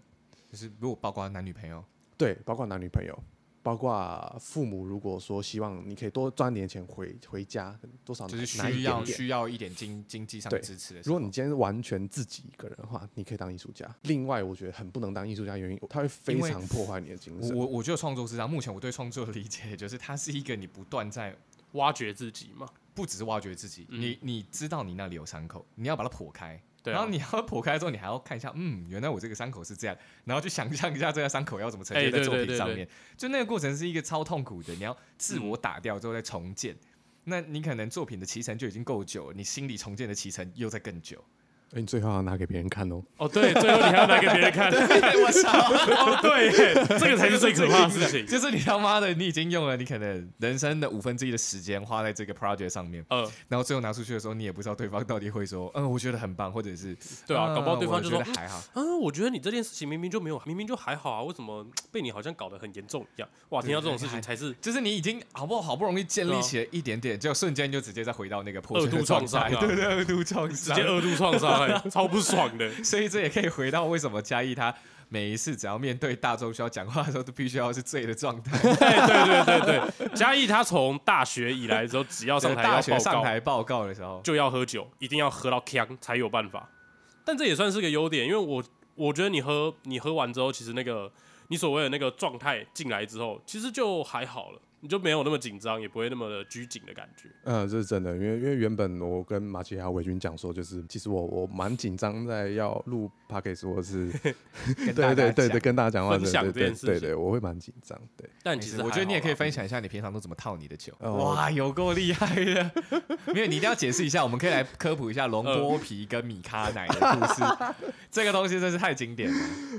[SPEAKER 1] 就是如果包括男女朋友，
[SPEAKER 3] 对，包括男女朋友。包括父母，如果说希望你可以多赚点钱回回家，多少
[SPEAKER 1] 就是
[SPEAKER 3] 拿哦一
[SPEAKER 1] 需
[SPEAKER 3] 点
[SPEAKER 1] 要
[SPEAKER 3] 点
[SPEAKER 1] 需要一点经经济上的
[SPEAKER 3] 对
[SPEAKER 1] 支持的时
[SPEAKER 3] 如
[SPEAKER 1] 候。
[SPEAKER 3] 果你今天完全自己一个人的话，你可以当艺术家。另外，我觉得很不能当艺术家，原因它会非常破坏你的精
[SPEAKER 1] 我
[SPEAKER 3] 神。
[SPEAKER 1] 我我觉得创作是这样，目前我对创作的理解就是，它是一个你不断在
[SPEAKER 2] 挖掘自己嘛。
[SPEAKER 1] 不只是挖掘自己，
[SPEAKER 2] 嗯
[SPEAKER 1] 你你知道你那里有伤口，你要把它剖开，
[SPEAKER 2] 对啊
[SPEAKER 1] 然后你要剖开之后，你还要看一下，嗯，原来我这个伤口是这样，然后去想象一下这个伤口要怎么呈
[SPEAKER 2] 哎
[SPEAKER 1] 现在
[SPEAKER 2] 对
[SPEAKER 1] 作
[SPEAKER 2] 对
[SPEAKER 1] 品
[SPEAKER 2] 对
[SPEAKER 1] 上
[SPEAKER 2] 对
[SPEAKER 1] 面，就那个过程是一个超痛苦的，你要自我打掉之后再重建。
[SPEAKER 2] 嗯
[SPEAKER 1] 那你可能作品的脐橙就已经够久了，你心理重建的脐橙又在更
[SPEAKER 2] <laughs>
[SPEAKER 1] 久。
[SPEAKER 3] 哎，你最好要拿给别人看哦。
[SPEAKER 2] 哦，对，最后你还要拿给别
[SPEAKER 1] <laughs>
[SPEAKER 2] 人看，
[SPEAKER 1] 我操！
[SPEAKER 2] <laughs> 哦，对，这个才是最可怕的事情。
[SPEAKER 1] 就是你他妈的，你已经用了你可能人生的五分之一的时间花在这个 project 上面，
[SPEAKER 2] 呃，
[SPEAKER 1] 然后最后拿出去的时候，你也不知道对方到底会说，嗯，我觉得很棒，或者是
[SPEAKER 2] 对啊
[SPEAKER 1] 嗯
[SPEAKER 2] 搞不好对方就说
[SPEAKER 1] 我觉得还好。
[SPEAKER 2] 啊，我觉得你这件事情明明就没有，明明就还好啊，为什么被你好像搞得很严重一样？哇，听到这种事情才是
[SPEAKER 1] 就是你已经好不好好不容易建立起了一点点，就瞬间就直接再回到那个破碎
[SPEAKER 2] 二
[SPEAKER 1] 的
[SPEAKER 2] 度
[SPEAKER 1] 状
[SPEAKER 2] 创伤啊
[SPEAKER 1] 态， <laughs> 对对，二度创
[SPEAKER 2] 直
[SPEAKER 1] 伤
[SPEAKER 2] 接。二度创伤、 <laughs> 欸，超不爽的。
[SPEAKER 1] 所以这也可以回到为什么嘉义他每一次只要面对大众需要讲话的时候，都必须要是醉的状态。
[SPEAKER 2] 哎对对对对对，嘉义他从大学以来之后，只 <laughs> 要上台
[SPEAKER 1] 大
[SPEAKER 2] 要
[SPEAKER 1] 学
[SPEAKER 2] 报
[SPEAKER 1] 上
[SPEAKER 2] 告，
[SPEAKER 1] 台报告的时候，
[SPEAKER 2] 就要喝酒，一定要喝到呛才有办法。但这也算是个优点，因为我我觉得你喝你喝完之后，其实那个你所谓的那个状态进来之后，其实就还好了，你就没有那么紧张，也不会那么的拘谨的感觉。
[SPEAKER 3] 嗯、这是真的，因为因为原本我跟马奇还有维军讲说，就是其实我我蛮紧张，在要录 p o d c a s t 我 <laughs> 是
[SPEAKER 1] 对
[SPEAKER 3] 对对对对，，跟大家讲话，
[SPEAKER 2] 分享这
[SPEAKER 3] 对对
[SPEAKER 2] 件事情
[SPEAKER 3] 对对，我会蛮紧张。对，
[SPEAKER 2] 但
[SPEAKER 1] 没
[SPEAKER 2] 其
[SPEAKER 1] 事
[SPEAKER 2] 实啊
[SPEAKER 1] 我觉得你也可以分
[SPEAKER 2] 享。
[SPEAKER 1] 享一下你平常都怎么套你的酒。
[SPEAKER 3] 哦
[SPEAKER 1] 哇，有够厉害的！ <laughs> 没有，你一定要解释一下，我们可以来科普一下龙剥皮跟米咖奶的故
[SPEAKER 2] <laughs>
[SPEAKER 1] 事。这个东西真是太经典了。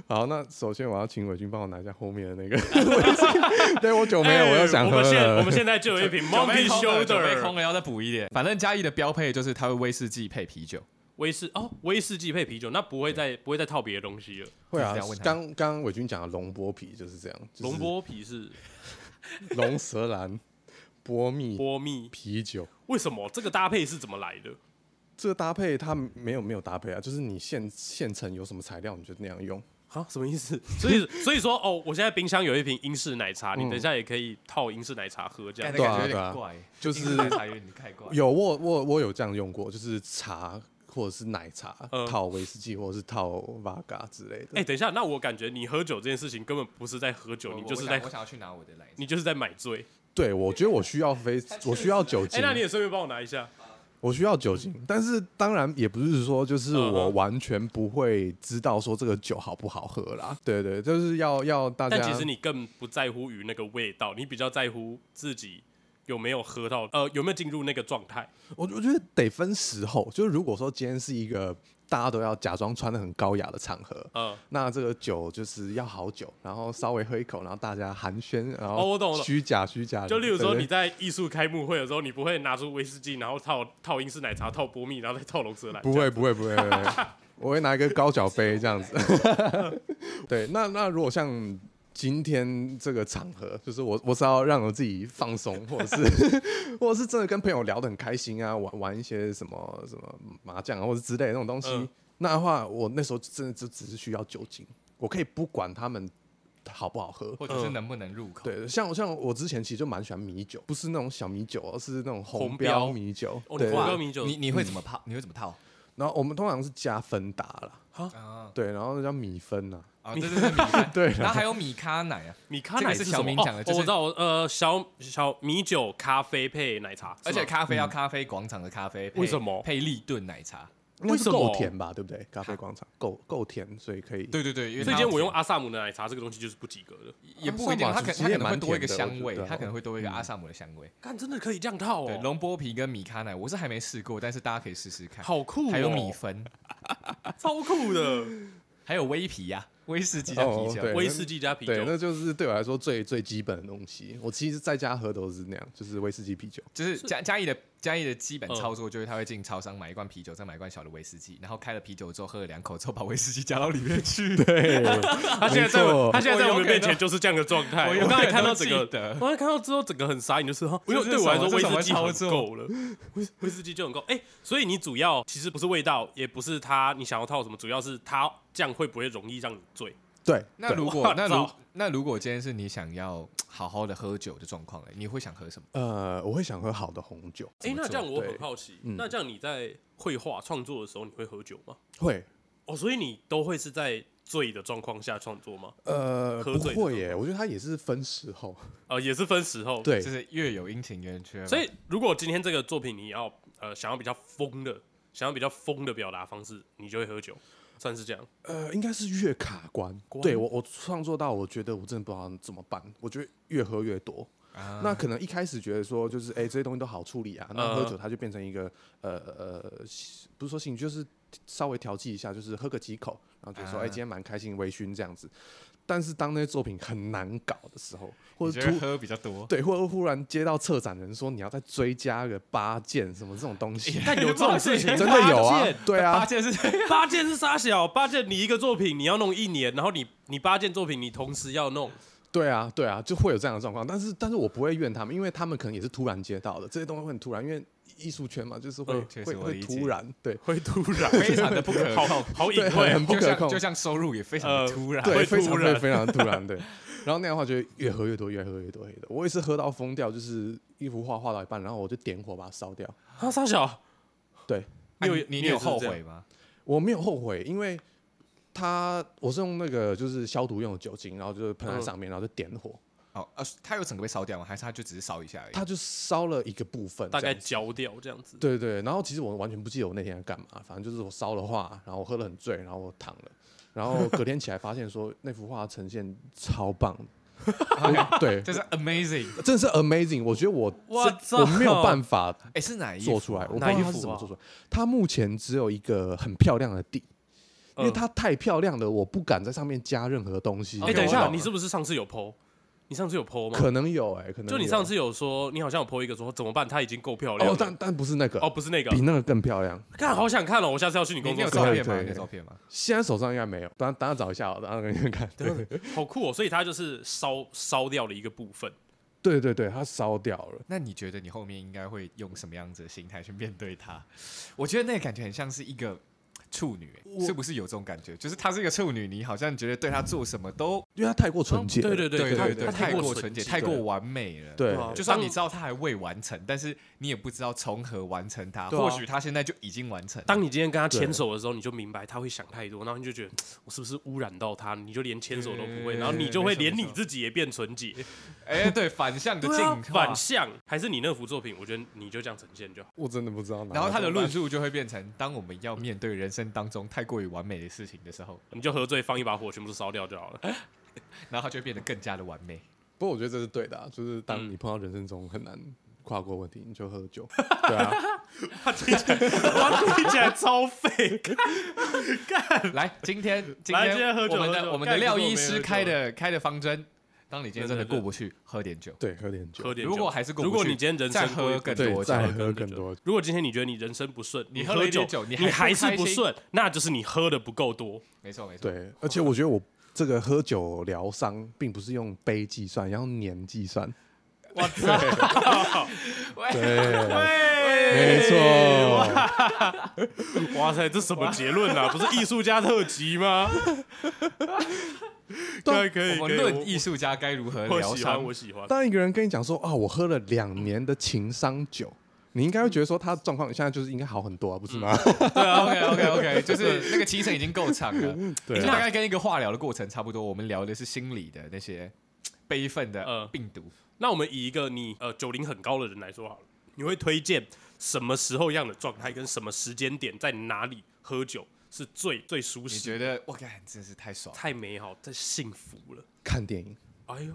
[SPEAKER 3] 好，那首先我要请伟军帮我拿一下后面的 <laughs> 那个威士忌，对我酒没有，
[SPEAKER 2] 哎
[SPEAKER 3] 我又想
[SPEAKER 2] 我
[SPEAKER 3] 喝
[SPEAKER 2] 们现我
[SPEAKER 3] 了
[SPEAKER 2] 们。现在就有一瓶
[SPEAKER 1] <laughs> 酒杯
[SPEAKER 2] Monkey
[SPEAKER 1] 空了，酒杯
[SPEAKER 2] Shoulder
[SPEAKER 1] 空了要再补一点。反正嘉义的标配就是它会威士忌配啤酒，
[SPEAKER 2] 威士哦，威士忌配啤酒，那不会再不会再套别的东西了。
[SPEAKER 3] 会啊
[SPEAKER 1] 就是这样问，他
[SPEAKER 3] 刚刚刚伟军讲的龙波皮就是这样，就是
[SPEAKER 2] 龙波皮是
[SPEAKER 3] 龙舌兰、波蜜
[SPEAKER 2] 波蜜，
[SPEAKER 3] 啤酒。
[SPEAKER 2] 为什么这个搭配是怎么来的？
[SPEAKER 3] 这个搭配它没有没有搭配啊，就是你现现成有什么材料你就那样用。
[SPEAKER 2] 啊，什么意思？所
[SPEAKER 1] <laughs>
[SPEAKER 2] 以所以说哦，我现在冰箱有一瓶英式奶茶，你等一下也可以套英式奶茶喝这样
[SPEAKER 1] 嗯感。
[SPEAKER 3] 对啊
[SPEAKER 1] 觉有
[SPEAKER 3] 对
[SPEAKER 1] 点
[SPEAKER 3] 啊
[SPEAKER 1] 怪，
[SPEAKER 3] 就是
[SPEAKER 1] 英式奶茶有点太怪。
[SPEAKER 3] 有我我我有这样用过，就是茶或者是奶茶、
[SPEAKER 2] 嗯
[SPEAKER 3] 套威士忌或者是套 v a g a 之类的。
[SPEAKER 2] 哎、等一下，那我感觉你喝酒这件事情根本不是在喝酒，
[SPEAKER 1] 我
[SPEAKER 2] 你就是
[SPEAKER 1] 我
[SPEAKER 2] 在
[SPEAKER 1] 想我想要去拿我的奶茶，
[SPEAKER 2] 你就是在买醉。
[SPEAKER 3] 对，我觉得我需
[SPEAKER 2] <laughs>
[SPEAKER 3] 要非我需要酒
[SPEAKER 2] 哎、
[SPEAKER 3] 精，
[SPEAKER 2] 那你也顺便帮我拿一下。
[SPEAKER 3] 我需要酒精，但是当然也不是说就是
[SPEAKER 2] 嗯哼
[SPEAKER 3] 我完全不会知道说这个酒好不好喝啦。对对，就是要要大家。
[SPEAKER 2] 但其实你更不在乎于那个味道，你比较在乎自己有没有喝到，呃，有没有进入那个状态。
[SPEAKER 3] 我我觉得得分时候，就是如果说今天是一个大家都要假装穿的很高雅的场合，
[SPEAKER 2] 呃，
[SPEAKER 3] 那这个酒就是要好酒，然后稍微喝一口，然后大家寒暄，然
[SPEAKER 2] 哦
[SPEAKER 3] 后
[SPEAKER 2] 我懂我懂
[SPEAKER 3] 虚假虚
[SPEAKER 1] 啊
[SPEAKER 3] 假的，
[SPEAKER 2] 就例如说
[SPEAKER 3] 对
[SPEAKER 2] 你在艺术开幕会的时候，你不会拿出威士忌，然后套套英式奶茶，套波蜜，然后再套龙舌兰。
[SPEAKER 3] 不会不会不会，不
[SPEAKER 2] <laughs>
[SPEAKER 3] 会我会拿一个高脚杯这样子。 <laughs> 对，那那如果像今天这个场合，就是我我是要让我自己放松，或者是 <laughs> 或者是真的跟朋友聊得很开心啊，玩玩一些什么什么麻将啊，或者之类的那种东西，
[SPEAKER 2] 嗯
[SPEAKER 3] 那的话我那时候真的就只是需要酒精，我可以不管他们好不好喝。
[SPEAKER 1] 或者是能不能入口？
[SPEAKER 3] 对，像像我之前其实就蛮喜欢米酒，不是那种小米酒哦，是那种
[SPEAKER 2] 红
[SPEAKER 3] 红
[SPEAKER 2] 标
[SPEAKER 3] 标米酒。
[SPEAKER 2] 哦你
[SPEAKER 3] 对
[SPEAKER 2] 红，标
[SPEAKER 3] 对
[SPEAKER 2] 米酒
[SPEAKER 1] 你你会怎么泡？你会怎么套？
[SPEAKER 3] 然后我们通常是加芬达啦，
[SPEAKER 1] 啊
[SPEAKER 3] 对，然后那叫米芬呐、
[SPEAKER 1] 啊，对对对，米咖
[SPEAKER 3] 对
[SPEAKER 1] 然后还有米咖奶啊，
[SPEAKER 2] 米咖奶
[SPEAKER 1] 这个是
[SPEAKER 2] 什么
[SPEAKER 1] 小明讲的
[SPEAKER 2] 哦
[SPEAKER 1] 就是
[SPEAKER 2] 哦我知道，我呃，小小米酒咖啡配奶茶，
[SPEAKER 1] 而且
[SPEAKER 2] 是吗
[SPEAKER 1] 咖啡要咖啡广场的咖啡，配
[SPEAKER 2] 为什么
[SPEAKER 1] 配利顿奶茶？
[SPEAKER 3] 应该是
[SPEAKER 2] 为什么
[SPEAKER 3] 够甜吧，对不对？咖啡广场够够甜，所以可以。
[SPEAKER 1] 对对对，因为
[SPEAKER 2] 所
[SPEAKER 1] 它
[SPEAKER 2] 以今天
[SPEAKER 1] 要
[SPEAKER 2] 我用
[SPEAKER 1] 甜
[SPEAKER 2] 阿萨姆的奶茶，这个东西就是不及格的。
[SPEAKER 1] 也不一定，
[SPEAKER 3] 阿
[SPEAKER 1] 它
[SPEAKER 3] 萨姆
[SPEAKER 1] 可
[SPEAKER 3] 其
[SPEAKER 1] 它
[SPEAKER 3] 实
[SPEAKER 1] 可
[SPEAKER 3] 也
[SPEAKER 1] 能会
[SPEAKER 3] 蛮
[SPEAKER 1] 多一
[SPEAKER 3] 甜
[SPEAKER 1] 个
[SPEAKER 3] 的
[SPEAKER 1] 香
[SPEAKER 3] 我
[SPEAKER 1] 味
[SPEAKER 3] 觉得，
[SPEAKER 1] 它可能会多一个阿萨姆的香味。
[SPEAKER 2] 看，真的可以这样套
[SPEAKER 1] 对，
[SPEAKER 2] 哦，
[SPEAKER 1] 龙波皮跟米咖奶，我是还没试过，但是大家可以试试看。
[SPEAKER 2] 好酷哦，
[SPEAKER 1] 还有米粉，
[SPEAKER 2] 超酷
[SPEAKER 1] <laughs>
[SPEAKER 2] 的，
[SPEAKER 1] 还有威啤呀，威士忌加啤酒
[SPEAKER 3] 哦。对
[SPEAKER 2] 威士忌加啤
[SPEAKER 3] 对，
[SPEAKER 2] 酒
[SPEAKER 3] 那。就是对我来说最最基本的东西。我其实在家喝都是那样，就是威士忌、啤酒。
[SPEAKER 1] 就是嘉嘉义的嘉义的基
[SPEAKER 3] 嗯
[SPEAKER 1] 本操作就是他会进超商买一罐啤酒，再买一罐小的威士忌，然后开了啤酒之后喝了两口之后把威士忌加到里面去。
[SPEAKER 3] <laughs> 对，
[SPEAKER 2] 他现在在
[SPEAKER 3] 没
[SPEAKER 2] 我，
[SPEAKER 3] 错
[SPEAKER 2] 他现在在我
[SPEAKER 1] 我
[SPEAKER 2] 们
[SPEAKER 1] 永远
[SPEAKER 2] 面
[SPEAKER 1] 都
[SPEAKER 2] 前就是这样的状态。
[SPEAKER 1] 我
[SPEAKER 2] 我
[SPEAKER 1] 永
[SPEAKER 2] 刚才
[SPEAKER 1] 远
[SPEAKER 2] 看
[SPEAKER 1] 都
[SPEAKER 2] 到整个
[SPEAKER 1] 记得，
[SPEAKER 2] 我刚才看到之后整个很傻眼，就是哈，因
[SPEAKER 1] 这
[SPEAKER 2] 为
[SPEAKER 1] 是
[SPEAKER 2] 对我来
[SPEAKER 1] 什
[SPEAKER 2] 说
[SPEAKER 1] 么
[SPEAKER 2] 威
[SPEAKER 1] 这是
[SPEAKER 2] 士忌
[SPEAKER 1] 什么操
[SPEAKER 2] 很
[SPEAKER 1] 作
[SPEAKER 2] 够了，威威士忌就很够。哎、所以你主要其实不是味道，也不是它你想要套什么，主要是它这样会不会容易让你醉？
[SPEAKER 3] 对，
[SPEAKER 1] 那
[SPEAKER 3] 对
[SPEAKER 1] 如
[SPEAKER 2] 哇
[SPEAKER 1] 果那如
[SPEAKER 2] 糟
[SPEAKER 1] 那如果今天是你想要好好的喝酒的状况，哎，你会想喝什么？
[SPEAKER 3] 呃，我会想喝好的红酒，
[SPEAKER 2] 哎、那这样我
[SPEAKER 3] 对
[SPEAKER 2] 很好奇，那这样你在绘画创作的时候，你会喝酒吗？
[SPEAKER 3] 会
[SPEAKER 2] 哦，所以你都会是在醉的状况下创作吗？
[SPEAKER 3] 呃
[SPEAKER 2] 喝
[SPEAKER 3] 不
[SPEAKER 2] 醉的
[SPEAKER 3] 会耶，我觉得它也是分时候。
[SPEAKER 2] 呃，也是分时候。，
[SPEAKER 3] 对
[SPEAKER 1] 就，是月有阴晴圆缺嘛。
[SPEAKER 2] 所以如果今天这个作品你要呃想要比较疯的，想要比较疯的表达方式，你就会喝酒，算是这
[SPEAKER 3] <laughs>
[SPEAKER 2] 样。
[SPEAKER 3] 呃，应该是越卡关。对我，我创作到我觉得我真的不知道怎么办，我觉得越喝越多。
[SPEAKER 1] 啊
[SPEAKER 3] 那可能一开始觉得说，就是哎、这些东西都好处理啊，那喝
[SPEAKER 2] 嗯，
[SPEAKER 3] 酒它就变成一个呃呃，兴不是说兴趣，就是稍微调剂一下，就是喝个几口，然后觉得说，哎、
[SPEAKER 1] 啊
[SPEAKER 3] 今天蛮开心，微醺这样子。但是当那些作品很难搞的时候，或
[SPEAKER 1] 你
[SPEAKER 3] 者
[SPEAKER 1] 觉得
[SPEAKER 3] 突
[SPEAKER 1] 喝比较多。
[SPEAKER 3] <laughs> 对，或者忽然接到策展人说你要再追加个八件什么这种东西
[SPEAKER 2] 但有这种事情，
[SPEAKER 3] 真的有啊
[SPEAKER 2] 八件，
[SPEAKER 3] 对啊
[SPEAKER 1] 八，件是
[SPEAKER 2] 八件是啥小？八件你一个作品你要弄一年，然后你你八件作品你同时要弄，
[SPEAKER 3] 对啊，对啊，就会有这样的状况，但是但是我不会怨他们，因为他们可能也是突然接到的，这些东西会很突然，因为艺术圈嘛，就是会、
[SPEAKER 2] 嗯
[SPEAKER 1] 确实
[SPEAKER 3] 会
[SPEAKER 1] 我
[SPEAKER 3] 会
[SPEAKER 1] 理解
[SPEAKER 3] 突然，对
[SPEAKER 2] 会突
[SPEAKER 3] <laughs>
[SPEAKER 2] 然
[SPEAKER 1] 非常的不可
[SPEAKER 2] 好
[SPEAKER 1] 控，
[SPEAKER 2] 好隐
[SPEAKER 3] 对，
[SPEAKER 2] 晦
[SPEAKER 3] 很很
[SPEAKER 2] 哦。
[SPEAKER 3] 不
[SPEAKER 1] 就
[SPEAKER 3] 可
[SPEAKER 1] 像
[SPEAKER 3] 控
[SPEAKER 1] 就，像收入也非常
[SPEAKER 2] 呃
[SPEAKER 1] 的突然。
[SPEAKER 2] 会
[SPEAKER 3] 对，非
[SPEAKER 2] 突
[SPEAKER 3] 常
[SPEAKER 2] 然
[SPEAKER 3] 会非常突然，对。然后那样的话，就会越喝越多，越喝越多，越喝越多。我也是喝到疯掉，就是一幅画画到一半，然后我就点火把它烧掉。
[SPEAKER 2] 啊，傻小，
[SPEAKER 3] 对，
[SPEAKER 1] 啊
[SPEAKER 2] 你有
[SPEAKER 1] 你你
[SPEAKER 2] 你也
[SPEAKER 1] 有
[SPEAKER 2] 是
[SPEAKER 1] 后
[SPEAKER 2] 这样
[SPEAKER 1] 悔吗？
[SPEAKER 3] 我没有后悔，因为它我是用那个就是消毒用的酒精，然后就是喷在
[SPEAKER 2] 嗯
[SPEAKER 3] 上面，然后就点火，
[SPEAKER 1] 哦，呃，它有整个被烧掉吗？还是它就只是烧一下而已？
[SPEAKER 3] 它就烧了一个部分，
[SPEAKER 2] 大
[SPEAKER 3] 这
[SPEAKER 2] 概
[SPEAKER 3] 样子
[SPEAKER 2] 焦掉这样子。
[SPEAKER 3] 对对，然后其实我完全不记得我那天在干嘛，反正就是我烧了画，然后我喝得很醉，然后我躺了，然后隔天起来发现说那幅画呈现超棒，我
[SPEAKER 2] <laughs>
[SPEAKER 3] 对，
[SPEAKER 1] 这是 amazing。
[SPEAKER 3] 真的是 amazing，我觉得我
[SPEAKER 2] 我
[SPEAKER 3] 这我没有
[SPEAKER 2] 操
[SPEAKER 3] 办法
[SPEAKER 1] 哎，是哪一
[SPEAKER 3] 做
[SPEAKER 1] 幅
[SPEAKER 3] 出来，
[SPEAKER 1] 啊
[SPEAKER 3] 我不知
[SPEAKER 2] 哪
[SPEAKER 3] 道
[SPEAKER 2] 一
[SPEAKER 3] 它是
[SPEAKER 2] 幅
[SPEAKER 3] 怎么
[SPEAKER 2] 啊
[SPEAKER 3] 做出来。它目前只有一个很漂亮的底，因为
[SPEAKER 2] 嗯
[SPEAKER 3] 它太漂亮了，我不敢在上面加任何东西。
[SPEAKER 2] 哎，等一
[SPEAKER 3] 我
[SPEAKER 2] 下，
[SPEAKER 3] 懂
[SPEAKER 2] 你是不是上次有 PO？你上次有 PO 吗？
[SPEAKER 3] 啊可能有哎，可能
[SPEAKER 2] 就你
[SPEAKER 3] 有
[SPEAKER 2] 上次有说，你好像有 PO 一个说怎么办？它已经够漂亮
[SPEAKER 3] 哦
[SPEAKER 2] 了，。
[SPEAKER 3] 但但不是那个
[SPEAKER 2] 哦，，不是那个，
[SPEAKER 3] 比那个更漂亮。
[SPEAKER 2] 看好想看哦，我下次要去你
[SPEAKER 1] 你
[SPEAKER 2] 工
[SPEAKER 1] 你
[SPEAKER 2] 作
[SPEAKER 1] 有
[SPEAKER 2] 室
[SPEAKER 1] 照
[SPEAKER 3] 对
[SPEAKER 1] 片吗？
[SPEAKER 3] 对
[SPEAKER 1] 你有照片吗？
[SPEAKER 3] 现在手上应该没有，等下等下找一下哦，等下给你们看。对
[SPEAKER 2] <laughs> 好酷哦！所以它就是烧烧掉了一个部分。
[SPEAKER 3] 对对对，它烧掉了。
[SPEAKER 1] 那你觉得你后面应该会用什么样子的心态去面对它？我觉得那个感觉很像是一个处女，欸是不是有这种感觉？就是她是一个处女，你好像觉得对她做什么都
[SPEAKER 3] 因为它太过纯洁了，
[SPEAKER 2] 对对
[SPEAKER 1] 对
[SPEAKER 3] 哦对
[SPEAKER 1] 对
[SPEAKER 3] 对
[SPEAKER 1] 她太
[SPEAKER 2] 太过
[SPEAKER 1] 过
[SPEAKER 2] 纯
[SPEAKER 1] 纯洁，
[SPEAKER 2] 洁
[SPEAKER 1] 太过
[SPEAKER 3] 对
[SPEAKER 1] 完美了。
[SPEAKER 3] 对
[SPEAKER 2] 哇
[SPEAKER 1] 就算
[SPEAKER 2] 当
[SPEAKER 1] 你知道她还未完成，但是你也不知道从何完成它。
[SPEAKER 2] 对啊
[SPEAKER 1] 或许她现在就已经完成了。
[SPEAKER 2] 当你今天跟他
[SPEAKER 3] 对
[SPEAKER 2] 牵手的时候，你就明白他会想太多，然后你就觉得我是不是污染到他？你就连牵手都不会，
[SPEAKER 1] 嗯
[SPEAKER 2] 然后你就会连
[SPEAKER 1] 没
[SPEAKER 2] 你
[SPEAKER 1] 错
[SPEAKER 2] 自己也变纯洁，
[SPEAKER 1] 哎，对，反向的
[SPEAKER 2] 对
[SPEAKER 1] 进
[SPEAKER 2] 啊
[SPEAKER 1] 化
[SPEAKER 2] 反向，还是你那幅作品，我觉得你就这样呈现就好。
[SPEAKER 3] 我真的不知道哪来办。
[SPEAKER 1] 然后他的论述就会变成：当我们要面对人生当中太过于完美的事情的时候，
[SPEAKER 2] 你就喝醉放一把火，全部都烧掉就好 <laughs> 了。
[SPEAKER 1] 然后他就会变得更加的完美。
[SPEAKER 3] 不过我觉得这是对的、啊，就是当你碰到人生中很难跨过问题，你就喝 <laughs> 酒。对啊，
[SPEAKER 2] 他听起来，他听起来超废。
[SPEAKER 1] 来，今天今
[SPEAKER 2] 来今天喝酒
[SPEAKER 1] 我们
[SPEAKER 2] 喝
[SPEAKER 1] 的
[SPEAKER 2] 酒
[SPEAKER 1] 我们的
[SPEAKER 2] 干
[SPEAKER 1] 廖
[SPEAKER 2] 不是我
[SPEAKER 1] 医
[SPEAKER 2] 没喝
[SPEAKER 1] 师
[SPEAKER 2] 酒
[SPEAKER 1] 开的开的方针，当你今天真的
[SPEAKER 2] 对对对
[SPEAKER 1] 过不去，喝点酒。
[SPEAKER 3] 对，喝点酒，
[SPEAKER 2] 喝点酒
[SPEAKER 1] 如果还是过不
[SPEAKER 2] 如
[SPEAKER 1] 去
[SPEAKER 2] 果你今天人生
[SPEAKER 1] 再喝更
[SPEAKER 2] 哎多，
[SPEAKER 1] 多
[SPEAKER 3] 对，再
[SPEAKER 1] 酒，
[SPEAKER 3] 喝更多。
[SPEAKER 2] 如果今天你觉得你人生不顺，
[SPEAKER 1] 你喝了
[SPEAKER 2] 喝
[SPEAKER 1] 一点
[SPEAKER 2] 酒
[SPEAKER 1] 酒你还
[SPEAKER 2] 你
[SPEAKER 1] 不
[SPEAKER 2] 还
[SPEAKER 1] 开
[SPEAKER 2] 是不
[SPEAKER 1] 心
[SPEAKER 2] 顺，那就是你喝的不够多。
[SPEAKER 1] 没错没错。
[SPEAKER 3] 对，而且我觉得我这个喝酒疗伤，并不是用杯计算，要用年计算。
[SPEAKER 2] 我操！
[SPEAKER 3] <laughs> 对，
[SPEAKER 2] 没
[SPEAKER 3] 没错。
[SPEAKER 2] 哇塞，这什么结论啊？不是艺术家特辑 <laughs> 吗？可以可以
[SPEAKER 1] 我
[SPEAKER 2] 可
[SPEAKER 1] 们
[SPEAKER 2] 以，
[SPEAKER 1] 论艺术家该如何
[SPEAKER 2] 我，我
[SPEAKER 1] 疗
[SPEAKER 2] 喜欢
[SPEAKER 1] 伤
[SPEAKER 2] 我。喜欢。
[SPEAKER 3] 当一个人跟你讲说啊，我喝了两年的情商酒，你应该会觉得说他状况现在就是应该好很多啊，不是吗？
[SPEAKER 1] 对啊，OK OK OK，就是那个期程已经够长了，
[SPEAKER 3] 对
[SPEAKER 1] 就
[SPEAKER 3] 啊
[SPEAKER 1] 大概跟一个化疗的过程差不多。我们聊的是心理的那些悲愤的
[SPEAKER 2] 呃
[SPEAKER 1] 病毒。
[SPEAKER 2] 那我们以一个你呃九零很高的人来说好了，你会推荐什么时候样的状态跟什么时间点在哪里喝酒是最最舒
[SPEAKER 1] 你
[SPEAKER 2] 适、
[SPEAKER 1] 觉得我感真是太爽了，
[SPEAKER 2] <laughs> 太美好、太幸福了？
[SPEAKER 3] <laughs> 看电影，
[SPEAKER 2] 哎呦，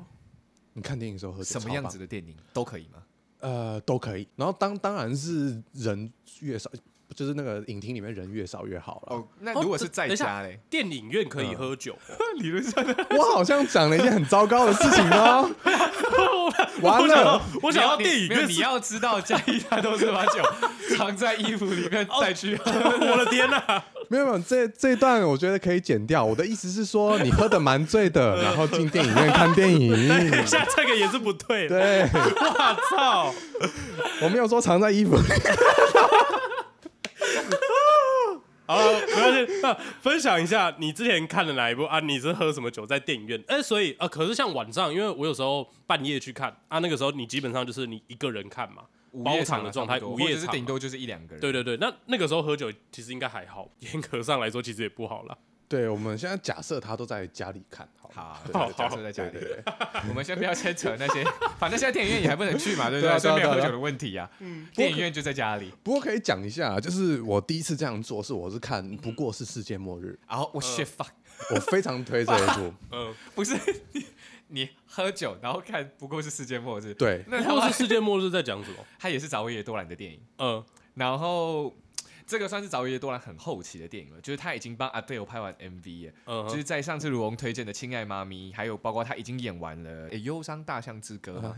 [SPEAKER 3] 你看电影的时候喝酒
[SPEAKER 1] 什么
[SPEAKER 3] 超
[SPEAKER 1] 样
[SPEAKER 3] 棒
[SPEAKER 1] 子的电影都可以吗？
[SPEAKER 3] 呃，都可以。然后当当然是人越少，就是那个影厅里面人越少越好了。
[SPEAKER 1] 哦，那如果是在家嘞，
[SPEAKER 2] 电影院可以喝酒，
[SPEAKER 1] 理论上
[SPEAKER 3] 我好像讲了一件很糟糕的事情
[SPEAKER 1] <laughs>
[SPEAKER 3] 哦，完了，
[SPEAKER 2] <laughs> 我想要电影
[SPEAKER 1] 没有
[SPEAKER 2] 院
[SPEAKER 1] 你
[SPEAKER 2] 是，
[SPEAKER 1] 要知道，嘉义他都是把
[SPEAKER 2] <laughs>
[SPEAKER 1] 酒藏在衣服里面带去喝。
[SPEAKER 2] 我的天哪、
[SPEAKER 3] 没有没有，这这一段我觉得可以剪掉。我的意思是说，你喝的蛮醉
[SPEAKER 1] <laughs>
[SPEAKER 3] 的，然后进电影院看电
[SPEAKER 1] 嗯
[SPEAKER 3] 影，
[SPEAKER 2] 等一下这个也是不对的，
[SPEAKER 3] 对
[SPEAKER 2] 我操！
[SPEAKER 3] 我没有说藏在衣服里。 <laughs>
[SPEAKER 2] 好了，没关系。那分享一下你之前看了哪一部啊？你是喝什么酒在电影院？哎、所以啊、呃可是像晚上，因为我有时候半夜去看啊，那个时候你基本上就是你一个人看嘛，包场的状态，午
[SPEAKER 1] 或
[SPEAKER 2] 夜
[SPEAKER 1] 者是
[SPEAKER 2] 场
[SPEAKER 1] 顶
[SPEAKER 2] 嘛。
[SPEAKER 1] 多就是一两个人。
[SPEAKER 2] 对对对，那那个时候喝酒其实应该还好，严格上来说其实也不好啦。
[SPEAKER 3] 对，我们现在假设他都在家里看，好了，
[SPEAKER 1] 好，
[SPEAKER 3] 对
[SPEAKER 1] 好，
[SPEAKER 2] 对
[SPEAKER 1] 假设在家
[SPEAKER 3] 对
[SPEAKER 1] 里
[SPEAKER 3] 对，对，
[SPEAKER 1] <laughs> 我们先不要牵扯那些，反正现在电影院也还不能
[SPEAKER 2] <laughs>
[SPEAKER 1] 去嘛，对不
[SPEAKER 3] 对
[SPEAKER 1] 对？
[SPEAKER 3] 啊对
[SPEAKER 1] 所
[SPEAKER 3] 啊
[SPEAKER 1] 以没有喝
[SPEAKER 3] 对啊
[SPEAKER 1] 酒的问题啊。电影院就在家里。
[SPEAKER 3] 不过可以讲一下，就是我第一次这样做是我是看《不过是世界末日
[SPEAKER 2] 哦
[SPEAKER 1] 然后我 shit fuck，》，
[SPEAKER 3] 我非常推这一部。
[SPEAKER 2] 嗯，
[SPEAKER 1] 嗯 <laughs> 不是你你喝酒然后看不过是世界末日，，
[SPEAKER 3] 对，
[SPEAKER 1] 那
[SPEAKER 2] 或
[SPEAKER 1] 他
[SPEAKER 2] 是世界末日在讲什么？
[SPEAKER 1] 他也是找维也多兰的电影。
[SPEAKER 2] 嗯，
[SPEAKER 1] 然后这个算是找爷多兰很后期的电影了，就是他已经帮阿队友拍完 MV 了，
[SPEAKER 2] 嗯
[SPEAKER 1] <laughs>
[SPEAKER 2] 哼
[SPEAKER 1] 就是在上次卢龙推荐的《亲爱妈咪》，还有包括他已经演完了《诶忧伤大象之歌》嘛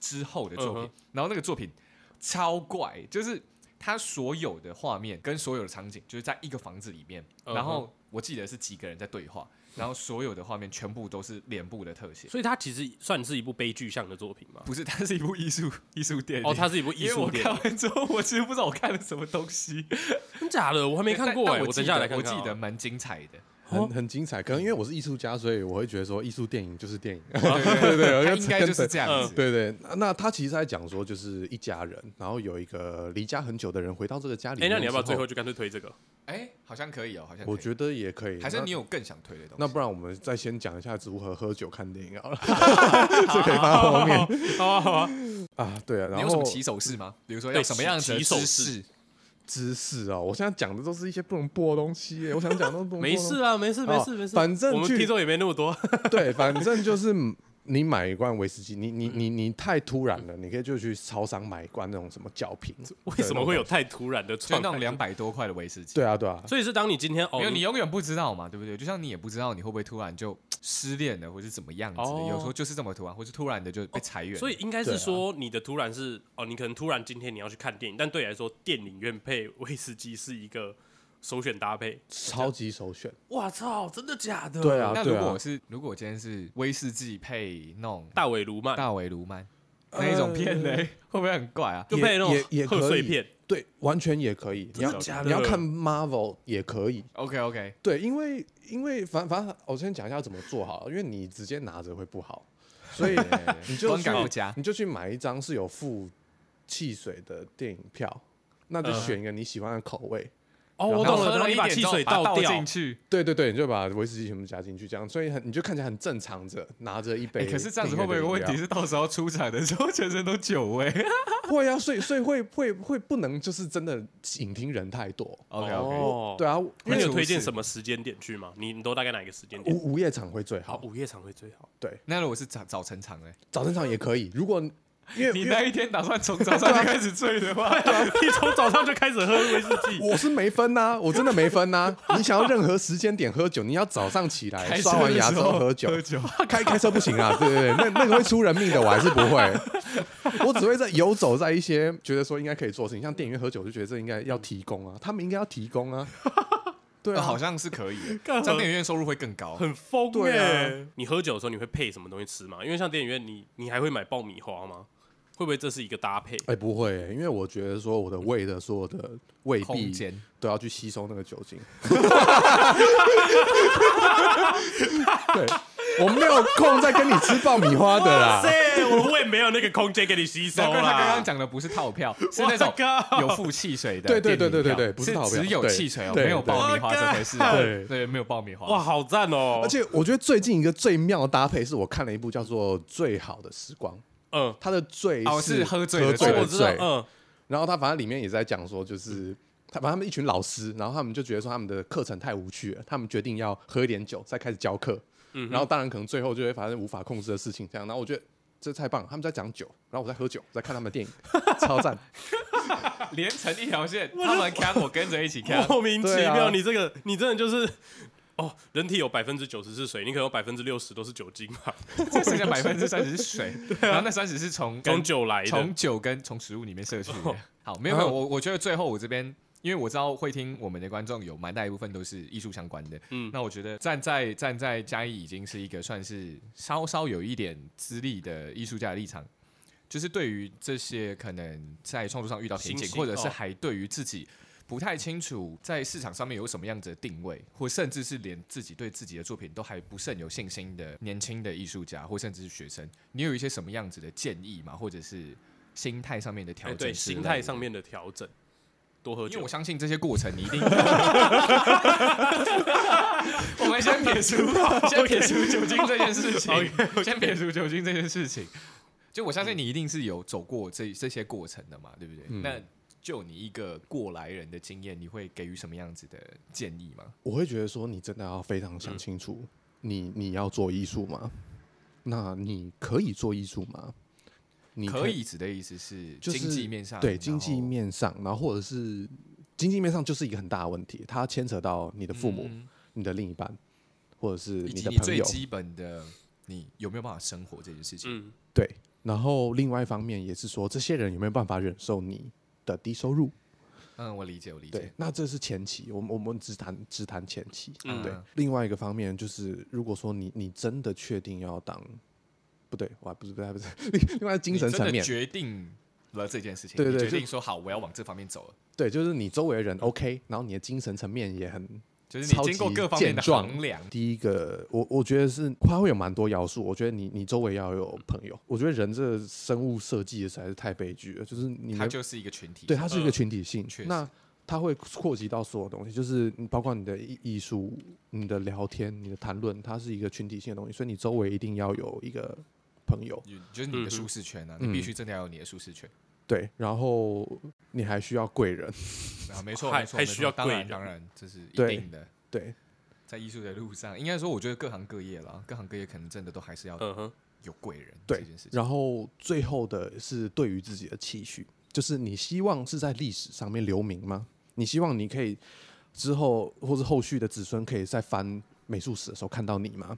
[SPEAKER 1] 之后的作品，
[SPEAKER 2] 嗯嗯哼
[SPEAKER 1] 然后那个作品超怪，就是他所有的画面跟所有的场景，就是在一个房子里面，
[SPEAKER 2] 嗯哼
[SPEAKER 1] 然后我记得是几个人在对话。然后所有的画面全部都是脸部的特写，
[SPEAKER 2] 所以它其实算是一部悲剧向的作品嘛。
[SPEAKER 1] 不是，它是一部艺术艺术电影。
[SPEAKER 2] 哦，它是一部
[SPEAKER 1] 因
[SPEAKER 2] 艺
[SPEAKER 1] 为
[SPEAKER 2] 术
[SPEAKER 1] 我
[SPEAKER 2] 电
[SPEAKER 1] 看
[SPEAKER 2] 影，
[SPEAKER 1] 完之后，我其实不知道我看了什么东西。
[SPEAKER 2] 真假的？我 <laughs> 还没看过
[SPEAKER 1] 但
[SPEAKER 2] 哎、
[SPEAKER 1] 但我
[SPEAKER 2] 等
[SPEAKER 1] 记
[SPEAKER 2] 一下
[SPEAKER 1] 得
[SPEAKER 2] 来看看啊。
[SPEAKER 1] 我记得蛮精彩的。
[SPEAKER 3] 很很精彩。可能因为我是艺术家，所以我会觉得说，艺术电影就是电影。
[SPEAKER 1] 对
[SPEAKER 3] 对
[SPEAKER 1] 它
[SPEAKER 3] 我就
[SPEAKER 1] 应该就是这样
[SPEAKER 2] 嗯
[SPEAKER 1] 子。
[SPEAKER 3] 对对，那那他其实在讲说，就是一家人，然后有一个离家很久的人回到这个家
[SPEAKER 2] 哎、
[SPEAKER 3] 里面之。
[SPEAKER 2] 那你要不要最后就干脆推这个？ <laughs>
[SPEAKER 1] 哎，好像可以哦，好像可以
[SPEAKER 3] 我觉得也可以，
[SPEAKER 1] 还是
[SPEAKER 3] 那
[SPEAKER 1] 你有更想推的东西。
[SPEAKER 3] 那不然我们再先讲一下如何喝酒看电影
[SPEAKER 1] <laughs>
[SPEAKER 3] 好了，这可以放到后面
[SPEAKER 2] 好啊好啊，
[SPEAKER 3] 啊。对啊，
[SPEAKER 1] 你
[SPEAKER 3] 然
[SPEAKER 1] 有什
[SPEAKER 3] 后
[SPEAKER 1] 么起手式吗？比如说
[SPEAKER 2] 对
[SPEAKER 1] 要什么样子的
[SPEAKER 2] 起手
[SPEAKER 1] 姿
[SPEAKER 2] 式
[SPEAKER 1] 势？
[SPEAKER 3] 知识啊，我现在讲的都是一些不能播的东西耶，我想讲都不能播的东
[SPEAKER 2] 没
[SPEAKER 3] 西。
[SPEAKER 2] 事啊，没事没事没事，
[SPEAKER 3] 哦反正
[SPEAKER 2] 我们
[SPEAKER 3] 去
[SPEAKER 2] 听众也没那么多。 <laughs>
[SPEAKER 3] 对，反正就是你买一罐威士忌，你你你你太突然了，你可以就去超商买一罐那种什么酒瓶。
[SPEAKER 2] 为什么会有太突然的
[SPEAKER 1] 就
[SPEAKER 2] 状
[SPEAKER 1] 那种
[SPEAKER 2] 态？
[SPEAKER 1] 两百多块的威士忌。
[SPEAKER 3] 对啊对啊，
[SPEAKER 2] 所以是当你今天哦
[SPEAKER 1] 没有，你永远不知道嘛，对不对？就像你也不知道你会不会突然就失恋了，或是怎么样子的。
[SPEAKER 2] 哦
[SPEAKER 1] 有时候就是这么突然，或是突然的就被裁员。
[SPEAKER 2] 所以应该是
[SPEAKER 3] 对啊
[SPEAKER 2] 说你的突然是哦，你可能突然今天你要去看电影，但对你来说，电影院配威士忌是一个首选搭配。
[SPEAKER 3] 超级首选。
[SPEAKER 2] 哇操，真的假的？
[SPEAKER 3] 对啊
[SPEAKER 1] 那如
[SPEAKER 3] 对
[SPEAKER 1] 果我是如果我今天是威士忌配那种
[SPEAKER 2] 大尾卢曼呃
[SPEAKER 1] 大尾卢曼，那一种片嘞，会不会很怪啊？
[SPEAKER 2] 就配那
[SPEAKER 3] 也也
[SPEAKER 2] 种
[SPEAKER 3] 也可以
[SPEAKER 2] 贺岁片，
[SPEAKER 3] 对，完全也可以。你
[SPEAKER 2] 真
[SPEAKER 3] 要
[SPEAKER 2] 的假的
[SPEAKER 3] 你要看 Marvel 也可以，
[SPEAKER 1] OK OK，
[SPEAKER 3] 对，因为因为反反正我先讲一下怎么做好了，因为你直接拿着会不好，所以你就
[SPEAKER 1] 观
[SPEAKER 3] 去
[SPEAKER 1] 感不佳
[SPEAKER 3] 你就去买一张是有附汽水的电影票，那就
[SPEAKER 2] 嗯
[SPEAKER 3] 选一个你喜欢的口味。
[SPEAKER 2] 哦，
[SPEAKER 1] 我
[SPEAKER 2] 我懂了，
[SPEAKER 1] 喝
[SPEAKER 2] 然后
[SPEAKER 1] 了
[SPEAKER 2] 你
[SPEAKER 1] 一
[SPEAKER 2] 把
[SPEAKER 1] 点
[SPEAKER 2] 汽
[SPEAKER 1] 之后
[SPEAKER 2] 水
[SPEAKER 1] 把它倒
[SPEAKER 2] 掉
[SPEAKER 1] 进，去。
[SPEAKER 3] 对对对，你就把威士忌全部加进去，这样，所以很你就看起来很正常着，拿着一
[SPEAKER 1] 哎、
[SPEAKER 3] 杯、
[SPEAKER 1] 可是这样子会不会有个问题？是，到时候出场的时候 <laughs> 全身都酒味
[SPEAKER 3] 会啊，所以所以会会会不能就是真的影厅人太多，
[SPEAKER 1] ？OK OK，
[SPEAKER 2] 哦
[SPEAKER 3] 对，啊，因
[SPEAKER 2] 那
[SPEAKER 3] 为
[SPEAKER 2] 你有
[SPEAKER 1] 除
[SPEAKER 2] 推荐
[SPEAKER 1] 此
[SPEAKER 2] 什么时间点去吗？你你都大概哪一个时间点？
[SPEAKER 3] 午午夜场会最
[SPEAKER 2] 好，
[SPEAKER 3] 好，
[SPEAKER 2] 午夜场会最好。 <laughs>
[SPEAKER 1] 那如果是早早晨场嘞，
[SPEAKER 3] 早晨场也可以，如果因为
[SPEAKER 1] 你
[SPEAKER 3] 因为
[SPEAKER 1] 那一天打算从
[SPEAKER 3] <laughs>
[SPEAKER 1] 早上就开始醉的话，
[SPEAKER 3] 啊
[SPEAKER 2] 你从早上就开始喝威士忌，
[SPEAKER 3] 我是没分呐、我真的没分呐、你想要任何时间点喝酒，你要早上起来
[SPEAKER 1] 开车
[SPEAKER 3] 刷完牙
[SPEAKER 1] 的
[SPEAKER 3] 之
[SPEAKER 1] 时
[SPEAKER 3] 后
[SPEAKER 1] 候
[SPEAKER 3] 喝酒，
[SPEAKER 1] 喝酒
[SPEAKER 3] <laughs> 开开车不行啊，对对对，那那个会出人命的，我还是不会。我只会在游走在一些觉得说应该可以做的事情，像电影院喝酒，我就觉得这应该要提供啊，他们应该要提供啊。
[SPEAKER 1] <laughs>
[SPEAKER 3] 对啊，
[SPEAKER 1] 哦好像是可以
[SPEAKER 3] <laughs>
[SPEAKER 1] 的，
[SPEAKER 2] 干
[SPEAKER 1] 这样电影院收入会更高。
[SPEAKER 2] 很疯
[SPEAKER 3] 对啊
[SPEAKER 2] 欸你喝酒的时候你会配什么东西吃吗？因为像电影院你，你还会买爆米花吗？会不会这是一个搭配？
[SPEAKER 3] 哎、不会、因为我觉得说我的胃的所有的胃
[SPEAKER 1] 空
[SPEAKER 3] 壁
[SPEAKER 1] 间
[SPEAKER 3] 都要去吸收那个酒精。 <laughs> 对，我没有空再跟你吃爆米花的啦。
[SPEAKER 2] 塞，我的胃没有那个空间给你吸收
[SPEAKER 3] 啊
[SPEAKER 1] 难怪
[SPEAKER 2] 啦。
[SPEAKER 1] 他啊刚刚讲的不是套
[SPEAKER 3] <laughs>
[SPEAKER 1] 票，是那种有附汽水的
[SPEAKER 3] 对对
[SPEAKER 1] 电影
[SPEAKER 3] 对对
[SPEAKER 1] 票
[SPEAKER 3] 对对不是套票
[SPEAKER 1] 只有
[SPEAKER 3] 对
[SPEAKER 1] 汽水哦，
[SPEAKER 3] 对
[SPEAKER 1] 没有爆米花
[SPEAKER 2] 对
[SPEAKER 1] 这回事哦。
[SPEAKER 3] 对
[SPEAKER 1] 对，没有爆米花。
[SPEAKER 2] 哇，，好赞哦！
[SPEAKER 3] 而且我觉得最近一个最妙的搭配是我看了一部叫做《最好的时光》，
[SPEAKER 2] 嗯，
[SPEAKER 3] 它的“醉”
[SPEAKER 1] 哦是
[SPEAKER 3] 是
[SPEAKER 1] 喝醉的
[SPEAKER 3] 醉
[SPEAKER 1] 醉
[SPEAKER 2] 哦
[SPEAKER 3] 的
[SPEAKER 2] 我知道
[SPEAKER 3] 醉，，
[SPEAKER 2] 嗯，
[SPEAKER 3] 然后它反正里面也在讲说，就是他反正他们一群老师，然后他们就觉得说他们的课程太无趣了，他们决定要喝一点酒再开始教课，
[SPEAKER 1] 嗯
[SPEAKER 3] 然后当然可能最后就会发生无法控制的事情，这样，然后我觉得。这太棒！了，他们在讲酒，然后我在喝酒，在看他们的
[SPEAKER 1] <laughs>
[SPEAKER 3] 电影，超赞。
[SPEAKER 1] 连成一条线，他们看我跟着一起
[SPEAKER 3] <laughs>
[SPEAKER 1] 看。
[SPEAKER 2] 莫名其
[SPEAKER 3] 对
[SPEAKER 2] 妙，
[SPEAKER 3] 啊
[SPEAKER 2] 你这个你真的就是。哦，人体有百分之九十是水，你可能有百分之六十都是酒精吧，
[SPEAKER 1] 这剩下百分之三十是
[SPEAKER 3] <laughs>
[SPEAKER 1] 水，
[SPEAKER 3] 啊
[SPEAKER 1] 然后那三十是从跟
[SPEAKER 2] 从酒来的哦嗯
[SPEAKER 1] 从。酒跟从食物里面摄取的。好，没有没有，我我觉得最后我这边。因为我知道会听我们的观众有蛮大一部分都是艺术相关的，嗯
[SPEAKER 2] 嗯，
[SPEAKER 1] 那我觉得站在站在嘉义已经是一个算是稍稍有一点资历的艺术家的立场，就是对于这些可能在创作上遇到瓶
[SPEAKER 2] 新
[SPEAKER 1] 颈，
[SPEAKER 2] 兴
[SPEAKER 1] 或者是
[SPEAKER 2] 哦
[SPEAKER 1] 还对于自己不太清楚在市场上面有什么样子的定位，或甚至是连自己对自己的作品都还不甚有信心的年轻的艺术家，或甚至是学生，你有一些什么样子的建议吗？或者是心态上面的调
[SPEAKER 2] 哎，
[SPEAKER 1] 整、
[SPEAKER 2] 对，心态上，面的调整，多喝
[SPEAKER 1] 因为
[SPEAKER 2] 酒
[SPEAKER 1] 我。相信这些过程你一
[SPEAKER 3] <laughs>
[SPEAKER 1] 定。我们先撇除， <laughs> 先撇除酒精这件事
[SPEAKER 3] <laughs>
[SPEAKER 1] 情
[SPEAKER 2] OK，OK
[SPEAKER 1] 先撇除酒精这件事情。就我相信你一定是有走过这这些过程的嘛，对不对？
[SPEAKER 3] 嗯
[SPEAKER 1] 那就你一个过来人的经验，你会给予什么样子的建议吗？
[SPEAKER 3] 我会觉得说，你真的要非常想清楚，你你要做艺术吗？那你可以做艺术吗？你
[SPEAKER 1] 可以指的意思是
[SPEAKER 3] 就是
[SPEAKER 1] 经济面上，
[SPEAKER 3] 对
[SPEAKER 1] 然后
[SPEAKER 3] 经济面上，然后或者是经济面上就是一个很大的问题，它牵扯到你的父母、
[SPEAKER 1] 嗯
[SPEAKER 3] 你的另一半，或者是
[SPEAKER 1] 以及
[SPEAKER 3] 的
[SPEAKER 1] 你
[SPEAKER 3] 朋
[SPEAKER 1] 最
[SPEAKER 3] 友。
[SPEAKER 1] 基本的你有没有办法生活这件事情。
[SPEAKER 2] 嗯，
[SPEAKER 3] 对，然后另外一方面也是说，这些人有没有办法忍受你的低收入？
[SPEAKER 1] 嗯，我理解，我理
[SPEAKER 3] 对
[SPEAKER 1] 解，。
[SPEAKER 3] 那这是前期，我们我们只谈只谈前期。
[SPEAKER 2] 嗯
[SPEAKER 3] 对
[SPEAKER 1] 嗯，
[SPEAKER 3] 另外一个方面就是，如果说你你真的确定要当，不对，我还不是不是不是， <laughs> 另外精神
[SPEAKER 1] 你真
[SPEAKER 3] 层
[SPEAKER 1] 的
[SPEAKER 3] 面，
[SPEAKER 1] 决定了这件事情，
[SPEAKER 3] 对对
[SPEAKER 1] 你
[SPEAKER 3] 对
[SPEAKER 1] 决
[SPEAKER 3] 就
[SPEAKER 1] 定说好，我要往这方面走了，
[SPEAKER 3] 对，就是你周围的人 OK，然后你的精神层面也很
[SPEAKER 1] 就是你经过各方面的
[SPEAKER 3] 超级健壮
[SPEAKER 1] 衡量，
[SPEAKER 3] 第一个，我我觉得是它会有蛮多要素。我觉得你你周围要有朋友。我觉得人这生物设计实在是太悲剧了，就是你
[SPEAKER 1] 它
[SPEAKER 3] 们
[SPEAKER 1] 就是一个群体。
[SPEAKER 3] 对它是一个
[SPEAKER 2] 嗯
[SPEAKER 3] 群体性，
[SPEAKER 1] 确实
[SPEAKER 3] 那它会扩及到所有东西，就是你包括你的艺艺术、你的聊天、你的谈论，它是一个群体性的东西，所以你周围一定要有一个朋友。
[SPEAKER 1] 你就是
[SPEAKER 2] 嗯
[SPEAKER 1] 你的舒适圈啊，
[SPEAKER 3] 嗯
[SPEAKER 1] 你必须真的要有你的舒适圈
[SPEAKER 3] 对，然后你还需要贵人。
[SPEAKER 1] 啊，没错，
[SPEAKER 2] 还
[SPEAKER 1] 没错，
[SPEAKER 2] 还
[SPEAKER 1] 没错
[SPEAKER 2] 需要
[SPEAKER 1] 当
[SPEAKER 2] 贵
[SPEAKER 1] 然，
[SPEAKER 2] 人
[SPEAKER 1] 当然，这是一
[SPEAKER 3] 对
[SPEAKER 1] 定的。
[SPEAKER 3] 对，
[SPEAKER 1] 在艺术的路上，应该说，我觉得各行各业啦，各行各业可能真的都还是要
[SPEAKER 2] 嗯哼，
[SPEAKER 1] 有贵人这
[SPEAKER 3] 对
[SPEAKER 1] 件事情。
[SPEAKER 3] 然后最后的是对于自己的期许，就是你希望是在历史上面留名吗？你希望你可以之后或是后续的子孙可以在翻美术史的时候看到你吗？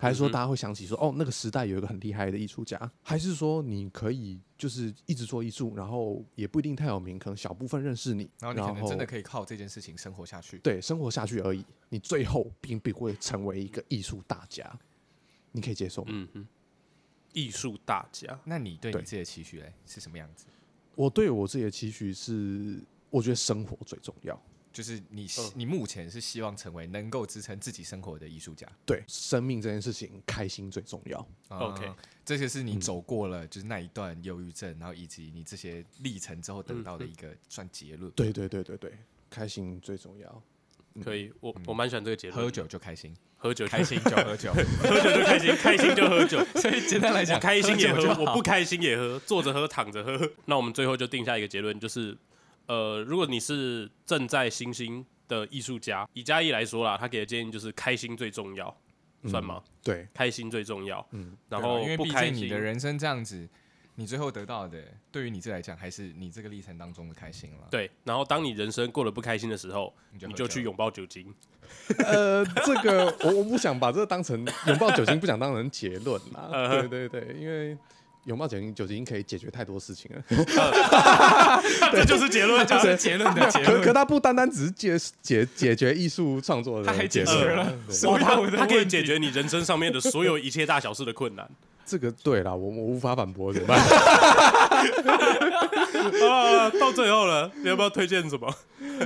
[SPEAKER 3] 还是说
[SPEAKER 2] 嗯哼
[SPEAKER 3] 大家会想起说，哦，那个时代有一个很厉害的艺术家？还是说你可以就是一直做艺术，然后也不一定太有名，可能小部分认识你，
[SPEAKER 1] 然后你可能真的可以靠这件事情生活下去。
[SPEAKER 3] 对生活下去而已。你最后并不会成为一个艺术大家，你可以接受吗？
[SPEAKER 2] 嗯哼，艺术大家。
[SPEAKER 1] 那你对你
[SPEAKER 3] 对
[SPEAKER 1] 自己的期许嘞是什么样子？
[SPEAKER 3] 我对我自己的期许是，我觉得生活最重要。
[SPEAKER 1] 就是你希、
[SPEAKER 2] 嗯
[SPEAKER 1] 你目前是希望成为能够支撑自己生活的艺术家。
[SPEAKER 3] 对，生命这件事情，开心最重要。
[SPEAKER 1] 啊
[SPEAKER 2] OK
[SPEAKER 1] 这就是你走过了，就是那一段忧郁症，然后以及你这些历程之后得到的一个算结论。
[SPEAKER 3] 对对对对对，开心最重要。
[SPEAKER 2] 可以，我我蛮喜欢这个结
[SPEAKER 1] 嗯
[SPEAKER 2] 论，
[SPEAKER 1] 喝酒就开
[SPEAKER 2] <laughs>
[SPEAKER 1] 心，
[SPEAKER 2] 喝酒
[SPEAKER 1] 开心就喝酒。
[SPEAKER 2] 喝酒就开心，开心就喝酒。
[SPEAKER 1] <laughs> 所以简单来讲，
[SPEAKER 2] 我开心也
[SPEAKER 1] 啊喝
[SPEAKER 2] 喝
[SPEAKER 1] 酒就，好
[SPEAKER 2] 我不开心也喝，坐着喝，躺着喝。那我们最后就定下一个结论，就是呃，如果你是正在新兴的艺术家，以嘉义来说啦，他给的建议就是开心最重要，算吗？
[SPEAKER 3] 对，
[SPEAKER 2] 开心最重要，嗯， <laughs>
[SPEAKER 1] 嗯对
[SPEAKER 2] 然
[SPEAKER 1] 啊
[SPEAKER 2] 后
[SPEAKER 1] 因为
[SPEAKER 2] 不
[SPEAKER 1] 毕
[SPEAKER 2] 开
[SPEAKER 1] 竟
[SPEAKER 2] 心
[SPEAKER 1] 你的人生这样子，你最后得到的，对于你自己来讲，还是你这个历程当中的开心了。
[SPEAKER 2] 对，然后当你人生过得不开心的时候，
[SPEAKER 1] 你就
[SPEAKER 2] 你
[SPEAKER 1] 喝
[SPEAKER 2] 就
[SPEAKER 1] 酒
[SPEAKER 2] 去拥抱酒精。
[SPEAKER 3] <laughs> 呃，这个我我不想把这个当成拥抱酒精，不想当成结论啦。
[SPEAKER 2] 呃
[SPEAKER 3] 对对对，因为拥抱酒精，酒精可以解决太多事情了。
[SPEAKER 2] 这就是结论，啊
[SPEAKER 1] <laughs> 这
[SPEAKER 2] 就是
[SPEAKER 1] 是结论的结
[SPEAKER 3] 可可
[SPEAKER 1] 论。
[SPEAKER 3] 它不单单只是解解解决艺术创作
[SPEAKER 1] 它还
[SPEAKER 3] 的
[SPEAKER 1] 解
[SPEAKER 3] 结
[SPEAKER 1] 决
[SPEAKER 2] 呃
[SPEAKER 3] 论
[SPEAKER 1] 了
[SPEAKER 3] 啊，对
[SPEAKER 1] 所有的
[SPEAKER 2] 它可以
[SPEAKER 1] 问题
[SPEAKER 2] 解决你人生上面的所有一切大小事的
[SPEAKER 1] <laughs>
[SPEAKER 2] 困难。
[SPEAKER 3] 这个对啦，我我无法反驳，怎么办？ <laughs>
[SPEAKER 2] 啊，到最后了，你要不要推荐什么？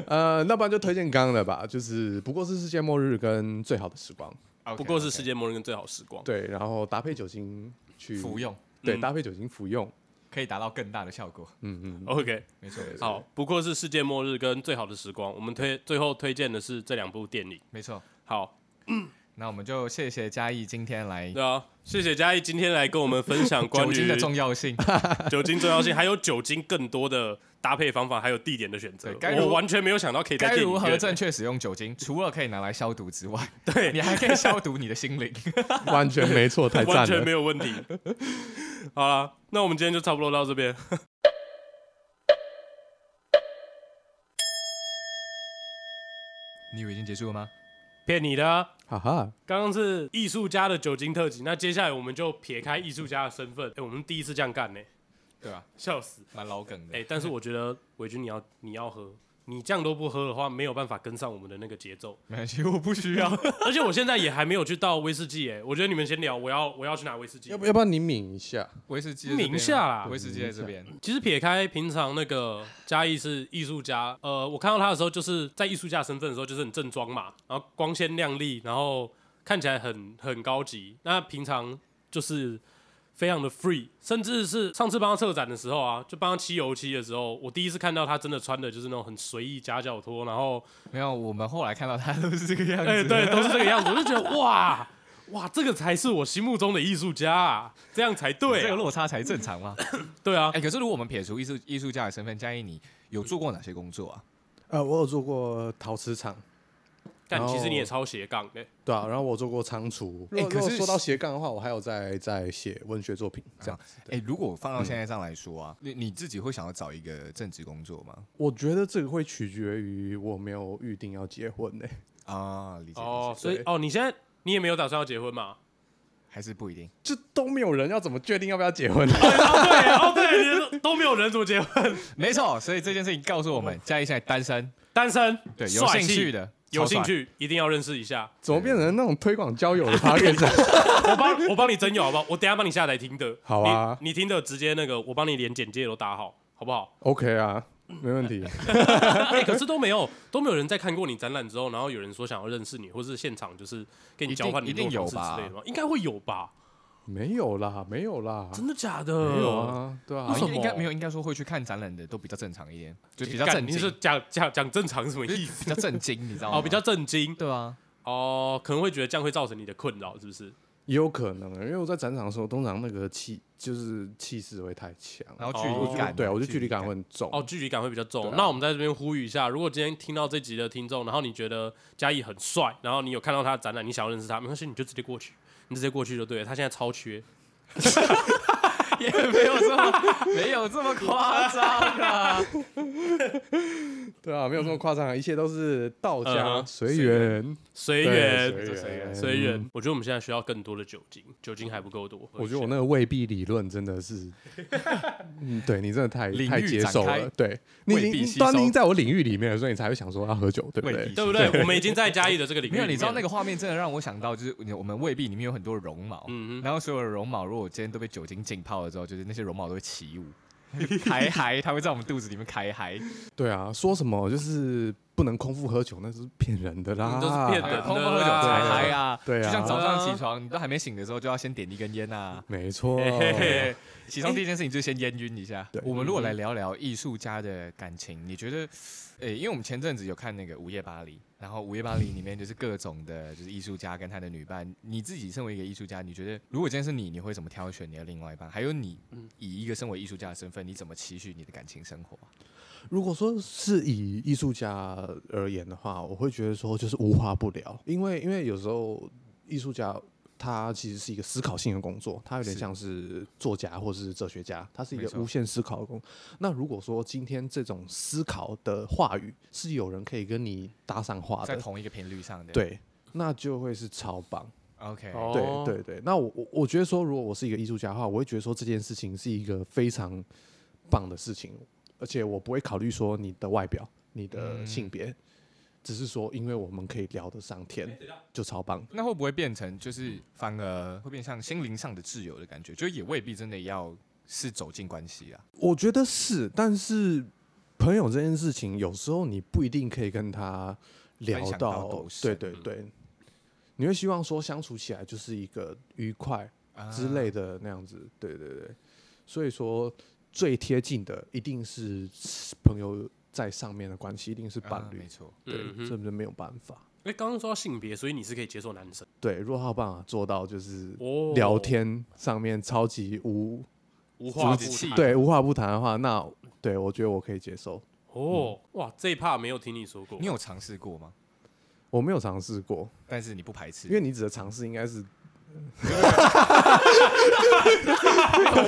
[SPEAKER 3] 呃，那不然就推荐刚刚的吧，就是不过是世界末日跟最好的时光，
[SPEAKER 1] OK，
[SPEAKER 2] 不过是
[SPEAKER 1] OK
[SPEAKER 2] 世界末日跟最好时光。
[SPEAKER 3] 对，然后搭配酒精去
[SPEAKER 1] 服，用
[SPEAKER 3] 对，
[SPEAKER 2] 嗯
[SPEAKER 3] 搭配酒精服用，
[SPEAKER 1] 可以达到更大的效果。
[SPEAKER 3] 嗯嗯，
[SPEAKER 2] OK，
[SPEAKER 1] 没错，没错
[SPEAKER 2] 好，不过是世界末日跟最好的时光，我们推最后推荐的是这两部电影。
[SPEAKER 1] 没错。
[SPEAKER 2] 好，
[SPEAKER 1] 那我们就谢谢嘉义今天来
[SPEAKER 2] 对啊，谢谢嘉义今天来跟我们分享关
[SPEAKER 1] 嗯 <laughs> 酒
[SPEAKER 2] 于
[SPEAKER 1] 精的重要性。
[SPEAKER 2] <laughs> 酒精重要性，还有酒精更多的搭配方法，还有地点的选择
[SPEAKER 1] 对该。如
[SPEAKER 2] 我完全没有想到可以在
[SPEAKER 1] 该
[SPEAKER 2] 电影
[SPEAKER 1] 如何
[SPEAKER 2] 院
[SPEAKER 1] 正确使用酒精？除了可以拿来消毒之外，
[SPEAKER 2] <laughs> 对
[SPEAKER 1] 你还可以消毒你的心灵。
[SPEAKER 3] 完全没
[SPEAKER 2] <laughs>
[SPEAKER 3] 错，太
[SPEAKER 2] 完
[SPEAKER 3] 赞
[SPEAKER 2] 全
[SPEAKER 3] 了
[SPEAKER 2] 没。有问题。 <laughs> 好了，那我们今天就差不多到这边。
[SPEAKER 1] <laughs> 你以为已经结束了吗？
[SPEAKER 2] 骗你的啊、
[SPEAKER 3] 哈哈，
[SPEAKER 2] 刚刚是艺术家的酒精特辑，那接下来我们就撇开艺术家的身份，哎、我们第一次这样干呢、
[SPEAKER 1] 对啊，
[SPEAKER 2] 笑死！
[SPEAKER 1] 蛮老梗的。
[SPEAKER 2] 哎、但是我觉得伟君你要你要喝，你这样都不喝的话，没有办法跟上我们的那个节奏。 <laughs>
[SPEAKER 1] 没关系，我不需要。
[SPEAKER 2] 而且我现在也还没有去倒威士忌、哎，我觉得你们先聊，我要我要去拿威士忌。
[SPEAKER 3] 要不要不要你抿一下？
[SPEAKER 1] 威士忌在这边啊
[SPEAKER 2] 抿下啦
[SPEAKER 1] 威士忌在这边。
[SPEAKER 2] 其实撇开平常那个嘉义是艺术家，呃，我看到他的时候，就是在艺术家身份的时候，就是很正装嘛，然后光鲜亮丽，然后看起来很很高级。那平常就是非常的 free，甚至是上次帮他策展的时候啊，就帮他漆油漆的时候，我第一次看到他真的穿的就是那种很随意夹脚拖，然后
[SPEAKER 1] 没有，我们后来看到他都是这个样子。
[SPEAKER 2] 哎、对，都是这个样子，我就觉得哇哇，这个才是我心目中的艺术家、啊，这样才对
[SPEAKER 1] <laughs> 这个
[SPEAKER 2] 啊、
[SPEAKER 1] 落差才正常嘛。
[SPEAKER 2] 对啊
[SPEAKER 1] 哎、，可是如果我们撇除艺术艺术家的身份，嘉义你有做过哪些工作啊？
[SPEAKER 3] 呃，我有做过陶瓷厂，
[SPEAKER 2] 但其实
[SPEAKER 3] 然后
[SPEAKER 2] 你也超斜杠的、
[SPEAKER 3] 对啊，然后我有做过仓储。
[SPEAKER 1] 哎
[SPEAKER 3] 哎，
[SPEAKER 1] 可
[SPEAKER 3] 可
[SPEAKER 1] 是
[SPEAKER 3] 是说啊到斜杠的话，我还有在在写文学作品这样。
[SPEAKER 1] 哎、如果放到现在上来说啊，你你自己会想要找一个正职工作吗？
[SPEAKER 3] 我觉得这个会取决于我没有预定要结婚呢。
[SPEAKER 1] 啊，理解，
[SPEAKER 2] 哦，所以
[SPEAKER 3] 对
[SPEAKER 2] 哦，你现在你也没有打算要结婚嘛？
[SPEAKER 1] 还是不一定。
[SPEAKER 3] 就都没有人要怎么确定要不要结婚？
[SPEAKER 2] 哦对哦对，你都没有人怎么结婚？
[SPEAKER 1] 没错，所以这件事情告诉我
[SPEAKER 2] 哦
[SPEAKER 1] 们，嘉义现在单身，
[SPEAKER 2] 单身，
[SPEAKER 1] 对，有
[SPEAKER 2] 帅
[SPEAKER 1] 兴
[SPEAKER 2] 气
[SPEAKER 1] 趣，的，
[SPEAKER 2] 有
[SPEAKER 1] 超帅
[SPEAKER 2] 兴。趣一定要认识一下。
[SPEAKER 3] <laughs> 怎么变成那种推广交友的 p o d c
[SPEAKER 2] <laughs>
[SPEAKER 3] a s
[SPEAKER 2] 我帮我帮你征友好不好？我等一下帮你下载听的。
[SPEAKER 3] 好啊
[SPEAKER 2] 你你听的直接那个，我帮你连简介都打好，好不好？
[SPEAKER 3] o k 啊，没问题。
[SPEAKER 2] <laughs> 哎，可是都没有都没有人在看过你展览之后，然后有人说想要认识你，或是现场就是跟你交换
[SPEAKER 1] 一定
[SPEAKER 2] 联络
[SPEAKER 1] 一定有
[SPEAKER 2] 方式
[SPEAKER 1] 吧
[SPEAKER 2] 之类的吗？应该会有吧？
[SPEAKER 3] 没有啦，没有啦，
[SPEAKER 2] 真的假的？哦
[SPEAKER 3] 没有，啊，对啊
[SPEAKER 2] 为
[SPEAKER 1] 啊，
[SPEAKER 2] 什么
[SPEAKER 1] 应应该没有，应该说会去看展览的都比较正常一点，就比较
[SPEAKER 2] 干
[SPEAKER 1] 震
[SPEAKER 2] 你
[SPEAKER 1] 惊，
[SPEAKER 2] 是讲讲讲正常是什么
[SPEAKER 1] 就是 <laughs>
[SPEAKER 2] 意思？
[SPEAKER 1] 比较震惊，你知道吗？
[SPEAKER 2] 哦，比较震惊
[SPEAKER 1] <laughs> 对啊，
[SPEAKER 2] 哦，可能会觉得这样会造成你的困扰，是不是？
[SPEAKER 3] 也有可能，因为我在展场的时候，通常那个气就是气势会太强，
[SPEAKER 1] 然后距离
[SPEAKER 2] 哦
[SPEAKER 1] 感，
[SPEAKER 3] 对啊，我觉得距离感会很重。
[SPEAKER 2] 哦，距离感会比较重。
[SPEAKER 3] 对啊
[SPEAKER 2] 那我们在这边呼吁一下，如果今天听到这集的听众，然后你觉得嘉义很帅，然后你有看到他的展览，你想要认识他，没关系，你就直接过去，你直接过去就对了。他现在超缺，
[SPEAKER 1] 也 <laughs> 没有这么没有这么夸张啊。
[SPEAKER 3] 对啊，没有这么夸张啊，一切都是道
[SPEAKER 2] 嗯
[SPEAKER 3] 家
[SPEAKER 2] 哼
[SPEAKER 3] 随缘，
[SPEAKER 2] 随
[SPEAKER 3] 对
[SPEAKER 2] 缘。
[SPEAKER 3] 随缘，嗯
[SPEAKER 2] 随缘，我觉得我们现在需要更多的酒精，酒精还不够多。
[SPEAKER 3] 我觉得我那个未必理论真的是，嗯，对你真的太
[SPEAKER 1] 领域
[SPEAKER 3] 太接受
[SPEAKER 1] 展开
[SPEAKER 3] 了，对你已
[SPEAKER 1] 未必
[SPEAKER 3] 经
[SPEAKER 1] 吸
[SPEAKER 3] 当
[SPEAKER 1] 收
[SPEAKER 3] 你已经在我领域里面了，所以你才会想说要喝酒，对不
[SPEAKER 1] 未
[SPEAKER 3] <laughs> 对
[SPEAKER 1] 必？
[SPEAKER 2] 对不对？我们已经在嘉义的这个领
[SPEAKER 1] <laughs>
[SPEAKER 2] 域
[SPEAKER 1] 没
[SPEAKER 2] 里
[SPEAKER 1] 有，
[SPEAKER 2] 面了，
[SPEAKER 1] 你知道那个画面真的让我想到，就是我们胃壁里面有很多绒毛，
[SPEAKER 2] 嗯
[SPEAKER 1] <laughs> 然后所有的绒毛如果今天都被酒精浸泡了之后，就是那些绒毛都会起舞，开嗨，它会在我们肚子里面开嗨，
[SPEAKER 3] 对啊，说什么就是不能空腹喝酒，那是骗人的啦，
[SPEAKER 2] 都是骗人
[SPEAKER 1] 对
[SPEAKER 2] 的
[SPEAKER 1] 空腹喝酒才嗨啊，
[SPEAKER 3] 对啊
[SPEAKER 1] 就像早上起床你都还没醒的时候就要先点一根烟啊。
[SPEAKER 3] 没错，
[SPEAKER 2] 嘿嘿嘿
[SPEAKER 1] 起床第一件事情就是先烟晕一下。
[SPEAKER 3] 对嗯
[SPEAKER 1] 我们如果来聊聊艺术家的感情，你觉得，诶、因为我们前阵子有看那个《午夜巴黎》，然后《午夜巴黎》里面就是各种的，就是艺术家跟他的女伴。你自己身为一个艺术家，你觉得如果今天是你，你会怎么挑选你的另外一半？还有你
[SPEAKER 3] 嗯
[SPEAKER 1] 以一个身为艺术家的身份，你怎么期许你的感情生活啊？
[SPEAKER 3] 如果说是以艺术家而言的话，我会觉得说就是无话不聊，因为因为有时候艺术家他其实是一个思考性的工作，他有点
[SPEAKER 1] 是
[SPEAKER 3] 像是作家或是哲学家，他是一
[SPEAKER 1] 没
[SPEAKER 3] 个
[SPEAKER 1] 错
[SPEAKER 3] 无限思考的工。那如果说今天这种思考的话语是有人可以跟你搭上话
[SPEAKER 1] 在
[SPEAKER 3] 的，
[SPEAKER 1] 同一个频率上的。
[SPEAKER 3] 对，那就会是超棒。
[SPEAKER 1] ，OK，、
[SPEAKER 2] 哦
[SPEAKER 3] 对对对，那我我我觉得说，如果我是一个艺术家的话，我会觉得说这件事情是一个非常棒的事情，而且我不会考虑说你的外表、你的性别，只是说因为我们可以聊得上天，就超棒。
[SPEAKER 1] 那会不会变成
[SPEAKER 3] 嗯
[SPEAKER 1] 就是反而会变像心灵上的挚友的感觉？就也未必真的要是走进关系啊。
[SPEAKER 3] 我觉得是，但是朋友这件事情，有时候你不一定可以跟他聊
[SPEAKER 1] 分享
[SPEAKER 3] 到，
[SPEAKER 1] 到多
[SPEAKER 3] 对
[SPEAKER 1] 深
[SPEAKER 3] 对对，你会希望说相处起来就是一个愉快
[SPEAKER 1] 啊
[SPEAKER 3] 之类的那样子，对对对，所以说最贴近的一定是朋友在上面的关系，一定是伴
[SPEAKER 1] 啊
[SPEAKER 3] 侣，
[SPEAKER 1] 没错。
[SPEAKER 3] 对，
[SPEAKER 2] 嗯哼
[SPEAKER 3] 这这没有办法。
[SPEAKER 2] 哎，刚刚说到性别，所以你是可以接受男生
[SPEAKER 3] 对，若浩办法做到就是
[SPEAKER 2] 哦
[SPEAKER 3] 聊天上面超级无、
[SPEAKER 2] 无话不
[SPEAKER 1] 阻止器
[SPEAKER 2] 谈。
[SPEAKER 3] 对无话不谈嗯的话，那对我觉得我可以接受。
[SPEAKER 2] 哦，哇，这一趴没有听你说过。
[SPEAKER 1] 你有尝试过吗？
[SPEAKER 3] 我没有尝试过，
[SPEAKER 1] 但是你不排斥， <laughs>
[SPEAKER 3] 因为你指的尝试应
[SPEAKER 2] <laughs>
[SPEAKER 3] 该是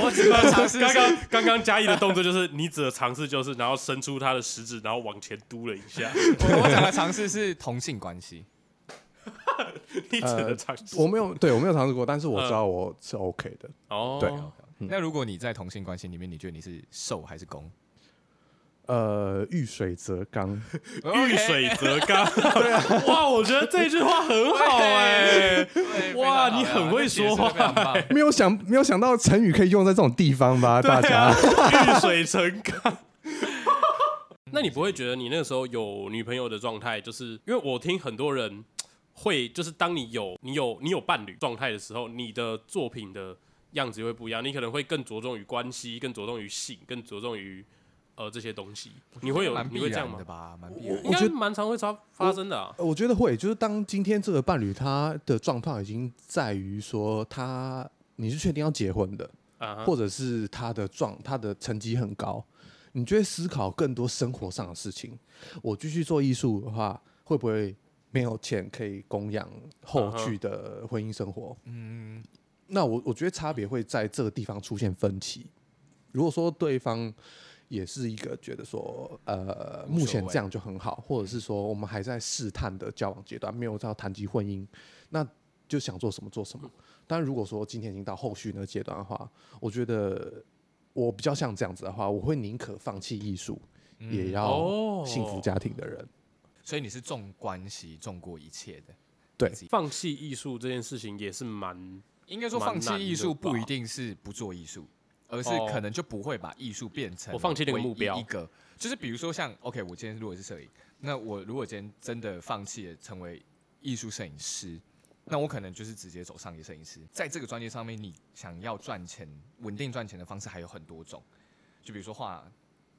[SPEAKER 1] 我只能尝试
[SPEAKER 2] <laughs> 刚刚刚刚嘉义的动作就是你只的尝试就是，然后伸出他的食指，然后往前嘟了一下。
[SPEAKER 3] 呃
[SPEAKER 1] 我我讲的尝试是同性关系，
[SPEAKER 2] 你只的尝试，嗯
[SPEAKER 3] 呃我没有对我没有尝试过，但是我知道我是 OK 的。
[SPEAKER 2] 哦，
[SPEAKER 3] 对
[SPEAKER 1] 那如果你在同性关系里面，你觉得你是受还是攻？
[SPEAKER 3] 呃，遇水则刚，
[SPEAKER 2] 遇水则
[SPEAKER 3] <laughs>
[SPEAKER 2] 刚。
[SPEAKER 3] 啊
[SPEAKER 2] 哇，我觉得这句话很好哎。
[SPEAKER 1] 对
[SPEAKER 2] 哇你很会说话
[SPEAKER 1] <laughs>
[SPEAKER 3] 没有想没有想到成语可以用在这种地方
[SPEAKER 2] <laughs>
[SPEAKER 3] 吧？大
[SPEAKER 2] 对
[SPEAKER 3] 家、
[SPEAKER 2] 啊，遇水成钢。 <laughs> 那你不会觉得你那个时候有女朋友的状态，就是因为我听很多人会，就是当你有你有你有伴侣状态的时候，你的作品的样子就会不一样，你可能会更着重于关系，更着重于性，更着重于呃这些东西。你会有
[SPEAKER 1] 蛮
[SPEAKER 2] 你
[SPEAKER 1] 必
[SPEAKER 2] 会这样
[SPEAKER 1] 然
[SPEAKER 2] 吗
[SPEAKER 1] 的？吧？蛮必然
[SPEAKER 2] 应
[SPEAKER 1] 的。
[SPEAKER 2] 该蛮常会发发生的啊。
[SPEAKER 3] 呃我觉得会，就是当今天这个伴侣他的状况已经在于说他你是确定要结婚的，
[SPEAKER 2] 啊哈
[SPEAKER 3] 或者是他的状他的成绩很高，你就会思考更多生活上的事情。我继续做艺术的话，会不会没有钱可以供养后续的婚姻生活？嗯，那我我觉得差别会在这个地方出现分歧。如果说对方也是一个觉得说，呃，
[SPEAKER 1] 无所谓
[SPEAKER 3] 目前这样就很好，或者是说我们还在试探的交往阶段，没有到谈及婚姻，那就想做什么做什
[SPEAKER 1] 嗯
[SPEAKER 3] 么。但如果说今天已经到后续那个阶段的话，我觉得我比较像这样子的话，我会宁可放弃艺术，
[SPEAKER 1] 嗯
[SPEAKER 3] 也
[SPEAKER 2] 哦
[SPEAKER 3] 要幸福家庭的人。
[SPEAKER 1] 所以你是重关系重过一切的。
[SPEAKER 3] 对
[SPEAKER 2] 放弃艺术这件事情也是蛮
[SPEAKER 1] 应该说，放弃
[SPEAKER 2] 蛮难的
[SPEAKER 1] 艺术不
[SPEAKER 2] 吧
[SPEAKER 1] 一定是不做艺术，而是
[SPEAKER 2] 哦
[SPEAKER 1] 可能就不会把艺术变成
[SPEAKER 2] 我放弃那个
[SPEAKER 1] 唯
[SPEAKER 2] 目
[SPEAKER 1] 一
[SPEAKER 2] 标
[SPEAKER 1] 一个就是比如说像 OK，我今天如果是摄影，那我如果今天真的放弃了成为艺术摄影师，那我可能就是直接走商业摄影师。在这个专业上面，你想要赚钱、稳定赚钱的方式还有很多种，就比如说画。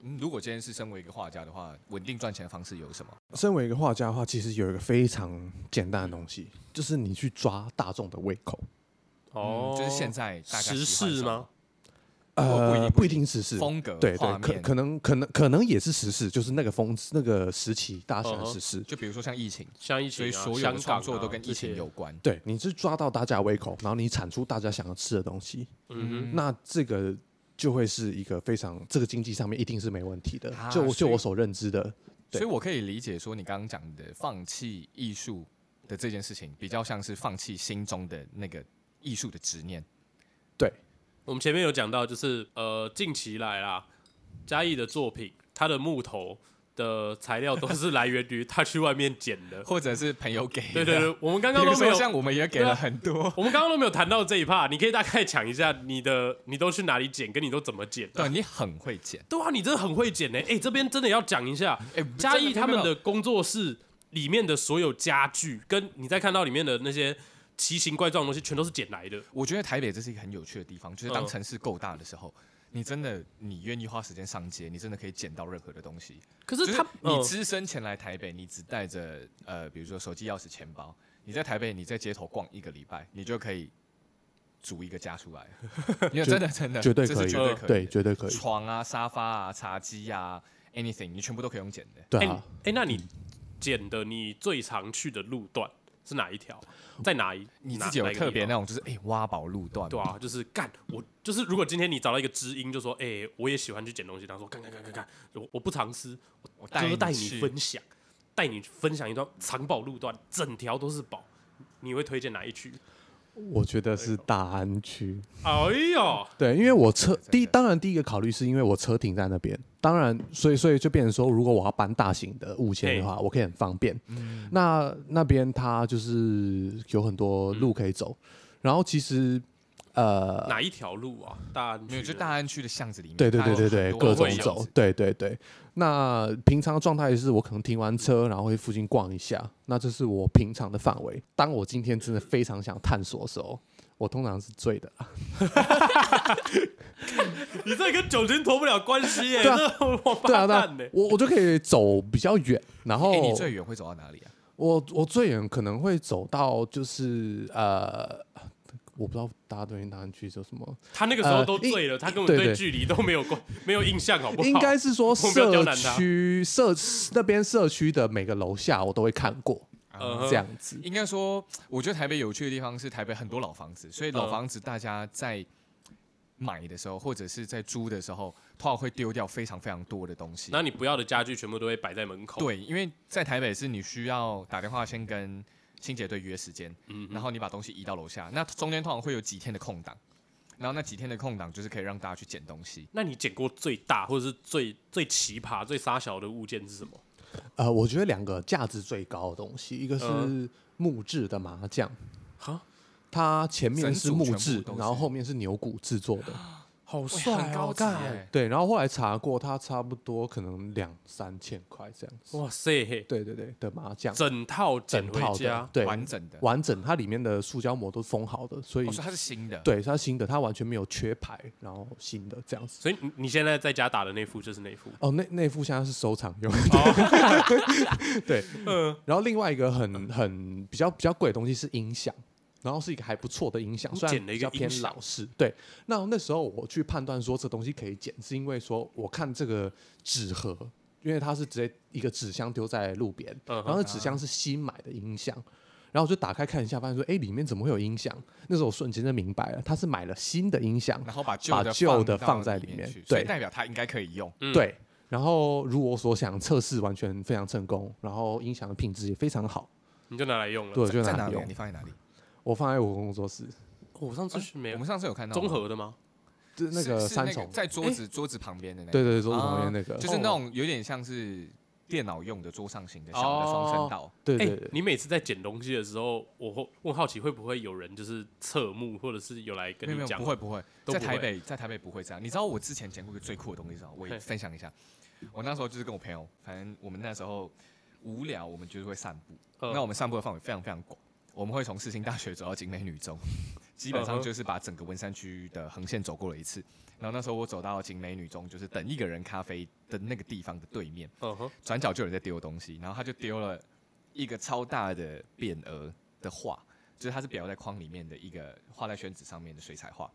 [SPEAKER 1] 嗯如果今天是身为一个画家的话，稳定赚钱的方式有什么？
[SPEAKER 3] 身为一个画家的话，其实有一个非常简单的东西，就是你去抓大众的胃口。
[SPEAKER 2] 哦、
[SPEAKER 1] 嗯就是现在大家
[SPEAKER 2] 时
[SPEAKER 1] 喜欢
[SPEAKER 2] 事
[SPEAKER 1] 什么
[SPEAKER 2] 吗？
[SPEAKER 1] 不一定
[SPEAKER 3] 呃，
[SPEAKER 1] 不
[SPEAKER 3] 不
[SPEAKER 1] 一
[SPEAKER 3] 一
[SPEAKER 1] 定
[SPEAKER 3] 定时事，
[SPEAKER 1] 风格、
[SPEAKER 3] 对
[SPEAKER 1] 画
[SPEAKER 3] 对，可
[SPEAKER 1] 面，
[SPEAKER 3] 可能可能可能也是时事，就是那个风那个时期大家喜欢
[SPEAKER 2] 嗯哼
[SPEAKER 3] 时事。
[SPEAKER 1] 就比如说像疫情，
[SPEAKER 2] 像疫
[SPEAKER 1] 所
[SPEAKER 2] 情、
[SPEAKER 1] 以
[SPEAKER 2] 啊、
[SPEAKER 1] 所有
[SPEAKER 2] 香
[SPEAKER 1] 的
[SPEAKER 2] 港、
[SPEAKER 1] 创
[SPEAKER 2] 啊、
[SPEAKER 1] 作都跟
[SPEAKER 2] 这
[SPEAKER 1] 疫情
[SPEAKER 2] 些
[SPEAKER 1] 有，关。
[SPEAKER 3] 对，你是抓到大家的胃口，然后你产出大家想要吃的东西，
[SPEAKER 2] 嗯
[SPEAKER 3] 那这个就会是一个非常这个经济上面一定是没问题的。
[SPEAKER 1] 啊
[SPEAKER 3] 就我就
[SPEAKER 1] 所以
[SPEAKER 3] 我所认知的，对
[SPEAKER 1] 所以我可以理解说，你刚刚讲的放弃艺术的这件事情，比较像是放弃心中的那个艺术的执念。。
[SPEAKER 3] 对，
[SPEAKER 2] 哼，我们前面有讲到，就是呃，近期来啦，嘉义的作品，它的木头的材料都是来源于他去外面捡的
[SPEAKER 1] <laughs> 或者是朋友给的。
[SPEAKER 2] 对对对，我们
[SPEAKER 1] <laughs>
[SPEAKER 2] 刚
[SPEAKER 1] 比
[SPEAKER 2] 刚
[SPEAKER 1] 如
[SPEAKER 2] 都没
[SPEAKER 1] 说
[SPEAKER 2] 有啊
[SPEAKER 1] 像我们也给了很多，
[SPEAKER 2] 我们刚刚都没有谈到这一 part，你可以大概讲一下你的你都去哪里剪，跟你都怎么剪的、
[SPEAKER 1] 对啊你很会剪。
[SPEAKER 2] 对啊，你真的很会剪呢、哎、这边真的要讲一下，
[SPEAKER 1] 哎，
[SPEAKER 2] 嘉义
[SPEAKER 1] 真的
[SPEAKER 2] 他们
[SPEAKER 1] 没有
[SPEAKER 2] 的工作室里面的所有家具，跟你在看到里面的那些奇形怪状的东西，全都是捡来的。
[SPEAKER 1] 我觉得台北这是一个很有趣的地方，就是当
[SPEAKER 2] 嗯
[SPEAKER 1] 城市够大的时候，你真的你愿意花时间上街，你真的可以捡到任何的东西。
[SPEAKER 2] 可
[SPEAKER 1] 就是是
[SPEAKER 2] 他，
[SPEAKER 1] 你
[SPEAKER 2] 嗯
[SPEAKER 1] 只身前来台北，你只带着呃，比如说手机、钥匙、钱包，你在台北，你在街头逛一个礼拜，你就可以组一个家 <laughs> 出来。因为真的真的，
[SPEAKER 3] 绝对
[SPEAKER 1] 这
[SPEAKER 3] 可
[SPEAKER 1] 是
[SPEAKER 3] 以
[SPEAKER 1] 绝对
[SPEAKER 2] 嗯
[SPEAKER 1] 可以的。
[SPEAKER 3] 对，绝对可以，
[SPEAKER 1] 床啊、沙发啊、茶几啊，anything，你全部都可以用剪的。
[SPEAKER 3] 对
[SPEAKER 2] 哎
[SPEAKER 3] 啊。
[SPEAKER 2] 哎，那你剪的你最常去的路段是哪一条？在哪一？
[SPEAKER 1] 你
[SPEAKER 2] 哪
[SPEAKER 1] 自己有
[SPEAKER 2] 哪一个
[SPEAKER 1] 特
[SPEAKER 2] 地
[SPEAKER 1] 别
[SPEAKER 2] 方
[SPEAKER 1] 那种，就是哎、挖宝路段嘛，
[SPEAKER 2] 对啊，就是干我就是，如果今天你找到一个知音，就说，哎、我也喜欢去捡东西，他说，干干干干干，我我不藏私，我
[SPEAKER 1] 带
[SPEAKER 2] 哥
[SPEAKER 1] 你
[SPEAKER 2] 带
[SPEAKER 1] 去
[SPEAKER 2] 你分享，带你分享一段藏宝路段，整条都是宝，你会推荐哪一区？
[SPEAKER 3] 我觉得是大安区，
[SPEAKER 2] 哎呦，
[SPEAKER 3] 对，因为我车
[SPEAKER 1] 的
[SPEAKER 3] 第一当然第一个考虑是因为我车停在那边，当然，所以所以就变成说，如果我要搬大型的物件的话，
[SPEAKER 1] 哎
[SPEAKER 3] 我可以很方便。
[SPEAKER 1] 嗯
[SPEAKER 3] 那那边它就是有很多
[SPEAKER 1] 嗯
[SPEAKER 3] 路可以走，然后其实呃，
[SPEAKER 2] 哪一条路啊？大安
[SPEAKER 1] 没有，
[SPEAKER 2] 区
[SPEAKER 1] 就嗯
[SPEAKER 2] 的
[SPEAKER 1] 大安区的巷子里面，
[SPEAKER 3] 对对
[SPEAKER 1] 它有
[SPEAKER 3] 对对
[SPEAKER 1] 很
[SPEAKER 3] 对，
[SPEAKER 1] 多
[SPEAKER 3] 各种
[SPEAKER 1] 会有
[SPEAKER 3] 走，对对对。那平常的状态是我可能停完车，然后会附近逛一下，那这是我平常的范围。当我今天真的非常想探索的时候，我通常是醉的啦。
[SPEAKER 2] <laughs> 你这跟酒精脱不了关系耶、
[SPEAKER 3] 对啊
[SPEAKER 2] 这王
[SPEAKER 3] 对
[SPEAKER 2] 八
[SPEAKER 3] 啊，那
[SPEAKER 2] 蛋呢、
[SPEAKER 3] 我我就可以走比较远，然后
[SPEAKER 1] 哎、你最远会走到哪里啊？
[SPEAKER 3] 我我最远可能会走到就是呃。我不知道大家对大安区有什么，
[SPEAKER 2] 他那个时候
[SPEAKER 3] 呃
[SPEAKER 2] 都
[SPEAKER 3] 应
[SPEAKER 2] 醉了，他根本
[SPEAKER 3] 对
[SPEAKER 2] 对
[SPEAKER 3] 对
[SPEAKER 2] 距离都没有关没有印象，好不好？
[SPEAKER 3] 应该是说
[SPEAKER 2] 我不要刁
[SPEAKER 3] 社
[SPEAKER 2] 难他
[SPEAKER 3] 区社那边社区的每个楼下我都会看过，
[SPEAKER 2] 嗯哼
[SPEAKER 3] 这样子。
[SPEAKER 1] 应该说，我觉得台北有趣的地方是台北很多老房子，所以老
[SPEAKER 2] 嗯
[SPEAKER 1] 房子大家在买的时候或者是在租的时候，通常会丢掉非常非常多的东西。
[SPEAKER 2] 那你不要的家具全部都会摆在门口。
[SPEAKER 1] 对，因为在台北是你需要打电话先跟清洁队约时间，
[SPEAKER 3] 嗯
[SPEAKER 1] 然后你把东西移到楼下，那中间通常会有几天的空档，然后那几天的空档就是可以让大家去捡东西。
[SPEAKER 2] 那你捡过最大或者是最最奇葩、最沙小的物件是什么？
[SPEAKER 3] 呃，我觉得两个价值最高的东西，一个
[SPEAKER 2] 嗯
[SPEAKER 1] 呃
[SPEAKER 3] 是木质的麻将，
[SPEAKER 2] 哈，
[SPEAKER 3] 它前面是木
[SPEAKER 1] 整组全
[SPEAKER 3] 质
[SPEAKER 1] 部都，是啊
[SPEAKER 3] 然后后面是牛骨制作的。
[SPEAKER 2] 好
[SPEAKER 1] 哇
[SPEAKER 3] 哦
[SPEAKER 1] 很高级耶
[SPEAKER 3] 对，然后后来查过，它差不多可能两三千块这样子。
[SPEAKER 2] 哇塞嘿，
[SPEAKER 3] 对对对的麻将，
[SPEAKER 2] 整套捡
[SPEAKER 3] 整
[SPEAKER 2] 回
[SPEAKER 3] 套
[SPEAKER 2] 家
[SPEAKER 3] 的，，对，
[SPEAKER 1] 完整的，我
[SPEAKER 3] 完整，它里面的塑胶膜都封好的，所以
[SPEAKER 1] 说、哦所以它是新的，，
[SPEAKER 3] 对它新的，它完全没有缺牌，然后新的这样子。
[SPEAKER 2] 所以你你现在在家打的那副就是那副，
[SPEAKER 3] 哦，那那副现在是收藏用。 <laughs> 对，嗯。然后另外一个很很比较比较贵的东西是音响，然后是一个还不错的音响，
[SPEAKER 2] 你
[SPEAKER 3] 虽
[SPEAKER 2] 捡
[SPEAKER 3] 然
[SPEAKER 2] 了一
[SPEAKER 3] 比
[SPEAKER 2] 个
[SPEAKER 3] 较
[SPEAKER 2] 音
[SPEAKER 3] 偏
[SPEAKER 2] 响
[SPEAKER 3] 老式。对，那那时候我去判断说这东西可以捡，是因为说我看这个纸盒。因为它是直接一个纸箱丢在路边，
[SPEAKER 2] 嗯
[SPEAKER 3] 然
[SPEAKER 2] 哼
[SPEAKER 3] 后那纸箱是新买的音响，然后我就打开看一下，发现说，哎，里面怎么会有音响？那时候我瞬间就明白了，他是买了新的音响，
[SPEAKER 1] 然后把旧
[SPEAKER 3] 把
[SPEAKER 1] 的
[SPEAKER 3] 旧的
[SPEAKER 1] 到
[SPEAKER 3] 放在
[SPEAKER 1] 里
[SPEAKER 3] 里面
[SPEAKER 1] 去，
[SPEAKER 3] 对
[SPEAKER 1] 所以代表它应该可以用。
[SPEAKER 2] 嗯
[SPEAKER 3] 对，然后如我所想，测试完全非常成功，然后音响的品质也非常好，
[SPEAKER 2] 你就拿来用了。
[SPEAKER 3] 对，我就
[SPEAKER 1] 在
[SPEAKER 3] 拿
[SPEAKER 1] 哪
[SPEAKER 3] 来
[SPEAKER 1] 里啊？
[SPEAKER 3] 用
[SPEAKER 1] 你。放在哪里？
[SPEAKER 3] 我放在我工作室，
[SPEAKER 2] 我上次去啊没
[SPEAKER 1] 我
[SPEAKER 2] 有
[SPEAKER 1] 们上次有看到吗
[SPEAKER 2] 综合的吗？
[SPEAKER 3] 就是那
[SPEAKER 1] 是
[SPEAKER 3] 个
[SPEAKER 1] 是
[SPEAKER 3] 三
[SPEAKER 1] 那
[SPEAKER 3] 重，
[SPEAKER 1] 在桌子桌子旁边的那个，
[SPEAKER 3] 对对对，桌子旁边那
[SPEAKER 1] 啊
[SPEAKER 3] 个，
[SPEAKER 1] 就是那
[SPEAKER 3] 哦
[SPEAKER 1] 种有点像是电脑用的桌上型的小的双声道。
[SPEAKER 3] 对
[SPEAKER 2] 哎
[SPEAKER 3] 对对，
[SPEAKER 2] 你每次在捡东西的时候，我会我好奇会不会有人就是侧目，或者是有来跟
[SPEAKER 1] 没有没
[SPEAKER 2] 你
[SPEAKER 1] 有，
[SPEAKER 2] 讲
[SPEAKER 1] 不？会不会，
[SPEAKER 2] 都
[SPEAKER 1] 在
[SPEAKER 2] 不
[SPEAKER 1] 台
[SPEAKER 2] 会
[SPEAKER 1] 北在台北不会这样。你知道我之前捡过一个最酷的东西是什么？我也
[SPEAKER 2] 嘿
[SPEAKER 1] 分享一下。我那时候就是跟我朋友，反正我们那时候无聊，我们就是会散步。
[SPEAKER 2] 嗯
[SPEAKER 1] 那我们散步的范围非常非常广，我们会从世新大学走到景美女
[SPEAKER 2] <laughs>
[SPEAKER 1] 中，基本
[SPEAKER 2] 嗯
[SPEAKER 1] 上
[SPEAKER 2] 哼
[SPEAKER 1] 就是把整个文山区的横线走过了一次。然后那时候我走到景美女中，就是等一个人咖啡的那个地方的对面，
[SPEAKER 2] 嗯哼，
[SPEAKER 1] 转角就有人在丢东西，然后他就丢了一个超大的匾额的画，就是它是裱在框里面的一个画在宣纸上面的水彩画。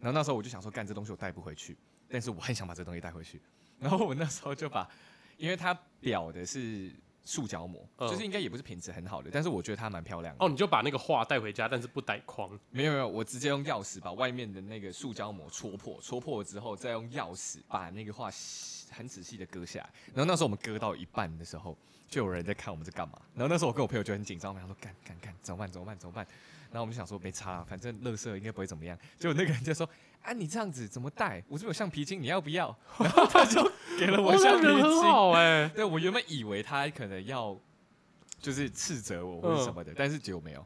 [SPEAKER 1] 然后那时候我就想说，干这东西我带不回去，但是我很想把这东西带回去。然后我那时候就把，因为它裱的是塑胶膜，
[SPEAKER 2] 嗯
[SPEAKER 1] 就是应该也不是品质很好的，但是我觉得它蛮漂亮的。
[SPEAKER 2] 哦，你就把那个画带回家，但是不带框。
[SPEAKER 1] 没有没有，我直接用钥匙把外面的那个塑胶膜戳破，戳破之后再用钥匙把那个画细很仔细的割下来。然后那时候我们割到一半的时候，就有人在看我们在干嘛。然后那时候我跟我朋友就很紧张，我们想说干干干，怎么办怎么办怎么办？然后我们就想说没差，啊反正乐色应该不会怎么样。结果那个人就说。啊，你这样子怎么戴？我这边有橡皮筋，你要不要？然后他就给了我橡皮 <laughs>
[SPEAKER 2] 人很
[SPEAKER 1] 筋。
[SPEAKER 2] 好哎、
[SPEAKER 1] 对我原本以为他可能要就是斥责我或者什么的，但是结果没有。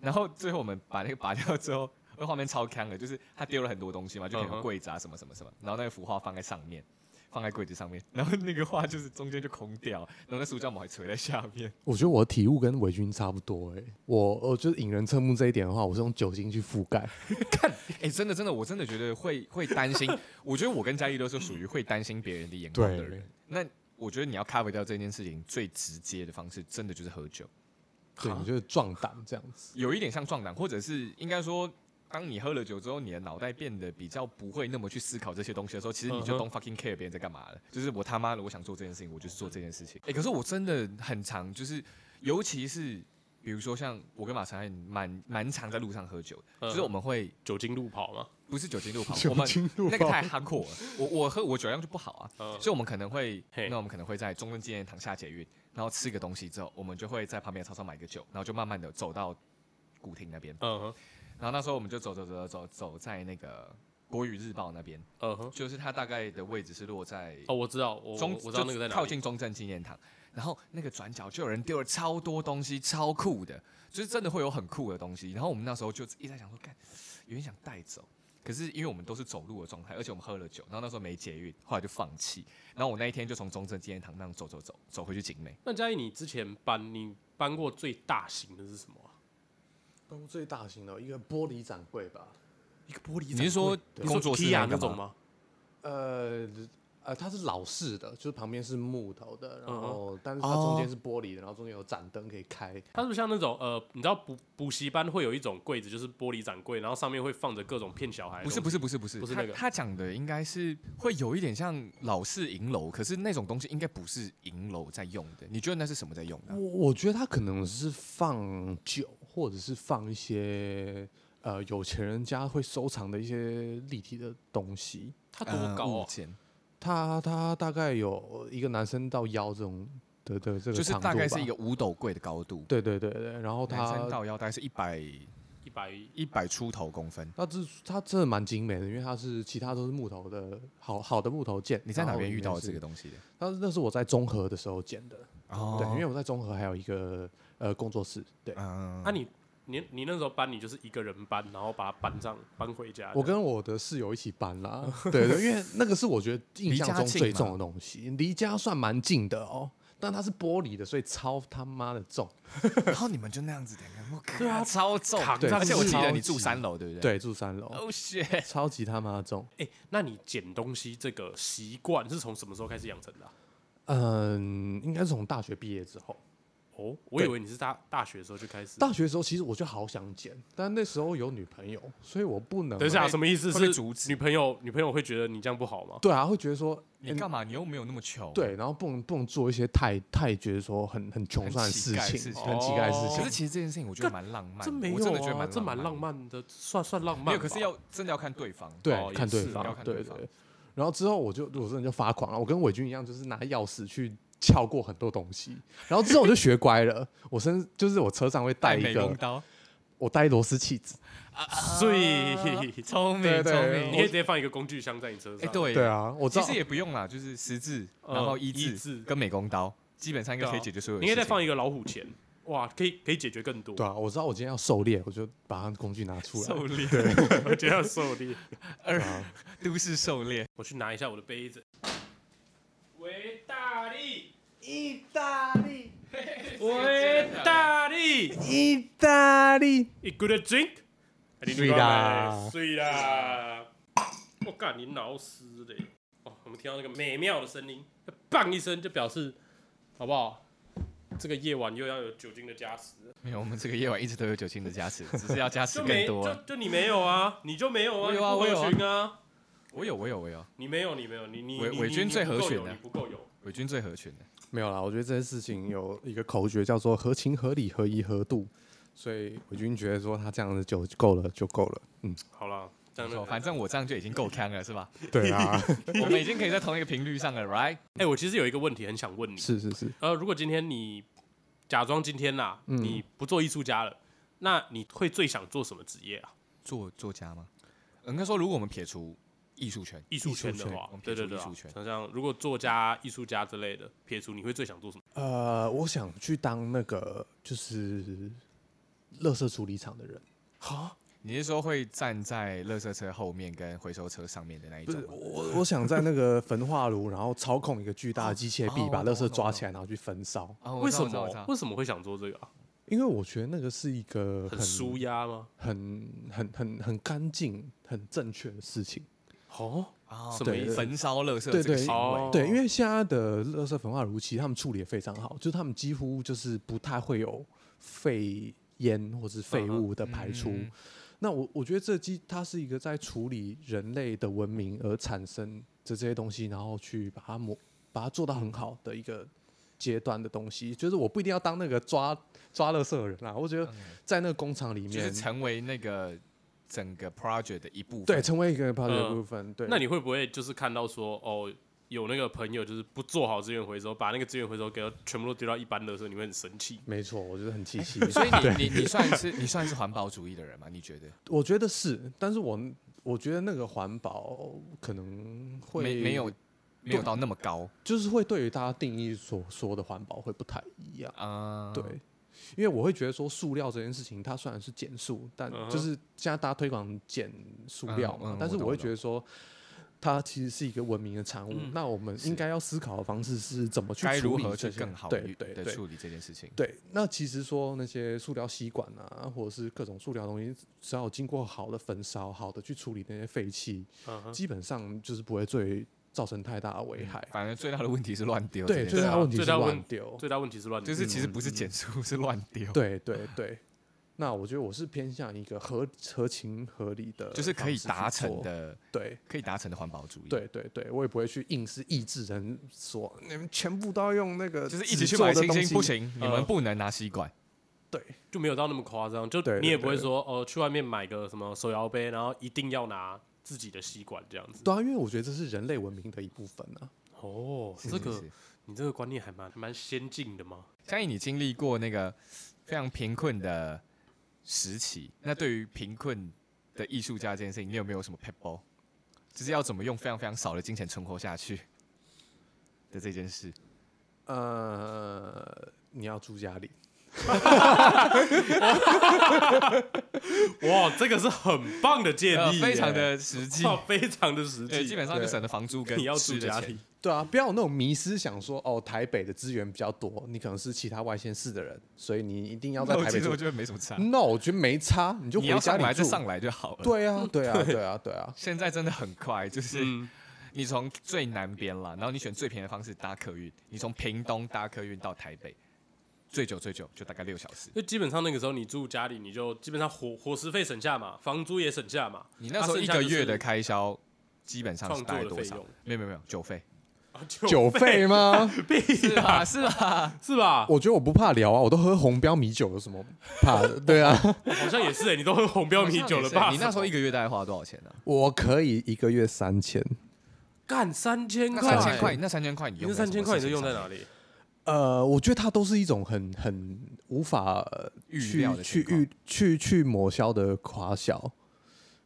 [SPEAKER 1] 然后最后我们把那个拔掉之后，那画面超坑的，就是他丢了很多东西嘛，就可
[SPEAKER 2] 嗯
[SPEAKER 1] 能
[SPEAKER 2] 哼
[SPEAKER 1] 有柜子啊什么什么什么，然后那个幅画放在上面。放在柜子上面，然后那个画就是中间就空掉，然后那塑胶膜还垂在下面。
[SPEAKER 3] 我觉得我的体悟跟维军差不多哎、我我就是引人侧目这一点的话，我是用酒精去覆盖。
[SPEAKER 1] <laughs> 哎、真的真的，我真的觉得会会担心。我觉得我跟佳怡都是属于会担心别人的眼光的人。那我觉得你要 cover 掉这件事情最直接的方式，真的就是喝酒。
[SPEAKER 3] 对，你就是壮胆这样子。
[SPEAKER 1] 有一点像壮胆，或者是应该说，当你喝了酒之后，你的脑袋变得比较不会那么去思考这些东西的时候，其实你就
[SPEAKER 2] 嗯
[SPEAKER 1] don't fucking care 别人在干嘛了。就是我他妈的，我想做这件事情，我就是做这件事情。哎、可是我真的很常，就是尤其是比如说像我跟马长汉蛮蛮常在路上喝酒的，就是
[SPEAKER 2] 嗯
[SPEAKER 1] 我们会。
[SPEAKER 2] 酒精路跑嘛，
[SPEAKER 1] 不是酒精路跑，
[SPEAKER 3] <laughs> 酒
[SPEAKER 1] 我们
[SPEAKER 3] 精路
[SPEAKER 1] 那个
[SPEAKER 3] 跑
[SPEAKER 1] 太 hardcore 了。我我喝我酒量就不好啊，
[SPEAKER 2] 嗯
[SPEAKER 1] 所以我们可能会，
[SPEAKER 2] 嘿
[SPEAKER 1] 那我们可能会在中正纪念堂下捷运，然后吃个东西之后，我们就会在旁边的超市买个酒，然后就慢慢的走到古亭那边。
[SPEAKER 2] 嗯哼，
[SPEAKER 1] 然后那时候我们就走走走走走走在那个国语日报那边，
[SPEAKER 2] 嗯哼。
[SPEAKER 1] 就是它大概的位置是落在
[SPEAKER 2] 哦，我知道，我
[SPEAKER 1] 中，
[SPEAKER 2] 我知道那个
[SPEAKER 1] 就
[SPEAKER 2] 在哪里。
[SPEAKER 1] 靠近中正纪念堂，然后那个转角就有人丢了超多东西，超酷的，就是真的会有很酷的东西。然后我们那时候就一直在想说，干，有点想带走。可是因为我们都是走路的状态，而且我们喝了酒，然后那时候没捷运，后来就放弃。然后我那一天就从中正纪念堂那样走走走，走回去景美。
[SPEAKER 2] 那嘉义，你之前搬，你搬过最大型的是什么啊、
[SPEAKER 3] 都最大型的一个玻璃展柜吧，
[SPEAKER 2] 一个玻璃展柜。
[SPEAKER 1] 你是说
[SPEAKER 2] 你
[SPEAKER 1] 工作室
[SPEAKER 2] IKEA
[SPEAKER 1] 个
[SPEAKER 2] 那种？吗？
[SPEAKER 3] 呃呃，它是老式的，就是旁边是木头的，然
[SPEAKER 2] 嗯哼
[SPEAKER 3] 后但是它
[SPEAKER 1] 哦
[SPEAKER 3] 中间是玻璃的，然后中间有盏灯可以开。
[SPEAKER 2] 它是不是像那种呃，你知道补补习班会有一种柜子，就是玻璃展柜，然后上面会放着各种骗小孩的
[SPEAKER 1] 不是
[SPEAKER 2] 东
[SPEAKER 1] 不
[SPEAKER 2] 西
[SPEAKER 1] 是不是不是，
[SPEAKER 2] 不是那个
[SPEAKER 1] 他他讲的应该是会有一点像老式银楼，可是那种东西应该不是银楼在用的。你觉得那是什么在用的啊、
[SPEAKER 3] 我我觉得它可能是放酒，或者是放一些呃有钱人家会收藏的一些立体的东西。
[SPEAKER 2] 它多高、
[SPEAKER 1] 呃物
[SPEAKER 2] 啊？
[SPEAKER 1] 件
[SPEAKER 3] 它它大概有一个男生到腰这种的的这个
[SPEAKER 1] 就是
[SPEAKER 3] 长度
[SPEAKER 1] 大概是
[SPEAKER 3] 吧
[SPEAKER 1] 一个五斗柜的高度。
[SPEAKER 3] 对对对对，然后
[SPEAKER 1] 男
[SPEAKER 3] 它
[SPEAKER 1] 生到腰大概是一百
[SPEAKER 2] 一百
[SPEAKER 1] 一百出头公分。
[SPEAKER 3] 它这它真的蛮精美的，因为它是其他都是木头的，好好的木头件。
[SPEAKER 1] 你在哪
[SPEAKER 3] 然后
[SPEAKER 1] 边
[SPEAKER 3] 里
[SPEAKER 1] 遇
[SPEAKER 3] 面
[SPEAKER 1] 到的
[SPEAKER 3] 是
[SPEAKER 1] 这个？东西的？
[SPEAKER 3] 但是那是我在中和的时候剪的，
[SPEAKER 1] 哦
[SPEAKER 3] 对，因为我在中和还有一个呃工作室，对。
[SPEAKER 1] 嗯
[SPEAKER 2] 那、，你你你那时候搬，你就是一个人搬，然后把它搬上搬回家。
[SPEAKER 3] 我跟我的室友一起搬啦，对对，因为那个是我觉得印
[SPEAKER 1] 离
[SPEAKER 3] 象
[SPEAKER 1] 家
[SPEAKER 3] 中
[SPEAKER 1] 近
[SPEAKER 3] 最
[SPEAKER 1] 吗
[SPEAKER 3] 重的东西，离家算蛮近的哦，但它是玻璃的，所以超他妈的重。
[SPEAKER 1] 然后你 <laughs> 们就那样子的，我靠
[SPEAKER 2] 对啊
[SPEAKER 1] 超重
[SPEAKER 2] 扛
[SPEAKER 3] 上
[SPEAKER 1] 而且
[SPEAKER 3] 去
[SPEAKER 1] 我记得
[SPEAKER 3] 超
[SPEAKER 1] 你住
[SPEAKER 3] 级
[SPEAKER 1] 三楼，对不对？
[SPEAKER 3] 对，住三楼，
[SPEAKER 1] 哦 shit，
[SPEAKER 3] 超级他妈重。
[SPEAKER 2] 哎、那你捡东西这个习惯是从什么时候开始养成的啊、
[SPEAKER 3] 嗯，应该是从大学毕业之后，
[SPEAKER 2] 哦，我以为你是大大学的时候就开始。
[SPEAKER 3] 大学的时候其实我就好想剪，但那时候有女朋友，所以我不能。哎
[SPEAKER 2] 等一下，什么意思？
[SPEAKER 1] 会被
[SPEAKER 2] 是
[SPEAKER 1] 阻止
[SPEAKER 2] 女朋友女朋友会觉得你这样不好吗？
[SPEAKER 3] 对啊，会觉得说
[SPEAKER 1] 你干嘛？你又没有那么穷。，
[SPEAKER 3] 对，然后不能不能做一些太太觉得说很很穷
[SPEAKER 1] 很
[SPEAKER 3] 酸的
[SPEAKER 1] 乞
[SPEAKER 3] 事
[SPEAKER 1] 丐的
[SPEAKER 3] 情
[SPEAKER 1] 事，情
[SPEAKER 3] 很乞丐的事
[SPEAKER 2] 哦
[SPEAKER 1] 可
[SPEAKER 3] 情
[SPEAKER 1] 是。其实这件事情我觉得蛮浪漫的，
[SPEAKER 2] 这没有、
[SPEAKER 1] 我
[SPEAKER 2] 啊，
[SPEAKER 1] 真的觉得蛮
[SPEAKER 2] 这蛮
[SPEAKER 1] 浪
[SPEAKER 2] 浪
[SPEAKER 1] 漫的。
[SPEAKER 2] 漫的，算算浪漫吧。
[SPEAKER 1] 没有，可是要真的要看对方。
[SPEAKER 3] 对，
[SPEAKER 2] 哦也
[SPEAKER 3] 看对
[SPEAKER 2] 是
[SPEAKER 3] 方
[SPEAKER 1] 要，看
[SPEAKER 3] 对
[SPEAKER 1] 对
[SPEAKER 3] 对
[SPEAKER 1] 方。
[SPEAKER 3] 然后之后我就我真的就发狂了，我跟伟军一样，就是拿钥匙去撬过很多东西。然后之后我就学乖了，我身就是我车上会
[SPEAKER 1] 带
[SPEAKER 3] 带一
[SPEAKER 1] 美工
[SPEAKER 3] 个，
[SPEAKER 1] 刀，
[SPEAKER 3] 我带螺丝起子。
[SPEAKER 1] 啊
[SPEAKER 2] 所以、 <laughs>
[SPEAKER 1] 聪明聪
[SPEAKER 2] 你
[SPEAKER 3] 对对对
[SPEAKER 2] 可以
[SPEAKER 1] 明。
[SPEAKER 2] 直接放一个工具箱在你车上。
[SPEAKER 1] 哎，对
[SPEAKER 3] 对，啊，我知
[SPEAKER 1] 其
[SPEAKER 3] 道
[SPEAKER 1] 实。也不用啦，就是十字，
[SPEAKER 2] 嗯
[SPEAKER 1] 然后一
[SPEAKER 2] 一
[SPEAKER 1] 字
[SPEAKER 2] 字
[SPEAKER 1] 跟美工刀，基本上应该可以解决所有
[SPEAKER 2] 你
[SPEAKER 1] 的
[SPEAKER 2] 可以
[SPEAKER 1] 事
[SPEAKER 2] 再
[SPEAKER 1] 情。
[SPEAKER 2] 放一个老虎钳，哇，可以可以解决更多。
[SPEAKER 3] 对啊，我知道我今天要狩猎，我就把他的工具拿出来。
[SPEAKER 1] 狩猎，
[SPEAKER 2] <laughs> 我觉得要狩猎。
[SPEAKER 1] 都市狩猎。
[SPEAKER 2] 我去拿一下我的杯子。维大力，
[SPEAKER 3] 意大利，
[SPEAKER 2] 维大力
[SPEAKER 3] 意大利，
[SPEAKER 2] ，You good drink？
[SPEAKER 3] 水啦
[SPEAKER 2] 睡啦！我干，你脑死嘞！哦，我们听到那个美妙的声音，棒一声就表示，好不好？这个夜晚又要有酒精的加持，
[SPEAKER 1] 没有，我们这个夜晚一直都有酒精的加持，只是要加持
[SPEAKER 2] 就
[SPEAKER 1] 更
[SPEAKER 2] 没
[SPEAKER 1] 多
[SPEAKER 2] 就
[SPEAKER 1] 啊。
[SPEAKER 2] 就你没有啊，你就没有啊，
[SPEAKER 1] 我
[SPEAKER 2] 你
[SPEAKER 1] 有啊
[SPEAKER 2] 不
[SPEAKER 1] 我有
[SPEAKER 2] 合
[SPEAKER 1] 啊
[SPEAKER 2] 群啊，
[SPEAKER 1] 我有，我有，我有，
[SPEAKER 2] 你没有，你没有，你你
[SPEAKER 1] 伪
[SPEAKER 2] 你
[SPEAKER 1] 伪
[SPEAKER 2] 你
[SPEAKER 1] 军
[SPEAKER 2] 你
[SPEAKER 1] 最
[SPEAKER 2] 不
[SPEAKER 1] 合
[SPEAKER 2] 够
[SPEAKER 1] 群
[SPEAKER 2] 有
[SPEAKER 1] 啊
[SPEAKER 2] 你不够有。
[SPEAKER 1] 伪军最合群的。
[SPEAKER 3] 没有啦，我觉得这件事情有一个口诀叫做合情、合理、合宜、合度，所以我军觉得说他这样子就够了，就够了。嗯，
[SPEAKER 2] 好了，这样
[SPEAKER 1] 没错哦
[SPEAKER 2] 的。
[SPEAKER 1] 反正我这样就已经够坑了， <laughs> 是吧？
[SPEAKER 3] 对啊，
[SPEAKER 1] 我们已经可以在同一个频率上了，right？
[SPEAKER 2] 哎，我其实有一个问题很想问你，
[SPEAKER 3] 是是是，
[SPEAKER 2] 呃，如果今天你假装今天啦，
[SPEAKER 1] 嗯
[SPEAKER 2] 你不做艺术家了，那你会最想做什么职业啊？
[SPEAKER 1] 作作家吗？呃应该说，如果我们撇除艺术圈，
[SPEAKER 2] 艺术圈的话
[SPEAKER 1] 我们，
[SPEAKER 2] 对
[SPEAKER 1] 撇除
[SPEAKER 2] 对对
[SPEAKER 1] 艺
[SPEAKER 2] 啊，
[SPEAKER 1] 术圈，
[SPEAKER 2] 想像如果作家、艺术家之类的，撇除你会最想做什么？
[SPEAKER 3] 呃，我想去当那个就是垃圾处理厂的人，
[SPEAKER 1] 你是说会站在垃圾车后面跟回收车上面的那一
[SPEAKER 3] 不
[SPEAKER 1] 种
[SPEAKER 3] 是
[SPEAKER 1] 吗？
[SPEAKER 3] 我，我想在那个焚化炉，然后操控一个巨大的机械
[SPEAKER 1] 哦
[SPEAKER 3] 臂，把
[SPEAKER 1] 我
[SPEAKER 3] 垃
[SPEAKER 1] 懂
[SPEAKER 3] 圾
[SPEAKER 1] 我懂
[SPEAKER 3] 抓
[SPEAKER 1] 我
[SPEAKER 3] 起来，然后去焚烧。
[SPEAKER 1] 哦我
[SPEAKER 2] 为
[SPEAKER 1] 知道
[SPEAKER 2] 什
[SPEAKER 1] 我知道我知
[SPEAKER 2] 么
[SPEAKER 1] 道
[SPEAKER 2] 为什么会想做这个啊？
[SPEAKER 3] 因为我觉得那个是一个
[SPEAKER 2] 很舒压吗？
[SPEAKER 3] 很很很很干净、很正确的事情。
[SPEAKER 2] 哦，
[SPEAKER 1] 哦
[SPEAKER 2] 什么
[SPEAKER 3] 对
[SPEAKER 2] 意
[SPEAKER 3] 对
[SPEAKER 2] 思？
[SPEAKER 1] 焚烧垃圾
[SPEAKER 3] 对
[SPEAKER 1] 这个
[SPEAKER 3] 对
[SPEAKER 1] 行为
[SPEAKER 2] 哦，
[SPEAKER 3] 对，因为现在的垃圾焚化炉其实他们处理的非常好，就是他们几乎就是不太会有废烟或是废物的排出。
[SPEAKER 1] 嗯
[SPEAKER 3] 那我我觉得这机它是一个在处理人类的文明而产生的这些东西，然后去把它磨把它做到很好的一个阶段的东西。就是我不一定要当那个抓抓垃圾的人啦，我觉得在那个工厂里
[SPEAKER 1] 嗯就
[SPEAKER 3] 面
[SPEAKER 1] 是，成为那个整个 project 的一部分。
[SPEAKER 3] 对，成为一个 project
[SPEAKER 2] 嗯
[SPEAKER 3] 的部分。对，
[SPEAKER 2] 那你会不会就是看到说哦？有那个朋友就是不做好资源回收，把那个资源回收给它全部都丢到一般垃圾，你会很生气。
[SPEAKER 3] 没错，我觉得很
[SPEAKER 1] <laughs>
[SPEAKER 3] 气息。
[SPEAKER 1] 所以你你你算是你算是环保主义的人吗？你觉得
[SPEAKER 3] 我觉得是，但是我我觉得那个环保可能会
[SPEAKER 1] 没没有没有
[SPEAKER 3] 对
[SPEAKER 1] 到那么高
[SPEAKER 3] 就是会对于大家定义所说的环保会不太一样。
[SPEAKER 1] 啊？
[SPEAKER 3] 对，因为我会觉得说塑料这件事情，它虽然是减塑，但
[SPEAKER 2] 嗯哼
[SPEAKER 3] 就是现在大家推广减塑料
[SPEAKER 1] 嗯
[SPEAKER 3] 嘛，
[SPEAKER 1] 嗯
[SPEAKER 3] 但是
[SPEAKER 1] 我懂
[SPEAKER 3] 我会
[SPEAKER 1] 我懂嗯
[SPEAKER 3] 觉得说。它其实是一个文明的产物，那我们应该要思考的方式是怎么去
[SPEAKER 1] 该如
[SPEAKER 3] 处理
[SPEAKER 1] 何去
[SPEAKER 3] 这些
[SPEAKER 1] 更好
[SPEAKER 3] 对对
[SPEAKER 1] 的
[SPEAKER 3] 对
[SPEAKER 1] 处理这件事情？
[SPEAKER 3] 对，那其实说那些塑料吸管啊，或者是各种塑料东西，只要有经过好的焚烧、好的去处理那些废气，
[SPEAKER 2] 嗯哼，
[SPEAKER 3] 基本上就是不会最造成太大的危害。
[SPEAKER 1] 反正最大的问题是乱丢嗯这
[SPEAKER 3] 对，
[SPEAKER 1] 件事。
[SPEAKER 3] 最大
[SPEAKER 2] 啊
[SPEAKER 3] 问题
[SPEAKER 2] 最
[SPEAKER 3] 是
[SPEAKER 2] 大问
[SPEAKER 3] 乱丢。
[SPEAKER 2] 最大问题是乱丢，
[SPEAKER 1] 就是其实不是减速，是乱丢。
[SPEAKER 3] 嗯对对对，那我觉得我是偏向一个合合情合理的，
[SPEAKER 1] 就是可以达成。的，
[SPEAKER 3] 对
[SPEAKER 1] 可以达成的环保主义。，
[SPEAKER 3] 对对对，我也不会去硬是抑制人说你们全部都要用那个，
[SPEAKER 1] 就是一起去买星星不。行，你
[SPEAKER 2] 呃
[SPEAKER 3] 嗯
[SPEAKER 1] 们不能拿吸管。
[SPEAKER 3] 对
[SPEAKER 2] 就没有到那么夸张，就
[SPEAKER 3] 对对
[SPEAKER 2] 你也不会
[SPEAKER 3] 对
[SPEAKER 2] 说哦，去外面买个什么手摇杯，然后一定要拿自己的吸管这样子。
[SPEAKER 3] 对啊，因为我觉得这是人类文明的一部分啊。
[SPEAKER 2] 哦，
[SPEAKER 1] 是
[SPEAKER 2] 这
[SPEAKER 1] 是
[SPEAKER 2] 个
[SPEAKER 1] 是
[SPEAKER 2] 你这个观念还蛮还蛮先进的嘛。
[SPEAKER 1] 相信你经历过那个非常贫困的时期，那对于贫困的艺术家这件事情，你有没有什么 p e b l e 就是要怎么用非常非常少的金钱存活下去的这件事？
[SPEAKER 3] 呃，你要住家里，
[SPEAKER 2] 哇，这个是很棒的建
[SPEAKER 1] 呃，
[SPEAKER 2] 议
[SPEAKER 1] <laughs>
[SPEAKER 2] 耶，
[SPEAKER 1] 非常的实际，
[SPEAKER 2] 哇 <laughs> 非常的实
[SPEAKER 1] 对，
[SPEAKER 2] 际，
[SPEAKER 1] 基本上就
[SPEAKER 3] 对
[SPEAKER 1] 省了房租跟
[SPEAKER 2] 你要住
[SPEAKER 1] 吃的
[SPEAKER 2] 家
[SPEAKER 1] 钱
[SPEAKER 2] 庭。，
[SPEAKER 3] 对啊，不要有那种迷失，想说哦，台北的资源比较多，你可能是其他外县市的人，所以你一定要在
[SPEAKER 1] 那我
[SPEAKER 3] 台
[SPEAKER 1] 其
[SPEAKER 3] 北
[SPEAKER 1] 实
[SPEAKER 3] 住
[SPEAKER 1] 我。觉得没什么差，
[SPEAKER 3] No，我觉得没差，你就
[SPEAKER 1] 你
[SPEAKER 3] 回
[SPEAKER 1] 要
[SPEAKER 3] 家
[SPEAKER 1] 上来
[SPEAKER 3] 里
[SPEAKER 1] 就
[SPEAKER 3] 住。
[SPEAKER 1] 上来就好了。
[SPEAKER 3] 对啊，对啊，对啊，对啊，
[SPEAKER 1] 现在真的很快，就是
[SPEAKER 2] 嗯，
[SPEAKER 1] 你从最南边啦，然后你选最便宜的方式搭客运，你从屏东搭客运到台北，最久最久就大概六小时。
[SPEAKER 2] 就基本上那个时候你住家里，你就基本上伙伙食费省下嘛，房租也省下嘛。
[SPEAKER 1] 你那时候
[SPEAKER 2] 啊
[SPEAKER 1] 一个月
[SPEAKER 2] <laughs>
[SPEAKER 1] 的开销基本上是
[SPEAKER 2] 创
[SPEAKER 1] 大概
[SPEAKER 2] 作的
[SPEAKER 1] 多
[SPEAKER 2] 费
[SPEAKER 1] 少
[SPEAKER 2] 用？
[SPEAKER 1] 没有没有没有，酒费
[SPEAKER 2] 啊
[SPEAKER 3] 酒费吗？
[SPEAKER 1] 是吧？ <laughs> 是吧？
[SPEAKER 2] <laughs> 是吧？
[SPEAKER 3] 我觉得我不怕聊啊，我都喝红标米酒，有什么怕的？对啊，
[SPEAKER 2] 好像也是欸，你都喝红标米酒了吧？
[SPEAKER 1] 你那时候一个月大概花了多少钱呢、啊
[SPEAKER 3] 我可以一个月三千。
[SPEAKER 2] 干三千
[SPEAKER 1] 那
[SPEAKER 2] 块，
[SPEAKER 1] 三千块，，那三千块你
[SPEAKER 2] 你
[SPEAKER 1] 用
[SPEAKER 2] 这三千块你都用在哪
[SPEAKER 1] 里？
[SPEAKER 2] 里？
[SPEAKER 3] 呃，我觉得它都是一种很很无法呃
[SPEAKER 1] 预
[SPEAKER 3] 去
[SPEAKER 1] 料的
[SPEAKER 3] 去
[SPEAKER 1] 情况
[SPEAKER 3] 预去去抹消的花销，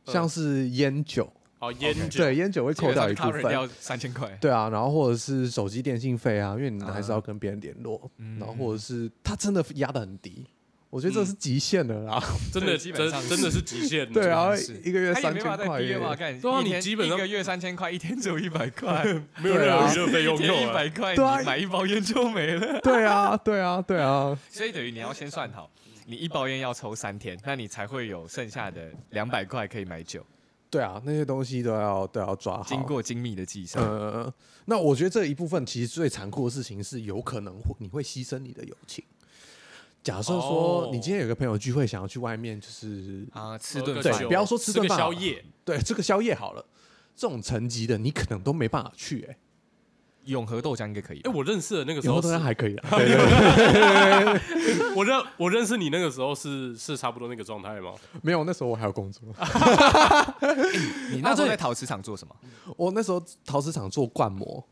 [SPEAKER 3] 像是烟酒，
[SPEAKER 2] 哦，烟酒。
[SPEAKER 3] 对，烟酒会
[SPEAKER 1] 基
[SPEAKER 3] 扣
[SPEAKER 1] 本
[SPEAKER 3] 掉
[SPEAKER 1] 上
[SPEAKER 3] 一部
[SPEAKER 1] cover
[SPEAKER 3] 分。
[SPEAKER 1] 掉三千块，
[SPEAKER 3] 对啊，然后或者是手机电信费啊，因为你还是要跟别人联络，然后
[SPEAKER 1] 嗯
[SPEAKER 3] 或者是他真的压得很低，我觉得这是极限了啦。
[SPEAKER 2] 真的
[SPEAKER 1] 对基
[SPEAKER 2] 真
[SPEAKER 1] 本上是
[SPEAKER 2] 真的是极限。
[SPEAKER 3] 对啊，
[SPEAKER 1] 嗯是
[SPEAKER 3] 一个月
[SPEAKER 1] 他也
[SPEAKER 3] 三
[SPEAKER 1] 没
[SPEAKER 3] 千
[SPEAKER 1] 办法再
[SPEAKER 3] 块
[SPEAKER 1] 低
[SPEAKER 3] 耶
[SPEAKER 1] 了，嘛，干。
[SPEAKER 2] 对啊
[SPEAKER 1] 一天
[SPEAKER 2] 你基本上
[SPEAKER 1] 一个月三千块，一天只有一百
[SPEAKER 2] <laughs>
[SPEAKER 1] 块，没
[SPEAKER 2] 没有
[SPEAKER 3] 对
[SPEAKER 2] 任
[SPEAKER 3] 啊
[SPEAKER 2] 何娱乐费用用
[SPEAKER 1] 一
[SPEAKER 2] 啊。
[SPEAKER 1] 百块，
[SPEAKER 3] 对啊
[SPEAKER 1] 你买一包烟就没了。
[SPEAKER 3] 对啊，对啊，对啊，
[SPEAKER 1] 所以等于你要先算好，你一包烟要抽三天，那你才会有剩下的两百块可以买酒。
[SPEAKER 3] 对啊，那些东西都要都要抓好。
[SPEAKER 1] 经过精密的计算。
[SPEAKER 2] 嗯
[SPEAKER 3] 呃，那我觉得这一部分其实最残酷的事情是，有可能会你会牺牲你的友情。假设说
[SPEAKER 2] 哦
[SPEAKER 3] 你今天有个朋友聚会，想要去外面，就是
[SPEAKER 1] 啊，吃
[SPEAKER 2] 喝
[SPEAKER 1] 顿
[SPEAKER 2] 个
[SPEAKER 1] 饭
[SPEAKER 3] 对
[SPEAKER 2] 酒
[SPEAKER 3] 不要说吃顿
[SPEAKER 2] 个
[SPEAKER 3] 饭
[SPEAKER 2] 宵
[SPEAKER 3] 好了
[SPEAKER 2] 夜，
[SPEAKER 3] 对这个宵夜好了，这种层级的你可能都没办法去、欸。
[SPEAKER 1] 永和豆浆应该可以吧
[SPEAKER 2] 哎，。我认识的那个时
[SPEAKER 3] 然
[SPEAKER 2] 候
[SPEAKER 3] 后
[SPEAKER 2] 是
[SPEAKER 3] 当，然还可以
[SPEAKER 1] <laughs>
[SPEAKER 3] 啊，对对对
[SPEAKER 2] 我认我认识你那个时候是是差不多那个状态吗？
[SPEAKER 3] <laughs> 没有那时候我还有工作，
[SPEAKER 1] 啊
[SPEAKER 3] 啊
[SPEAKER 1] 你那时候在陶瓷厂做什么？
[SPEAKER 3] 我那时候陶瓷厂做灌模，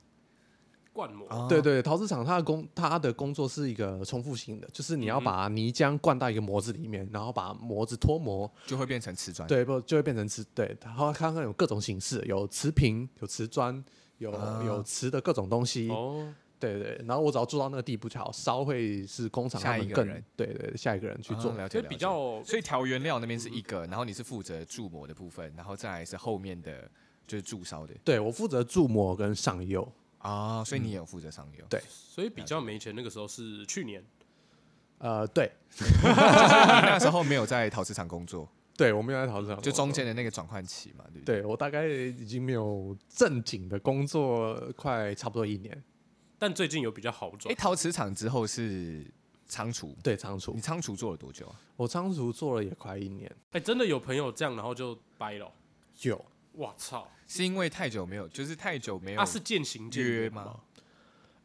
[SPEAKER 2] 灌模，
[SPEAKER 1] 啊
[SPEAKER 3] 对对，陶瓷厂它的工它的工作是一个重复性的，就是你要
[SPEAKER 1] 嗯
[SPEAKER 3] 把泥浆灌到一个模子里面，然后把模子脱模，
[SPEAKER 1] 就会变成瓷砖。，
[SPEAKER 3] 对，不就会变成瓷对，然后它可能有各种形式，有瓷瓶，有瓷砖，有、
[SPEAKER 1] 啊
[SPEAKER 3] 有瓷的各种东西，
[SPEAKER 2] 哦，
[SPEAKER 3] 对对。然后我只要做到那个地步就好，烧会是工厂
[SPEAKER 1] 下
[SPEAKER 3] 他
[SPEAKER 1] 一
[SPEAKER 3] 们
[SPEAKER 1] 个
[SPEAKER 3] 更
[SPEAKER 1] 人
[SPEAKER 3] 对对下一个人去做，
[SPEAKER 1] 啊了解
[SPEAKER 2] 所以
[SPEAKER 1] 了解嗯
[SPEAKER 2] 比较
[SPEAKER 1] 所以调原料那边是一个，然后你是负责铸模的部分，然后再来是后面的就是铸烧的
[SPEAKER 3] 对我负责铸模跟上釉，
[SPEAKER 1] 啊，所以你也有负责哦上游。
[SPEAKER 3] 对
[SPEAKER 2] 所以比较没钱那个时候是去年，
[SPEAKER 3] 呃，对
[SPEAKER 1] 你那时候没有在陶瓷厂工 <laughs> 作，
[SPEAKER 3] 对，我没有在陶瓷厂，
[SPEAKER 1] 就中。间的那个转换期嘛，对不对？
[SPEAKER 3] 对我大概已经没有正经的工作，快差不多一年。
[SPEAKER 2] 但最近有比较好
[SPEAKER 1] 哎、
[SPEAKER 2] 转，
[SPEAKER 1] 陶瓷厂之后是仓储，
[SPEAKER 3] 对仓储
[SPEAKER 1] 你，仓储做了多久啊？
[SPEAKER 3] 我仓储做了也快一年。
[SPEAKER 2] 哎，真的有朋友这样，然后就掰了，
[SPEAKER 3] 有，
[SPEAKER 2] 哇操，啊
[SPEAKER 1] 是因为太久没有，啊就是太久没有
[SPEAKER 2] 他是渐行渐
[SPEAKER 1] 约
[SPEAKER 2] 远
[SPEAKER 1] 吗？？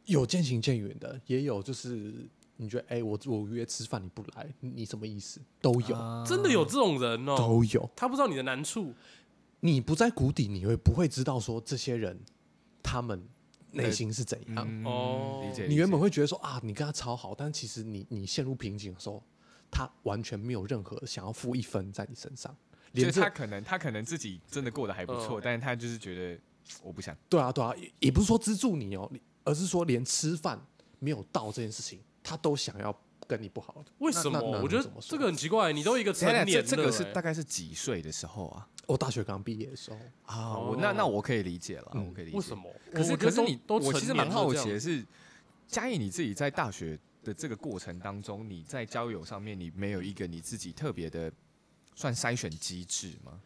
[SPEAKER 3] 有渐行渐远的，也有就是你觉得哎、我我约吃饭你不来，你你什么意思？都有，
[SPEAKER 1] 啊
[SPEAKER 2] 真的有这种人哦，
[SPEAKER 3] 都有。
[SPEAKER 2] 他不知道你的难处，
[SPEAKER 3] 你不在谷底，你会不会知道说这些人他们内心是怎样？
[SPEAKER 1] 嗯
[SPEAKER 2] 哦
[SPEAKER 1] 理解。
[SPEAKER 3] 你原本
[SPEAKER 1] 理解
[SPEAKER 3] 会觉得说啊，你跟他超好，但其实你你陷入瓶颈的时候，他完全没有任何想要付一分在你身上，连
[SPEAKER 1] 就是他
[SPEAKER 3] 这
[SPEAKER 1] 可能他可能自己真的过得还不错，
[SPEAKER 2] 嗯
[SPEAKER 1] 但是他就是觉得嘖我不想。
[SPEAKER 3] 对啊对啊，也也不是说资助你哦，而是说连吃饭没有到这件事情，他都想要跟你不好。
[SPEAKER 2] 为什么
[SPEAKER 3] 那那？
[SPEAKER 2] 我觉得
[SPEAKER 3] 怎么说
[SPEAKER 2] 这个很奇怪，你都一个成
[SPEAKER 1] 等一下
[SPEAKER 2] 年
[SPEAKER 1] 这这
[SPEAKER 2] 了，
[SPEAKER 1] 个是
[SPEAKER 2] 哎
[SPEAKER 1] 大概是几岁的时候啊？
[SPEAKER 3] 我大学刚毕业的时候，
[SPEAKER 1] 啊，
[SPEAKER 2] 哦
[SPEAKER 1] 我那那我可以理解了，
[SPEAKER 3] 嗯
[SPEAKER 1] 我可以理解。
[SPEAKER 2] 为什？么？
[SPEAKER 1] 可是
[SPEAKER 2] 我
[SPEAKER 1] 可是你，
[SPEAKER 2] 都
[SPEAKER 1] 我其实蛮好奇的是，嘉义你自己在大学的这个过程当中，你在交友上面，你没有一个你自己特别的算筛选机制吗？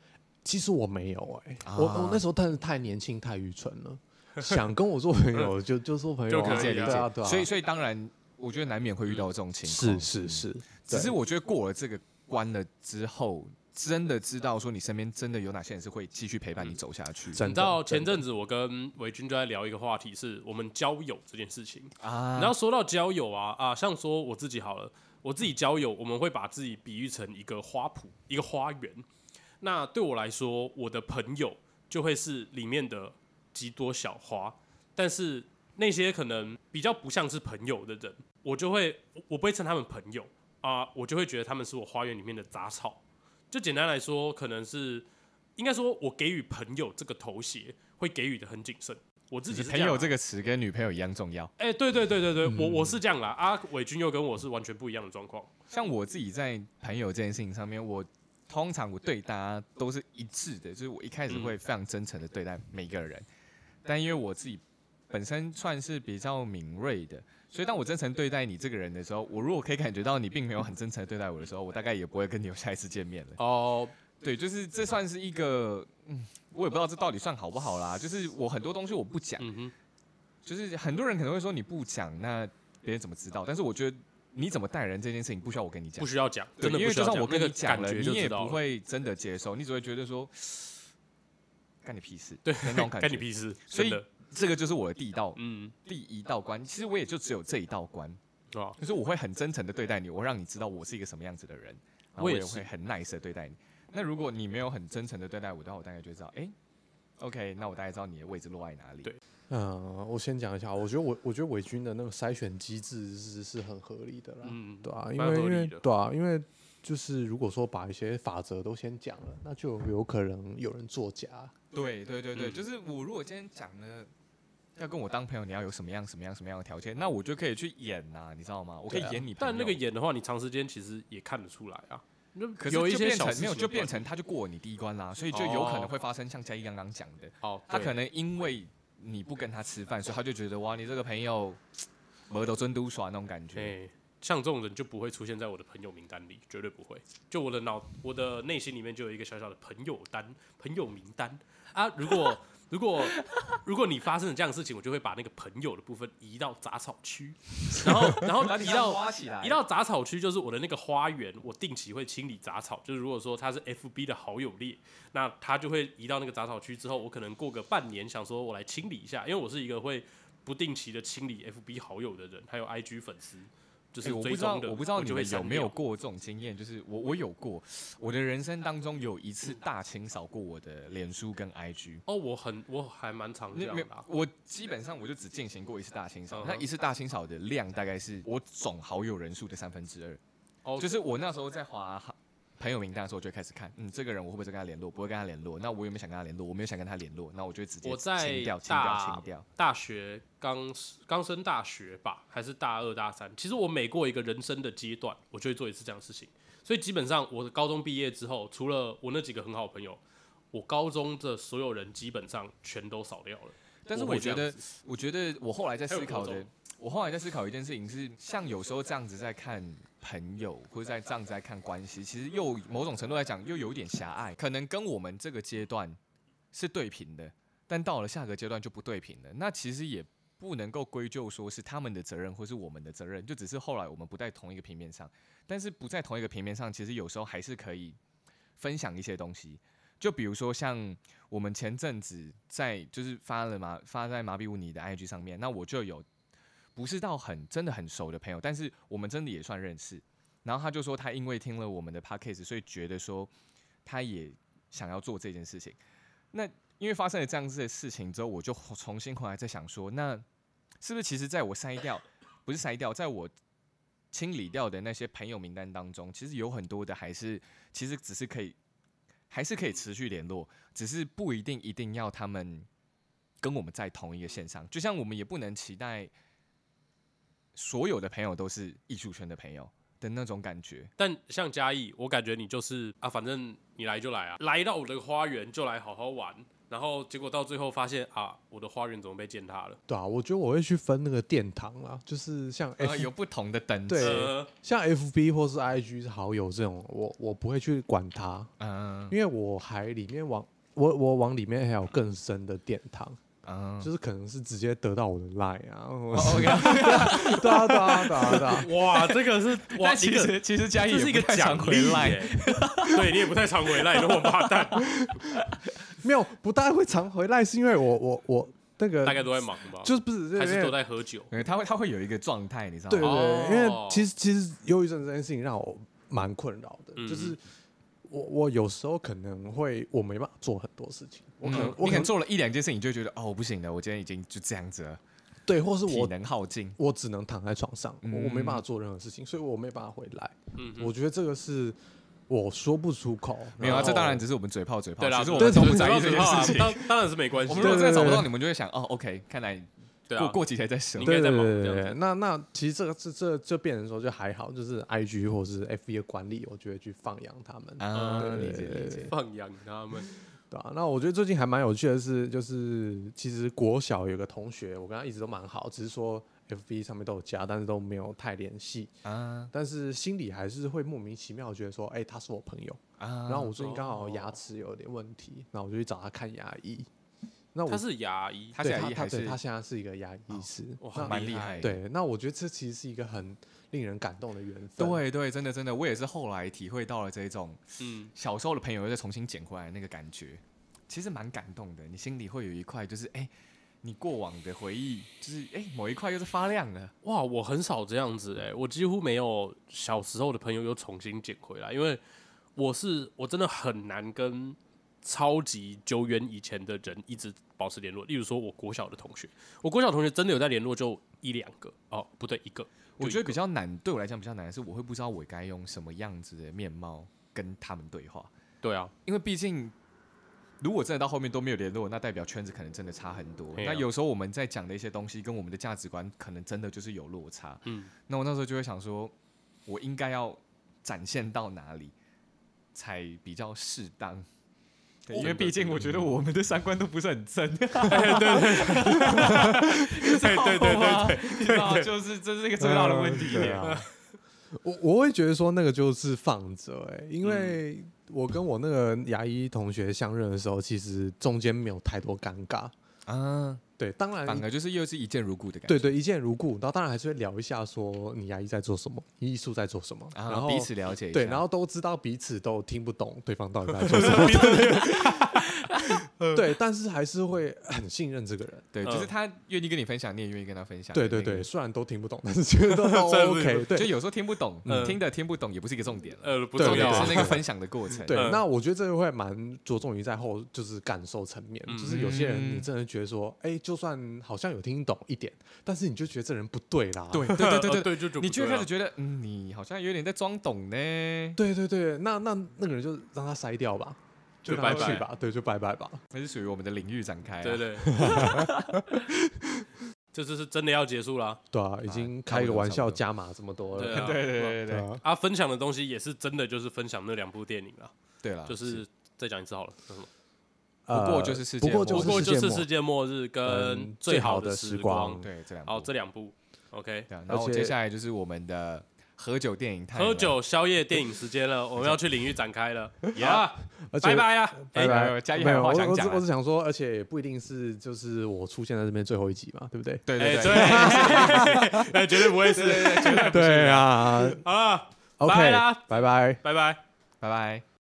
[SPEAKER 3] 其实我没有哎、
[SPEAKER 1] 啊
[SPEAKER 3] 我我那时候真的太年轻太愚蠢了，想跟我做朋友就就做朋友、
[SPEAKER 2] 就
[SPEAKER 3] 啊，
[SPEAKER 2] 可以
[SPEAKER 1] 理解理
[SPEAKER 2] 啊
[SPEAKER 1] 解。
[SPEAKER 3] 对啊对啊，
[SPEAKER 1] 所以所以当然，我觉得难免会遇到这种情
[SPEAKER 3] 是
[SPEAKER 1] 况。
[SPEAKER 3] 是是，
[SPEAKER 1] 只是
[SPEAKER 3] 对
[SPEAKER 1] 我觉得过了这个关了之后，真的知道说你身边真的有哪些人是会继续陪伴你走下去
[SPEAKER 3] 真的
[SPEAKER 2] 你知道前
[SPEAKER 3] 真的
[SPEAKER 2] 阵子我跟维君就在聊一个话题，是我们交友这件事情。
[SPEAKER 1] 啊
[SPEAKER 2] 然后说到交友啊啊，像说我自己好了，我自己交友，我们会把自己比喻成一个花圃，一个花园。那对我来说，我的朋友就会是里面的几朵小花，但是那些可能比较不像是朋友的人，我就会我我不会称他们朋友啊、我就会觉得他们是我花园里面的杂草。就简单来说，可能是应该说我给予朋友这个头衔会给予的很谨慎。我自己
[SPEAKER 1] 就是
[SPEAKER 2] 是
[SPEAKER 1] 朋
[SPEAKER 2] 样
[SPEAKER 1] 友嗯
[SPEAKER 2] 啊
[SPEAKER 1] 这个词跟女朋友一样重要。
[SPEAKER 2] 哎、对对对对对，我我是这样啦。啊，伟君又跟我是完全不一样的状况。
[SPEAKER 1] 像我自己在朋友这件事情上面，我通常我对大家都是一致的，就是我一开始会非常真诚的对待每一个人，但因为我自己本身算是比较敏锐的，所以当我真诚对待你这个人的时候，我如果可以感觉到你并没有很真诚的对待我的时候，我大概也不会跟你有下一次见面了。
[SPEAKER 2] 哦、
[SPEAKER 1] 对，就是这算是一个，嗯，我也不知道这到底算好不好啦。就是我很多东西我不讲，
[SPEAKER 2] 嗯哼，
[SPEAKER 1] 就是很多人可能会说你不讲，那别人怎么知道？但是我觉得你怎么待人这件事情不需要我跟你讲
[SPEAKER 2] 不。需要讲，
[SPEAKER 1] 对
[SPEAKER 2] 真的
[SPEAKER 1] 因
[SPEAKER 2] 不
[SPEAKER 1] 为
[SPEAKER 2] 需
[SPEAKER 1] 就
[SPEAKER 2] 要
[SPEAKER 1] 算
[SPEAKER 2] 讲。
[SPEAKER 1] 我跟
[SPEAKER 2] 那
[SPEAKER 1] 你
[SPEAKER 2] 个
[SPEAKER 1] 讲
[SPEAKER 2] 感
[SPEAKER 1] 了，
[SPEAKER 2] 觉
[SPEAKER 1] 你
[SPEAKER 2] 就
[SPEAKER 1] 也
[SPEAKER 2] 知道
[SPEAKER 1] 不
[SPEAKER 2] 了。
[SPEAKER 1] 会真的接受，你只会觉得说干你屁事，对那种感觉。
[SPEAKER 2] 干你屁事！
[SPEAKER 1] 所以
[SPEAKER 2] 真的
[SPEAKER 1] 这个就是我的第一道
[SPEAKER 2] 嗯
[SPEAKER 1] 第一道关，其实我也就只有这一道关，
[SPEAKER 2] 啊，
[SPEAKER 1] 就是我会很真诚的对待你，我让你知道我是一个什么样子的人，然后
[SPEAKER 2] 我
[SPEAKER 1] 我
[SPEAKER 2] 也
[SPEAKER 1] 也
[SPEAKER 2] 是
[SPEAKER 1] 会很 nice 的对待你。那如果你没有很真诚的对待我的话，我大概就知道，哎、o k 那我大概知道你的位置落在哪里。
[SPEAKER 2] 对
[SPEAKER 3] 嗯，我先讲一下，我觉得我我觉得伪军的那个筛选机制是是很合理的啦，
[SPEAKER 2] 嗯
[SPEAKER 3] 对啊，因
[SPEAKER 2] 蛮
[SPEAKER 3] 为
[SPEAKER 2] 合
[SPEAKER 3] 因
[SPEAKER 2] 理
[SPEAKER 3] 为
[SPEAKER 2] 的
[SPEAKER 3] 对啊，因为就是如果说把一些法则都先讲了，那就有可能有人作假，
[SPEAKER 1] 对对对对，
[SPEAKER 2] 嗯
[SPEAKER 1] 就是我如果今天讲了。要跟我当朋友，你要有什么样、什么样、什么样的条件，那我就可以去演呐、你知道吗？我可以
[SPEAKER 3] 对啊
[SPEAKER 1] 演你朋友。
[SPEAKER 2] 但那个演的话，你长时间其实也看得出来啊。就
[SPEAKER 1] 可是
[SPEAKER 2] 有一
[SPEAKER 1] 就
[SPEAKER 2] 些
[SPEAKER 1] 变
[SPEAKER 2] 小
[SPEAKER 1] 成
[SPEAKER 2] 事
[SPEAKER 1] 没有，
[SPEAKER 2] 情
[SPEAKER 1] 就
[SPEAKER 2] 的
[SPEAKER 1] 变
[SPEAKER 2] 话
[SPEAKER 1] 成他就过你第一关啦，所以就有可能会发生像嘉义刚刚讲的，
[SPEAKER 2] 好，
[SPEAKER 1] 他
[SPEAKER 2] 哦对
[SPEAKER 1] 可能因为你不跟他吃饭，所以他就觉得哇，你这个朋友没得尊嘟耍那种感觉。
[SPEAKER 2] 哎，像这种人就不会出现在我的朋友名单里，绝对不会。就我的脑，我的内心里面就有一个小小的朋友单、朋友名单啊。如果如果如果你发生了这样的事情，我就会把那个朋友的部分移到杂草区，然后然后移到
[SPEAKER 1] 挖起来
[SPEAKER 2] 一，到杂草区就是我的那个花园，我定期会清理杂草。就是如果说他是 FB 的好友列，那他就会移到那个杂草区之后，我可能过个半年，想说我来清理一下，因为我是一个会不定期的清理 FB 好友的人，还有 IG 粉丝，就是
[SPEAKER 1] 欸我
[SPEAKER 2] 追
[SPEAKER 1] 不知道，
[SPEAKER 2] 踪的，
[SPEAKER 1] 我不知道你
[SPEAKER 2] 就会
[SPEAKER 1] 们有
[SPEAKER 2] 删
[SPEAKER 1] 没有
[SPEAKER 2] 掉
[SPEAKER 1] 过这种经验，就是我我有过，我的人生当中有一次大清扫过我的脸书跟 IG。
[SPEAKER 2] 哦，我很我还蛮常这
[SPEAKER 1] 那
[SPEAKER 2] 样
[SPEAKER 1] 没
[SPEAKER 2] 的
[SPEAKER 1] 有
[SPEAKER 2] 啊、，
[SPEAKER 1] 我基本上我就只进行过一次大清扫
[SPEAKER 2] 嗯。哼
[SPEAKER 1] 那一次大清扫的量大概是我总好友人数的三分之二。
[SPEAKER 2] 哦，
[SPEAKER 1] 就是我那时候在划朋友名单的时候，我就开始看，嗯，这个人我会不会再跟他联络？不会跟他联络。那我有没有想跟他联络？我没有想跟他联络，那我就直接
[SPEAKER 2] 我在
[SPEAKER 1] 清掉、清
[SPEAKER 2] 大
[SPEAKER 1] 掉、清掉。
[SPEAKER 2] 大学刚刚升大学吧，还是大二大三？其实我每过一个人生的阶段，我就会做一次这样的事情。所以基本上我的高中毕业之后，除了我那几个很好的朋友，我高中的所有人基本上全都扫掉了。
[SPEAKER 1] 但是
[SPEAKER 2] 我会
[SPEAKER 1] 我
[SPEAKER 2] 这
[SPEAKER 1] 觉
[SPEAKER 2] 样
[SPEAKER 1] 得
[SPEAKER 2] 子，
[SPEAKER 1] 我觉得我后来在思考
[SPEAKER 2] 还
[SPEAKER 1] 的
[SPEAKER 2] 有国中，
[SPEAKER 1] 我后来在思考一件事情是，像有时候这样子在看朋友，或者在这样子在看关系，其实又某种程度来讲又有一点狭隘，可能跟我们这个阶段是对平的，但到了下个阶段就不对平了。那其实也。不能够归咎说是他们的责任或是我们的责任，就只是后来我们不在同一个平面上，但是不在同一个平面上，其实有时候还是可以分享一些东西。就比如说像我们前阵子在就是发了麻发在麻痹乌尼的 IG 上面，那我就有不是到很真的很熟的朋友，但是我们真的也算认识。然后他就说他因为听了我们的 podcast，所以觉得说他也想要做这件事情。那因为发生了这样子的事情之后，我就重新回来在想说，那是不是其实在我筛掉，不是筛掉，在我清理掉的那些朋友名单当中，其实有很多的还是其实只是可以，还是可以持续联络，只是不一定一定要他们跟我们在同一个线上。就像我们也不能期待所有的朋友都是艺术圈的朋友的那种感觉。
[SPEAKER 2] 但像嘉义，我感觉你就是啊，反正你来就来啊，来到我的花园就来好好玩。然后结果到最后发现啊，我的花园怎么被践踏了？
[SPEAKER 3] 对啊，我觉得我会去分那个殿堂啦，就是像
[SPEAKER 2] 啊
[SPEAKER 3] F、
[SPEAKER 1] 呃，有不同的等级。
[SPEAKER 3] 哎对
[SPEAKER 2] 呃，
[SPEAKER 3] 像 FB 或是 IG 是好友这种，我我不会去管它，
[SPEAKER 1] 嗯
[SPEAKER 3] 因为我还里面往我我往里面还有更深的殿堂，
[SPEAKER 1] 嗯，哦
[SPEAKER 3] 就是可能是直接得到我的 line 啊，或
[SPEAKER 2] 哦
[SPEAKER 3] 是
[SPEAKER 1] OK。
[SPEAKER 3] <laughs> 对啊对啊对啊对
[SPEAKER 2] <laughs>
[SPEAKER 3] 啊，
[SPEAKER 2] 哇，这个是
[SPEAKER 1] <laughs> 但
[SPEAKER 2] 哇，一
[SPEAKER 1] 其
[SPEAKER 2] 个
[SPEAKER 1] 实其实嘉义
[SPEAKER 2] 这是一个奖励耶
[SPEAKER 1] 来，，
[SPEAKER 2] 对你也不太常回来，你这王八蛋，
[SPEAKER 3] 没有不大会常回来，是因为我我我那个
[SPEAKER 2] 大概都在忙
[SPEAKER 1] <laughs>
[SPEAKER 2] 吧，
[SPEAKER 3] 就是不是
[SPEAKER 2] 还是
[SPEAKER 3] 因为
[SPEAKER 2] 都在喝酒。
[SPEAKER 1] 呃他会他会有一个状态，你知道
[SPEAKER 3] 对
[SPEAKER 1] 吗？
[SPEAKER 3] 对
[SPEAKER 2] 哦
[SPEAKER 3] 对，因为其实其实忧郁症这件事情让我蛮困扰的，
[SPEAKER 2] 嗯
[SPEAKER 3] 就是我我有时候可能会我没办法做很多事情，我可能、
[SPEAKER 1] 嗯你
[SPEAKER 3] 我可
[SPEAKER 1] 可能
[SPEAKER 3] 能
[SPEAKER 1] 做了一两件事情，你就会觉得哦，我不行了，我今天已经就这样子了，
[SPEAKER 3] 对，或是
[SPEAKER 1] 体
[SPEAKER 3] 我哦
[SPEAKER 1] 能耗尽。
[SPEAKER 3] 我只能躺在床上，我我没
[SPEAKER 1] 嗯
[SPEAKER 3] 办法做任何事情，所以我没办法回来。
[SPEAKER 2] 嗯哼，
[SPEAKER 3] 我觉得这个是我说不出口。
[SPEAKER 1] 没有啊，
[SPEAKER 3] 后
[SPEAKER 1] 这当然只是我们嘴炮嘴炮，
[SPEAKER 2] 对啦，
[SPEAKER 1] 其实我
[SPEAKER 3] 对
[SPEAKER 1] 们都
[SPEAKER 3] 对
[SPEAKER 1] 不
[SPEAKER 2] 主
[SPEAKER 1] 在
[SPEAKER 2] 要
[SPEAKER 1] 意这
[SPEAKER 2] 主
[SPEAKER 1] 件
[SPEAKER 2] 要啊
[SPEAKER 1] 事情。
[SPEAKER 2] 当当然是没关
[SPEAKER 1] 我
[SPEAKER 2] 系
[SPEAKER 1] 们
[SPEAKER 2] 的，
[SPEAKER 1] 如果
[SPEAKER 3] 对
[SPEAKER 1] 真的找不
[SPEAKER 3] 对
[SPEAKER 1] 到，你们就会想哦，OK，看来
[SPEAKER 2] 对
[SPEAKER 1] 过
[SPEAKER 2] 啊，
[SPEAKER 1] 过几天再说
[SPEAKER 2] 应。
[SPEAKER 3] 对
[SPEAKER 2] 该在
[SPEAKER 3] 对
[SPEAKER 2] 忙
[SPEAKER 3] 对
[SPEAKER 2] 这
[SPEAKER 3] 对
[SPEAKER 2] 样
[SPEAKER 3] 对，那那其实这个这这这变成说就还好，就是 I G 或是 F B 的管理，我就会去放养他们，
[SPEAKER 1] 啊，
[SPEAKER 3] 嗯对
[SPEAKER 1] 理
[SPEAKER 3] 对
[SPEAKER 1] 解
[SPEAKER 3] 对
[SPEAKER 1] 理
[SPEAKER 3] 对
[SPEAKER 1] 解。
[SPEAKER 2] 放养他们，
[SPEAKER 3] 对啊。那我觉得最近还蛮有趣的是，就是其实国小有个同学，我跟他一直都蛮好，只是说 F B 上面都有加，但是都没有太联系，
[SPEAKER 1] 啊
[SPEAKER 3] 但是心里还是会莫名其妙觉得说，哎、他是我朋友。
[SPEAKER 1] 啊，
[SPEAKER 3] 然后我最近刚好
[SPEAKER 2] 哦
[SPEAKER 3] 牙齿有点问题，那我就去找他看牙医。那我
[SPEAKER 2] 他是牙医，
[SPEAKER 1] 他
[SPEAKER 3] 对
[SPEAKER 1] 现在
[SPEAKER 3] 他
[SPEAKER 1] 也
[SPEAKER 3] 他
[SPEAKER 1] 还
[SPEAKER 3] 对
[SPEAKER 1] 是哦
[SPEAKER 3] 他现在是一个牙医师，
[SPEAKER 2] 哇，好
[SPEAKER 3] 那
[SPEAKER 1] 蛮厉害的
[SPEAKER 3] 对，那我觉得这其实是一个很令人感动的缘分。
[SPEAKER 1] 对对，真的真的，我也是后来体会到了这种
[SPEAKER 2] 嗯，
[SPEAKER 1] 小时候的朋友又再重新捡回来那个感觉，其实蛮感动的。你心里会有一块，就是哎、你过往的回忆，就是哎、某一块又是发亮了。
[SPEAKER 2] 哇，我很少这样子哎、我几乎没有小时候的朋友又重新捡回来，因为我是我真的很难跟超级久远以前的人一直保持联络。例如说，我国小的同学，我国小同学真的有在联络，就一两个哦，不对，一个。
[SPEAKER 1] 我
[SPEAKER 2] 就
[SPEAKER 1] 觉
[SPEAKER 2] 一
[SPEAKER 1] 得
[SPEAKER 2] 个
[SPEAKER 1] 比较难，对我来讲比较难的是，我会不知道我该用什么样子的面貌跟他们对话，
[SPEAKER 2] 对啊，
[SPEAKER 1] 因为毕竟如果真的到后面都没有联络，那代表圈子可能真的差很多。
[SPEAKER 2] 对啊
[SPEAKER 1] 那有时候我们在讲的一些东西跟我们的价值观，可能真的就是有落差。
[SPEAKER 2] 嗯，
[SPEAKER 1] 那我那时候就会想说，我应该要展现到哪里才比较适当？对因为毕竟我觉得我们的三观都不是很正，对嗯对对对对对，就是这是一个重要的问题
[SPEAKER 3] 对啊， <laughs> 我我会觉得说那个就是放着哎、因
[SPEAKER 1] 嗯
[SPEAKER 3] 为我跟我那个牙医同学相认的时候，其实中间没有太多尴尬。
[SPEAKER 1] 啊，
[SPEAKER 3] 对，当然
[SPEAKER 1] 反而就是又是一见如故的感
[SPEAKER 3] 对
[SPEAKER 1] 觉。
[SPEAKER 3] 对一见如故，然后当然还是会聊一下说你牙医在做什么，艺术在做什么，
[SPEAKER 1] 啊，
[SPEAKER 3] 然后
[SPEAKER 1] 彼此了解一下。
[SPEAKER 3] 对，然后都知道彼此都听不懂对方到底在做什
[SPEAKER 1] <laughs>
[SPEAKER 3] 么。 <laughs> 对，但是还是会很信任这个人。
[SPEAKER 1] 对，就是
[SPEAKER 2] 嗯
[SPEAKER 1] 他愿意跟你分享，你也愿意跟他分享。
[SPEAKER 3] 对对
[SPEAKER 1] 那个
[SPEAKER 3] 对，，虽然都听不懂，但是觉
[SPEAKER 1] <laughs>
[SPEAKER 3] 得都
[SPEAKER 2] 真的是
[SPEAKER 3] OK。
[SPEAKER 1] 就
[SPEAKER 3] 对
[SPEAKER 1] 有时候听不懂
[SPEAKER 2] 嗯，
[SPEAKER 1] 听的听不懂也不是一个重点了，
[SPEAKER 2] 呃，不
[SPEAKER 3] 对
[SPEAKER 2] 重
[SPEAKER 1] 重
[SPEAKER 2] 要
[SPEAKER 1] 点
[SPEAKER 2] 啊
[SPEAKER 1] 是那个分享的过程。
[SPEAKER 3] 对
[SPEAKER 2] 嗯，
[SPEAKER 3] 那我觉得这个会蛮着重于在后，就是感受层面。
[SPEAKER 2] 嗯
[SPEAKER 3] 就是有些人
[SPEAKER 1] 嗯
[SPEAKER 3] 你真的觉得说，哎，就算好像有听懂一点，但是你就觉得这人不对啦。
[SPEAKER 1] 对对对对
[SPEAKER 2] 呃
[SPEAKER 1] 对
[SPEAKER 2] 对，就就
[SPEAKER 1] 你
[SPEAKER 2] 不
[SPEAKER 1] 就会
[SPEAKER 2] 对
[SPEAKER 1] 开
[SPEAKER 2] 啊
[SPEAKER 1] 始觉得，嗯，你好像有点在装懂呢。
[SPEAKER 3] <laughs> 对对对，那那那个人就让他筛掉吧，
[SPEAKER 2] 就
[SPEAKER 3] 让他
[SPEAKER 2] 拜拜
[SPEAKER 3] 去吧，对，就拜拜吧。
[SPEAKER 1] 那是属于我们的领域展开、啊。
[SPEAKER 2] 对对，这次是真的要结束了
[SPEAKER 3] 对啊，已经开
[SPEAKER 1] 差不
[SPEAKER 3] 个
[SPEAKER 1] 多
[SPEAKER 3] 玩
[SPEAKER 1] 差不
[SPEAKER 3] 笑
[SPEAKER 1] 多
[SPEAKER 3] 加码这么多
[SPEAKER 2] 对
[SPEAKER 3] 了。
[SPEAKER 2] 啊
[SPEAKER 1] 对对对
[SPEAKER 3] 对
[SPEAKER 1] 对
[SPEAKER 3] 啊，
[SPEAKER 2] 啊！分享的东西也是真的，就是分享那两部电影啊，
[SPEAKER 1] 对了，
[SPEAKER 2] 就是再讲一次好了。叫什么
[SPEAKER 1] 啊不过就
[SPEAKER 3] 呃
[SPEAKER 1] 是世
[SPEAKER 3] 不
[SPEAKER 1] 界
[SPEAKER 3] 过
[SPEAKER 1] 末
[SPEAKER 3] 就
[SPEAKER 2] 不
[SPEAKER 1] 日
[SPEAKER 2] 过就是
[SPEAKER 3] 世
[SPEAKER 2] 世
[SPEAKER 3] 界
[SPEAKER 2] 界末日跟
[SPEAKER 3] 嗯
[SPEAKER 2] 最
[SPEAKER 3] 最好
[SPEAKER 2] 好
[SPEAKER 3] 的
[SPEAKER 2] 时
[SPEAKER 3] 时光
[SPEAKER 1] 对这两部
[SPEAKER 2] 嗯好，哦这两部 OK。
[SPEAKER 1] 对啊。然后
[SPEAKER 3] 而且
[SPEAKER 1] 接下来就是我们的喝酒电影探了，
[SPEAKER 2] 喝酒宵夜电影时间了，我们要去领域展开了，呀，
[SPEAKER 3] 而且
[SPEAKER 2] 拜拜啊！
[SPEAKER 3] 拜
[SPEAKER 2] 哎
[SPEAKER 1] 没有
[SPEAKER 3] 拜，
[SPEAKER 1] 嘉义
[SPEAKER 3] 没
[SPEAKER 1] 还有
[SPEAKER 3] 有
[SPEAKER 1] 话
[SPEAKER 3] 我
[SPEAKER 1] 想
[SPEAKER 3] 我只
[SPEAKER 1] 讲啊？
[SPEAKER 3] 我只想说，而且也不一定是就是我出现在这边最后一集嘛，对不对
[SPEAKER 1] 对
[SPEAKER 2] 哎，
[SPEAKER 1] 对
[SPEAKER 2] 对
[SPEAKER 1] 对，，
[SPEAKER 2] 哎，绝对 <laughs> 不会是。
[SPEAKER 3] 对啊
[SPEAKER 2] 好了，
[SPEAKER 3] ，OK，
[SPEAKER 2] 拜啦
[SPEAKER 3] 拜拜。
[SPEAKER 1] 拜拜。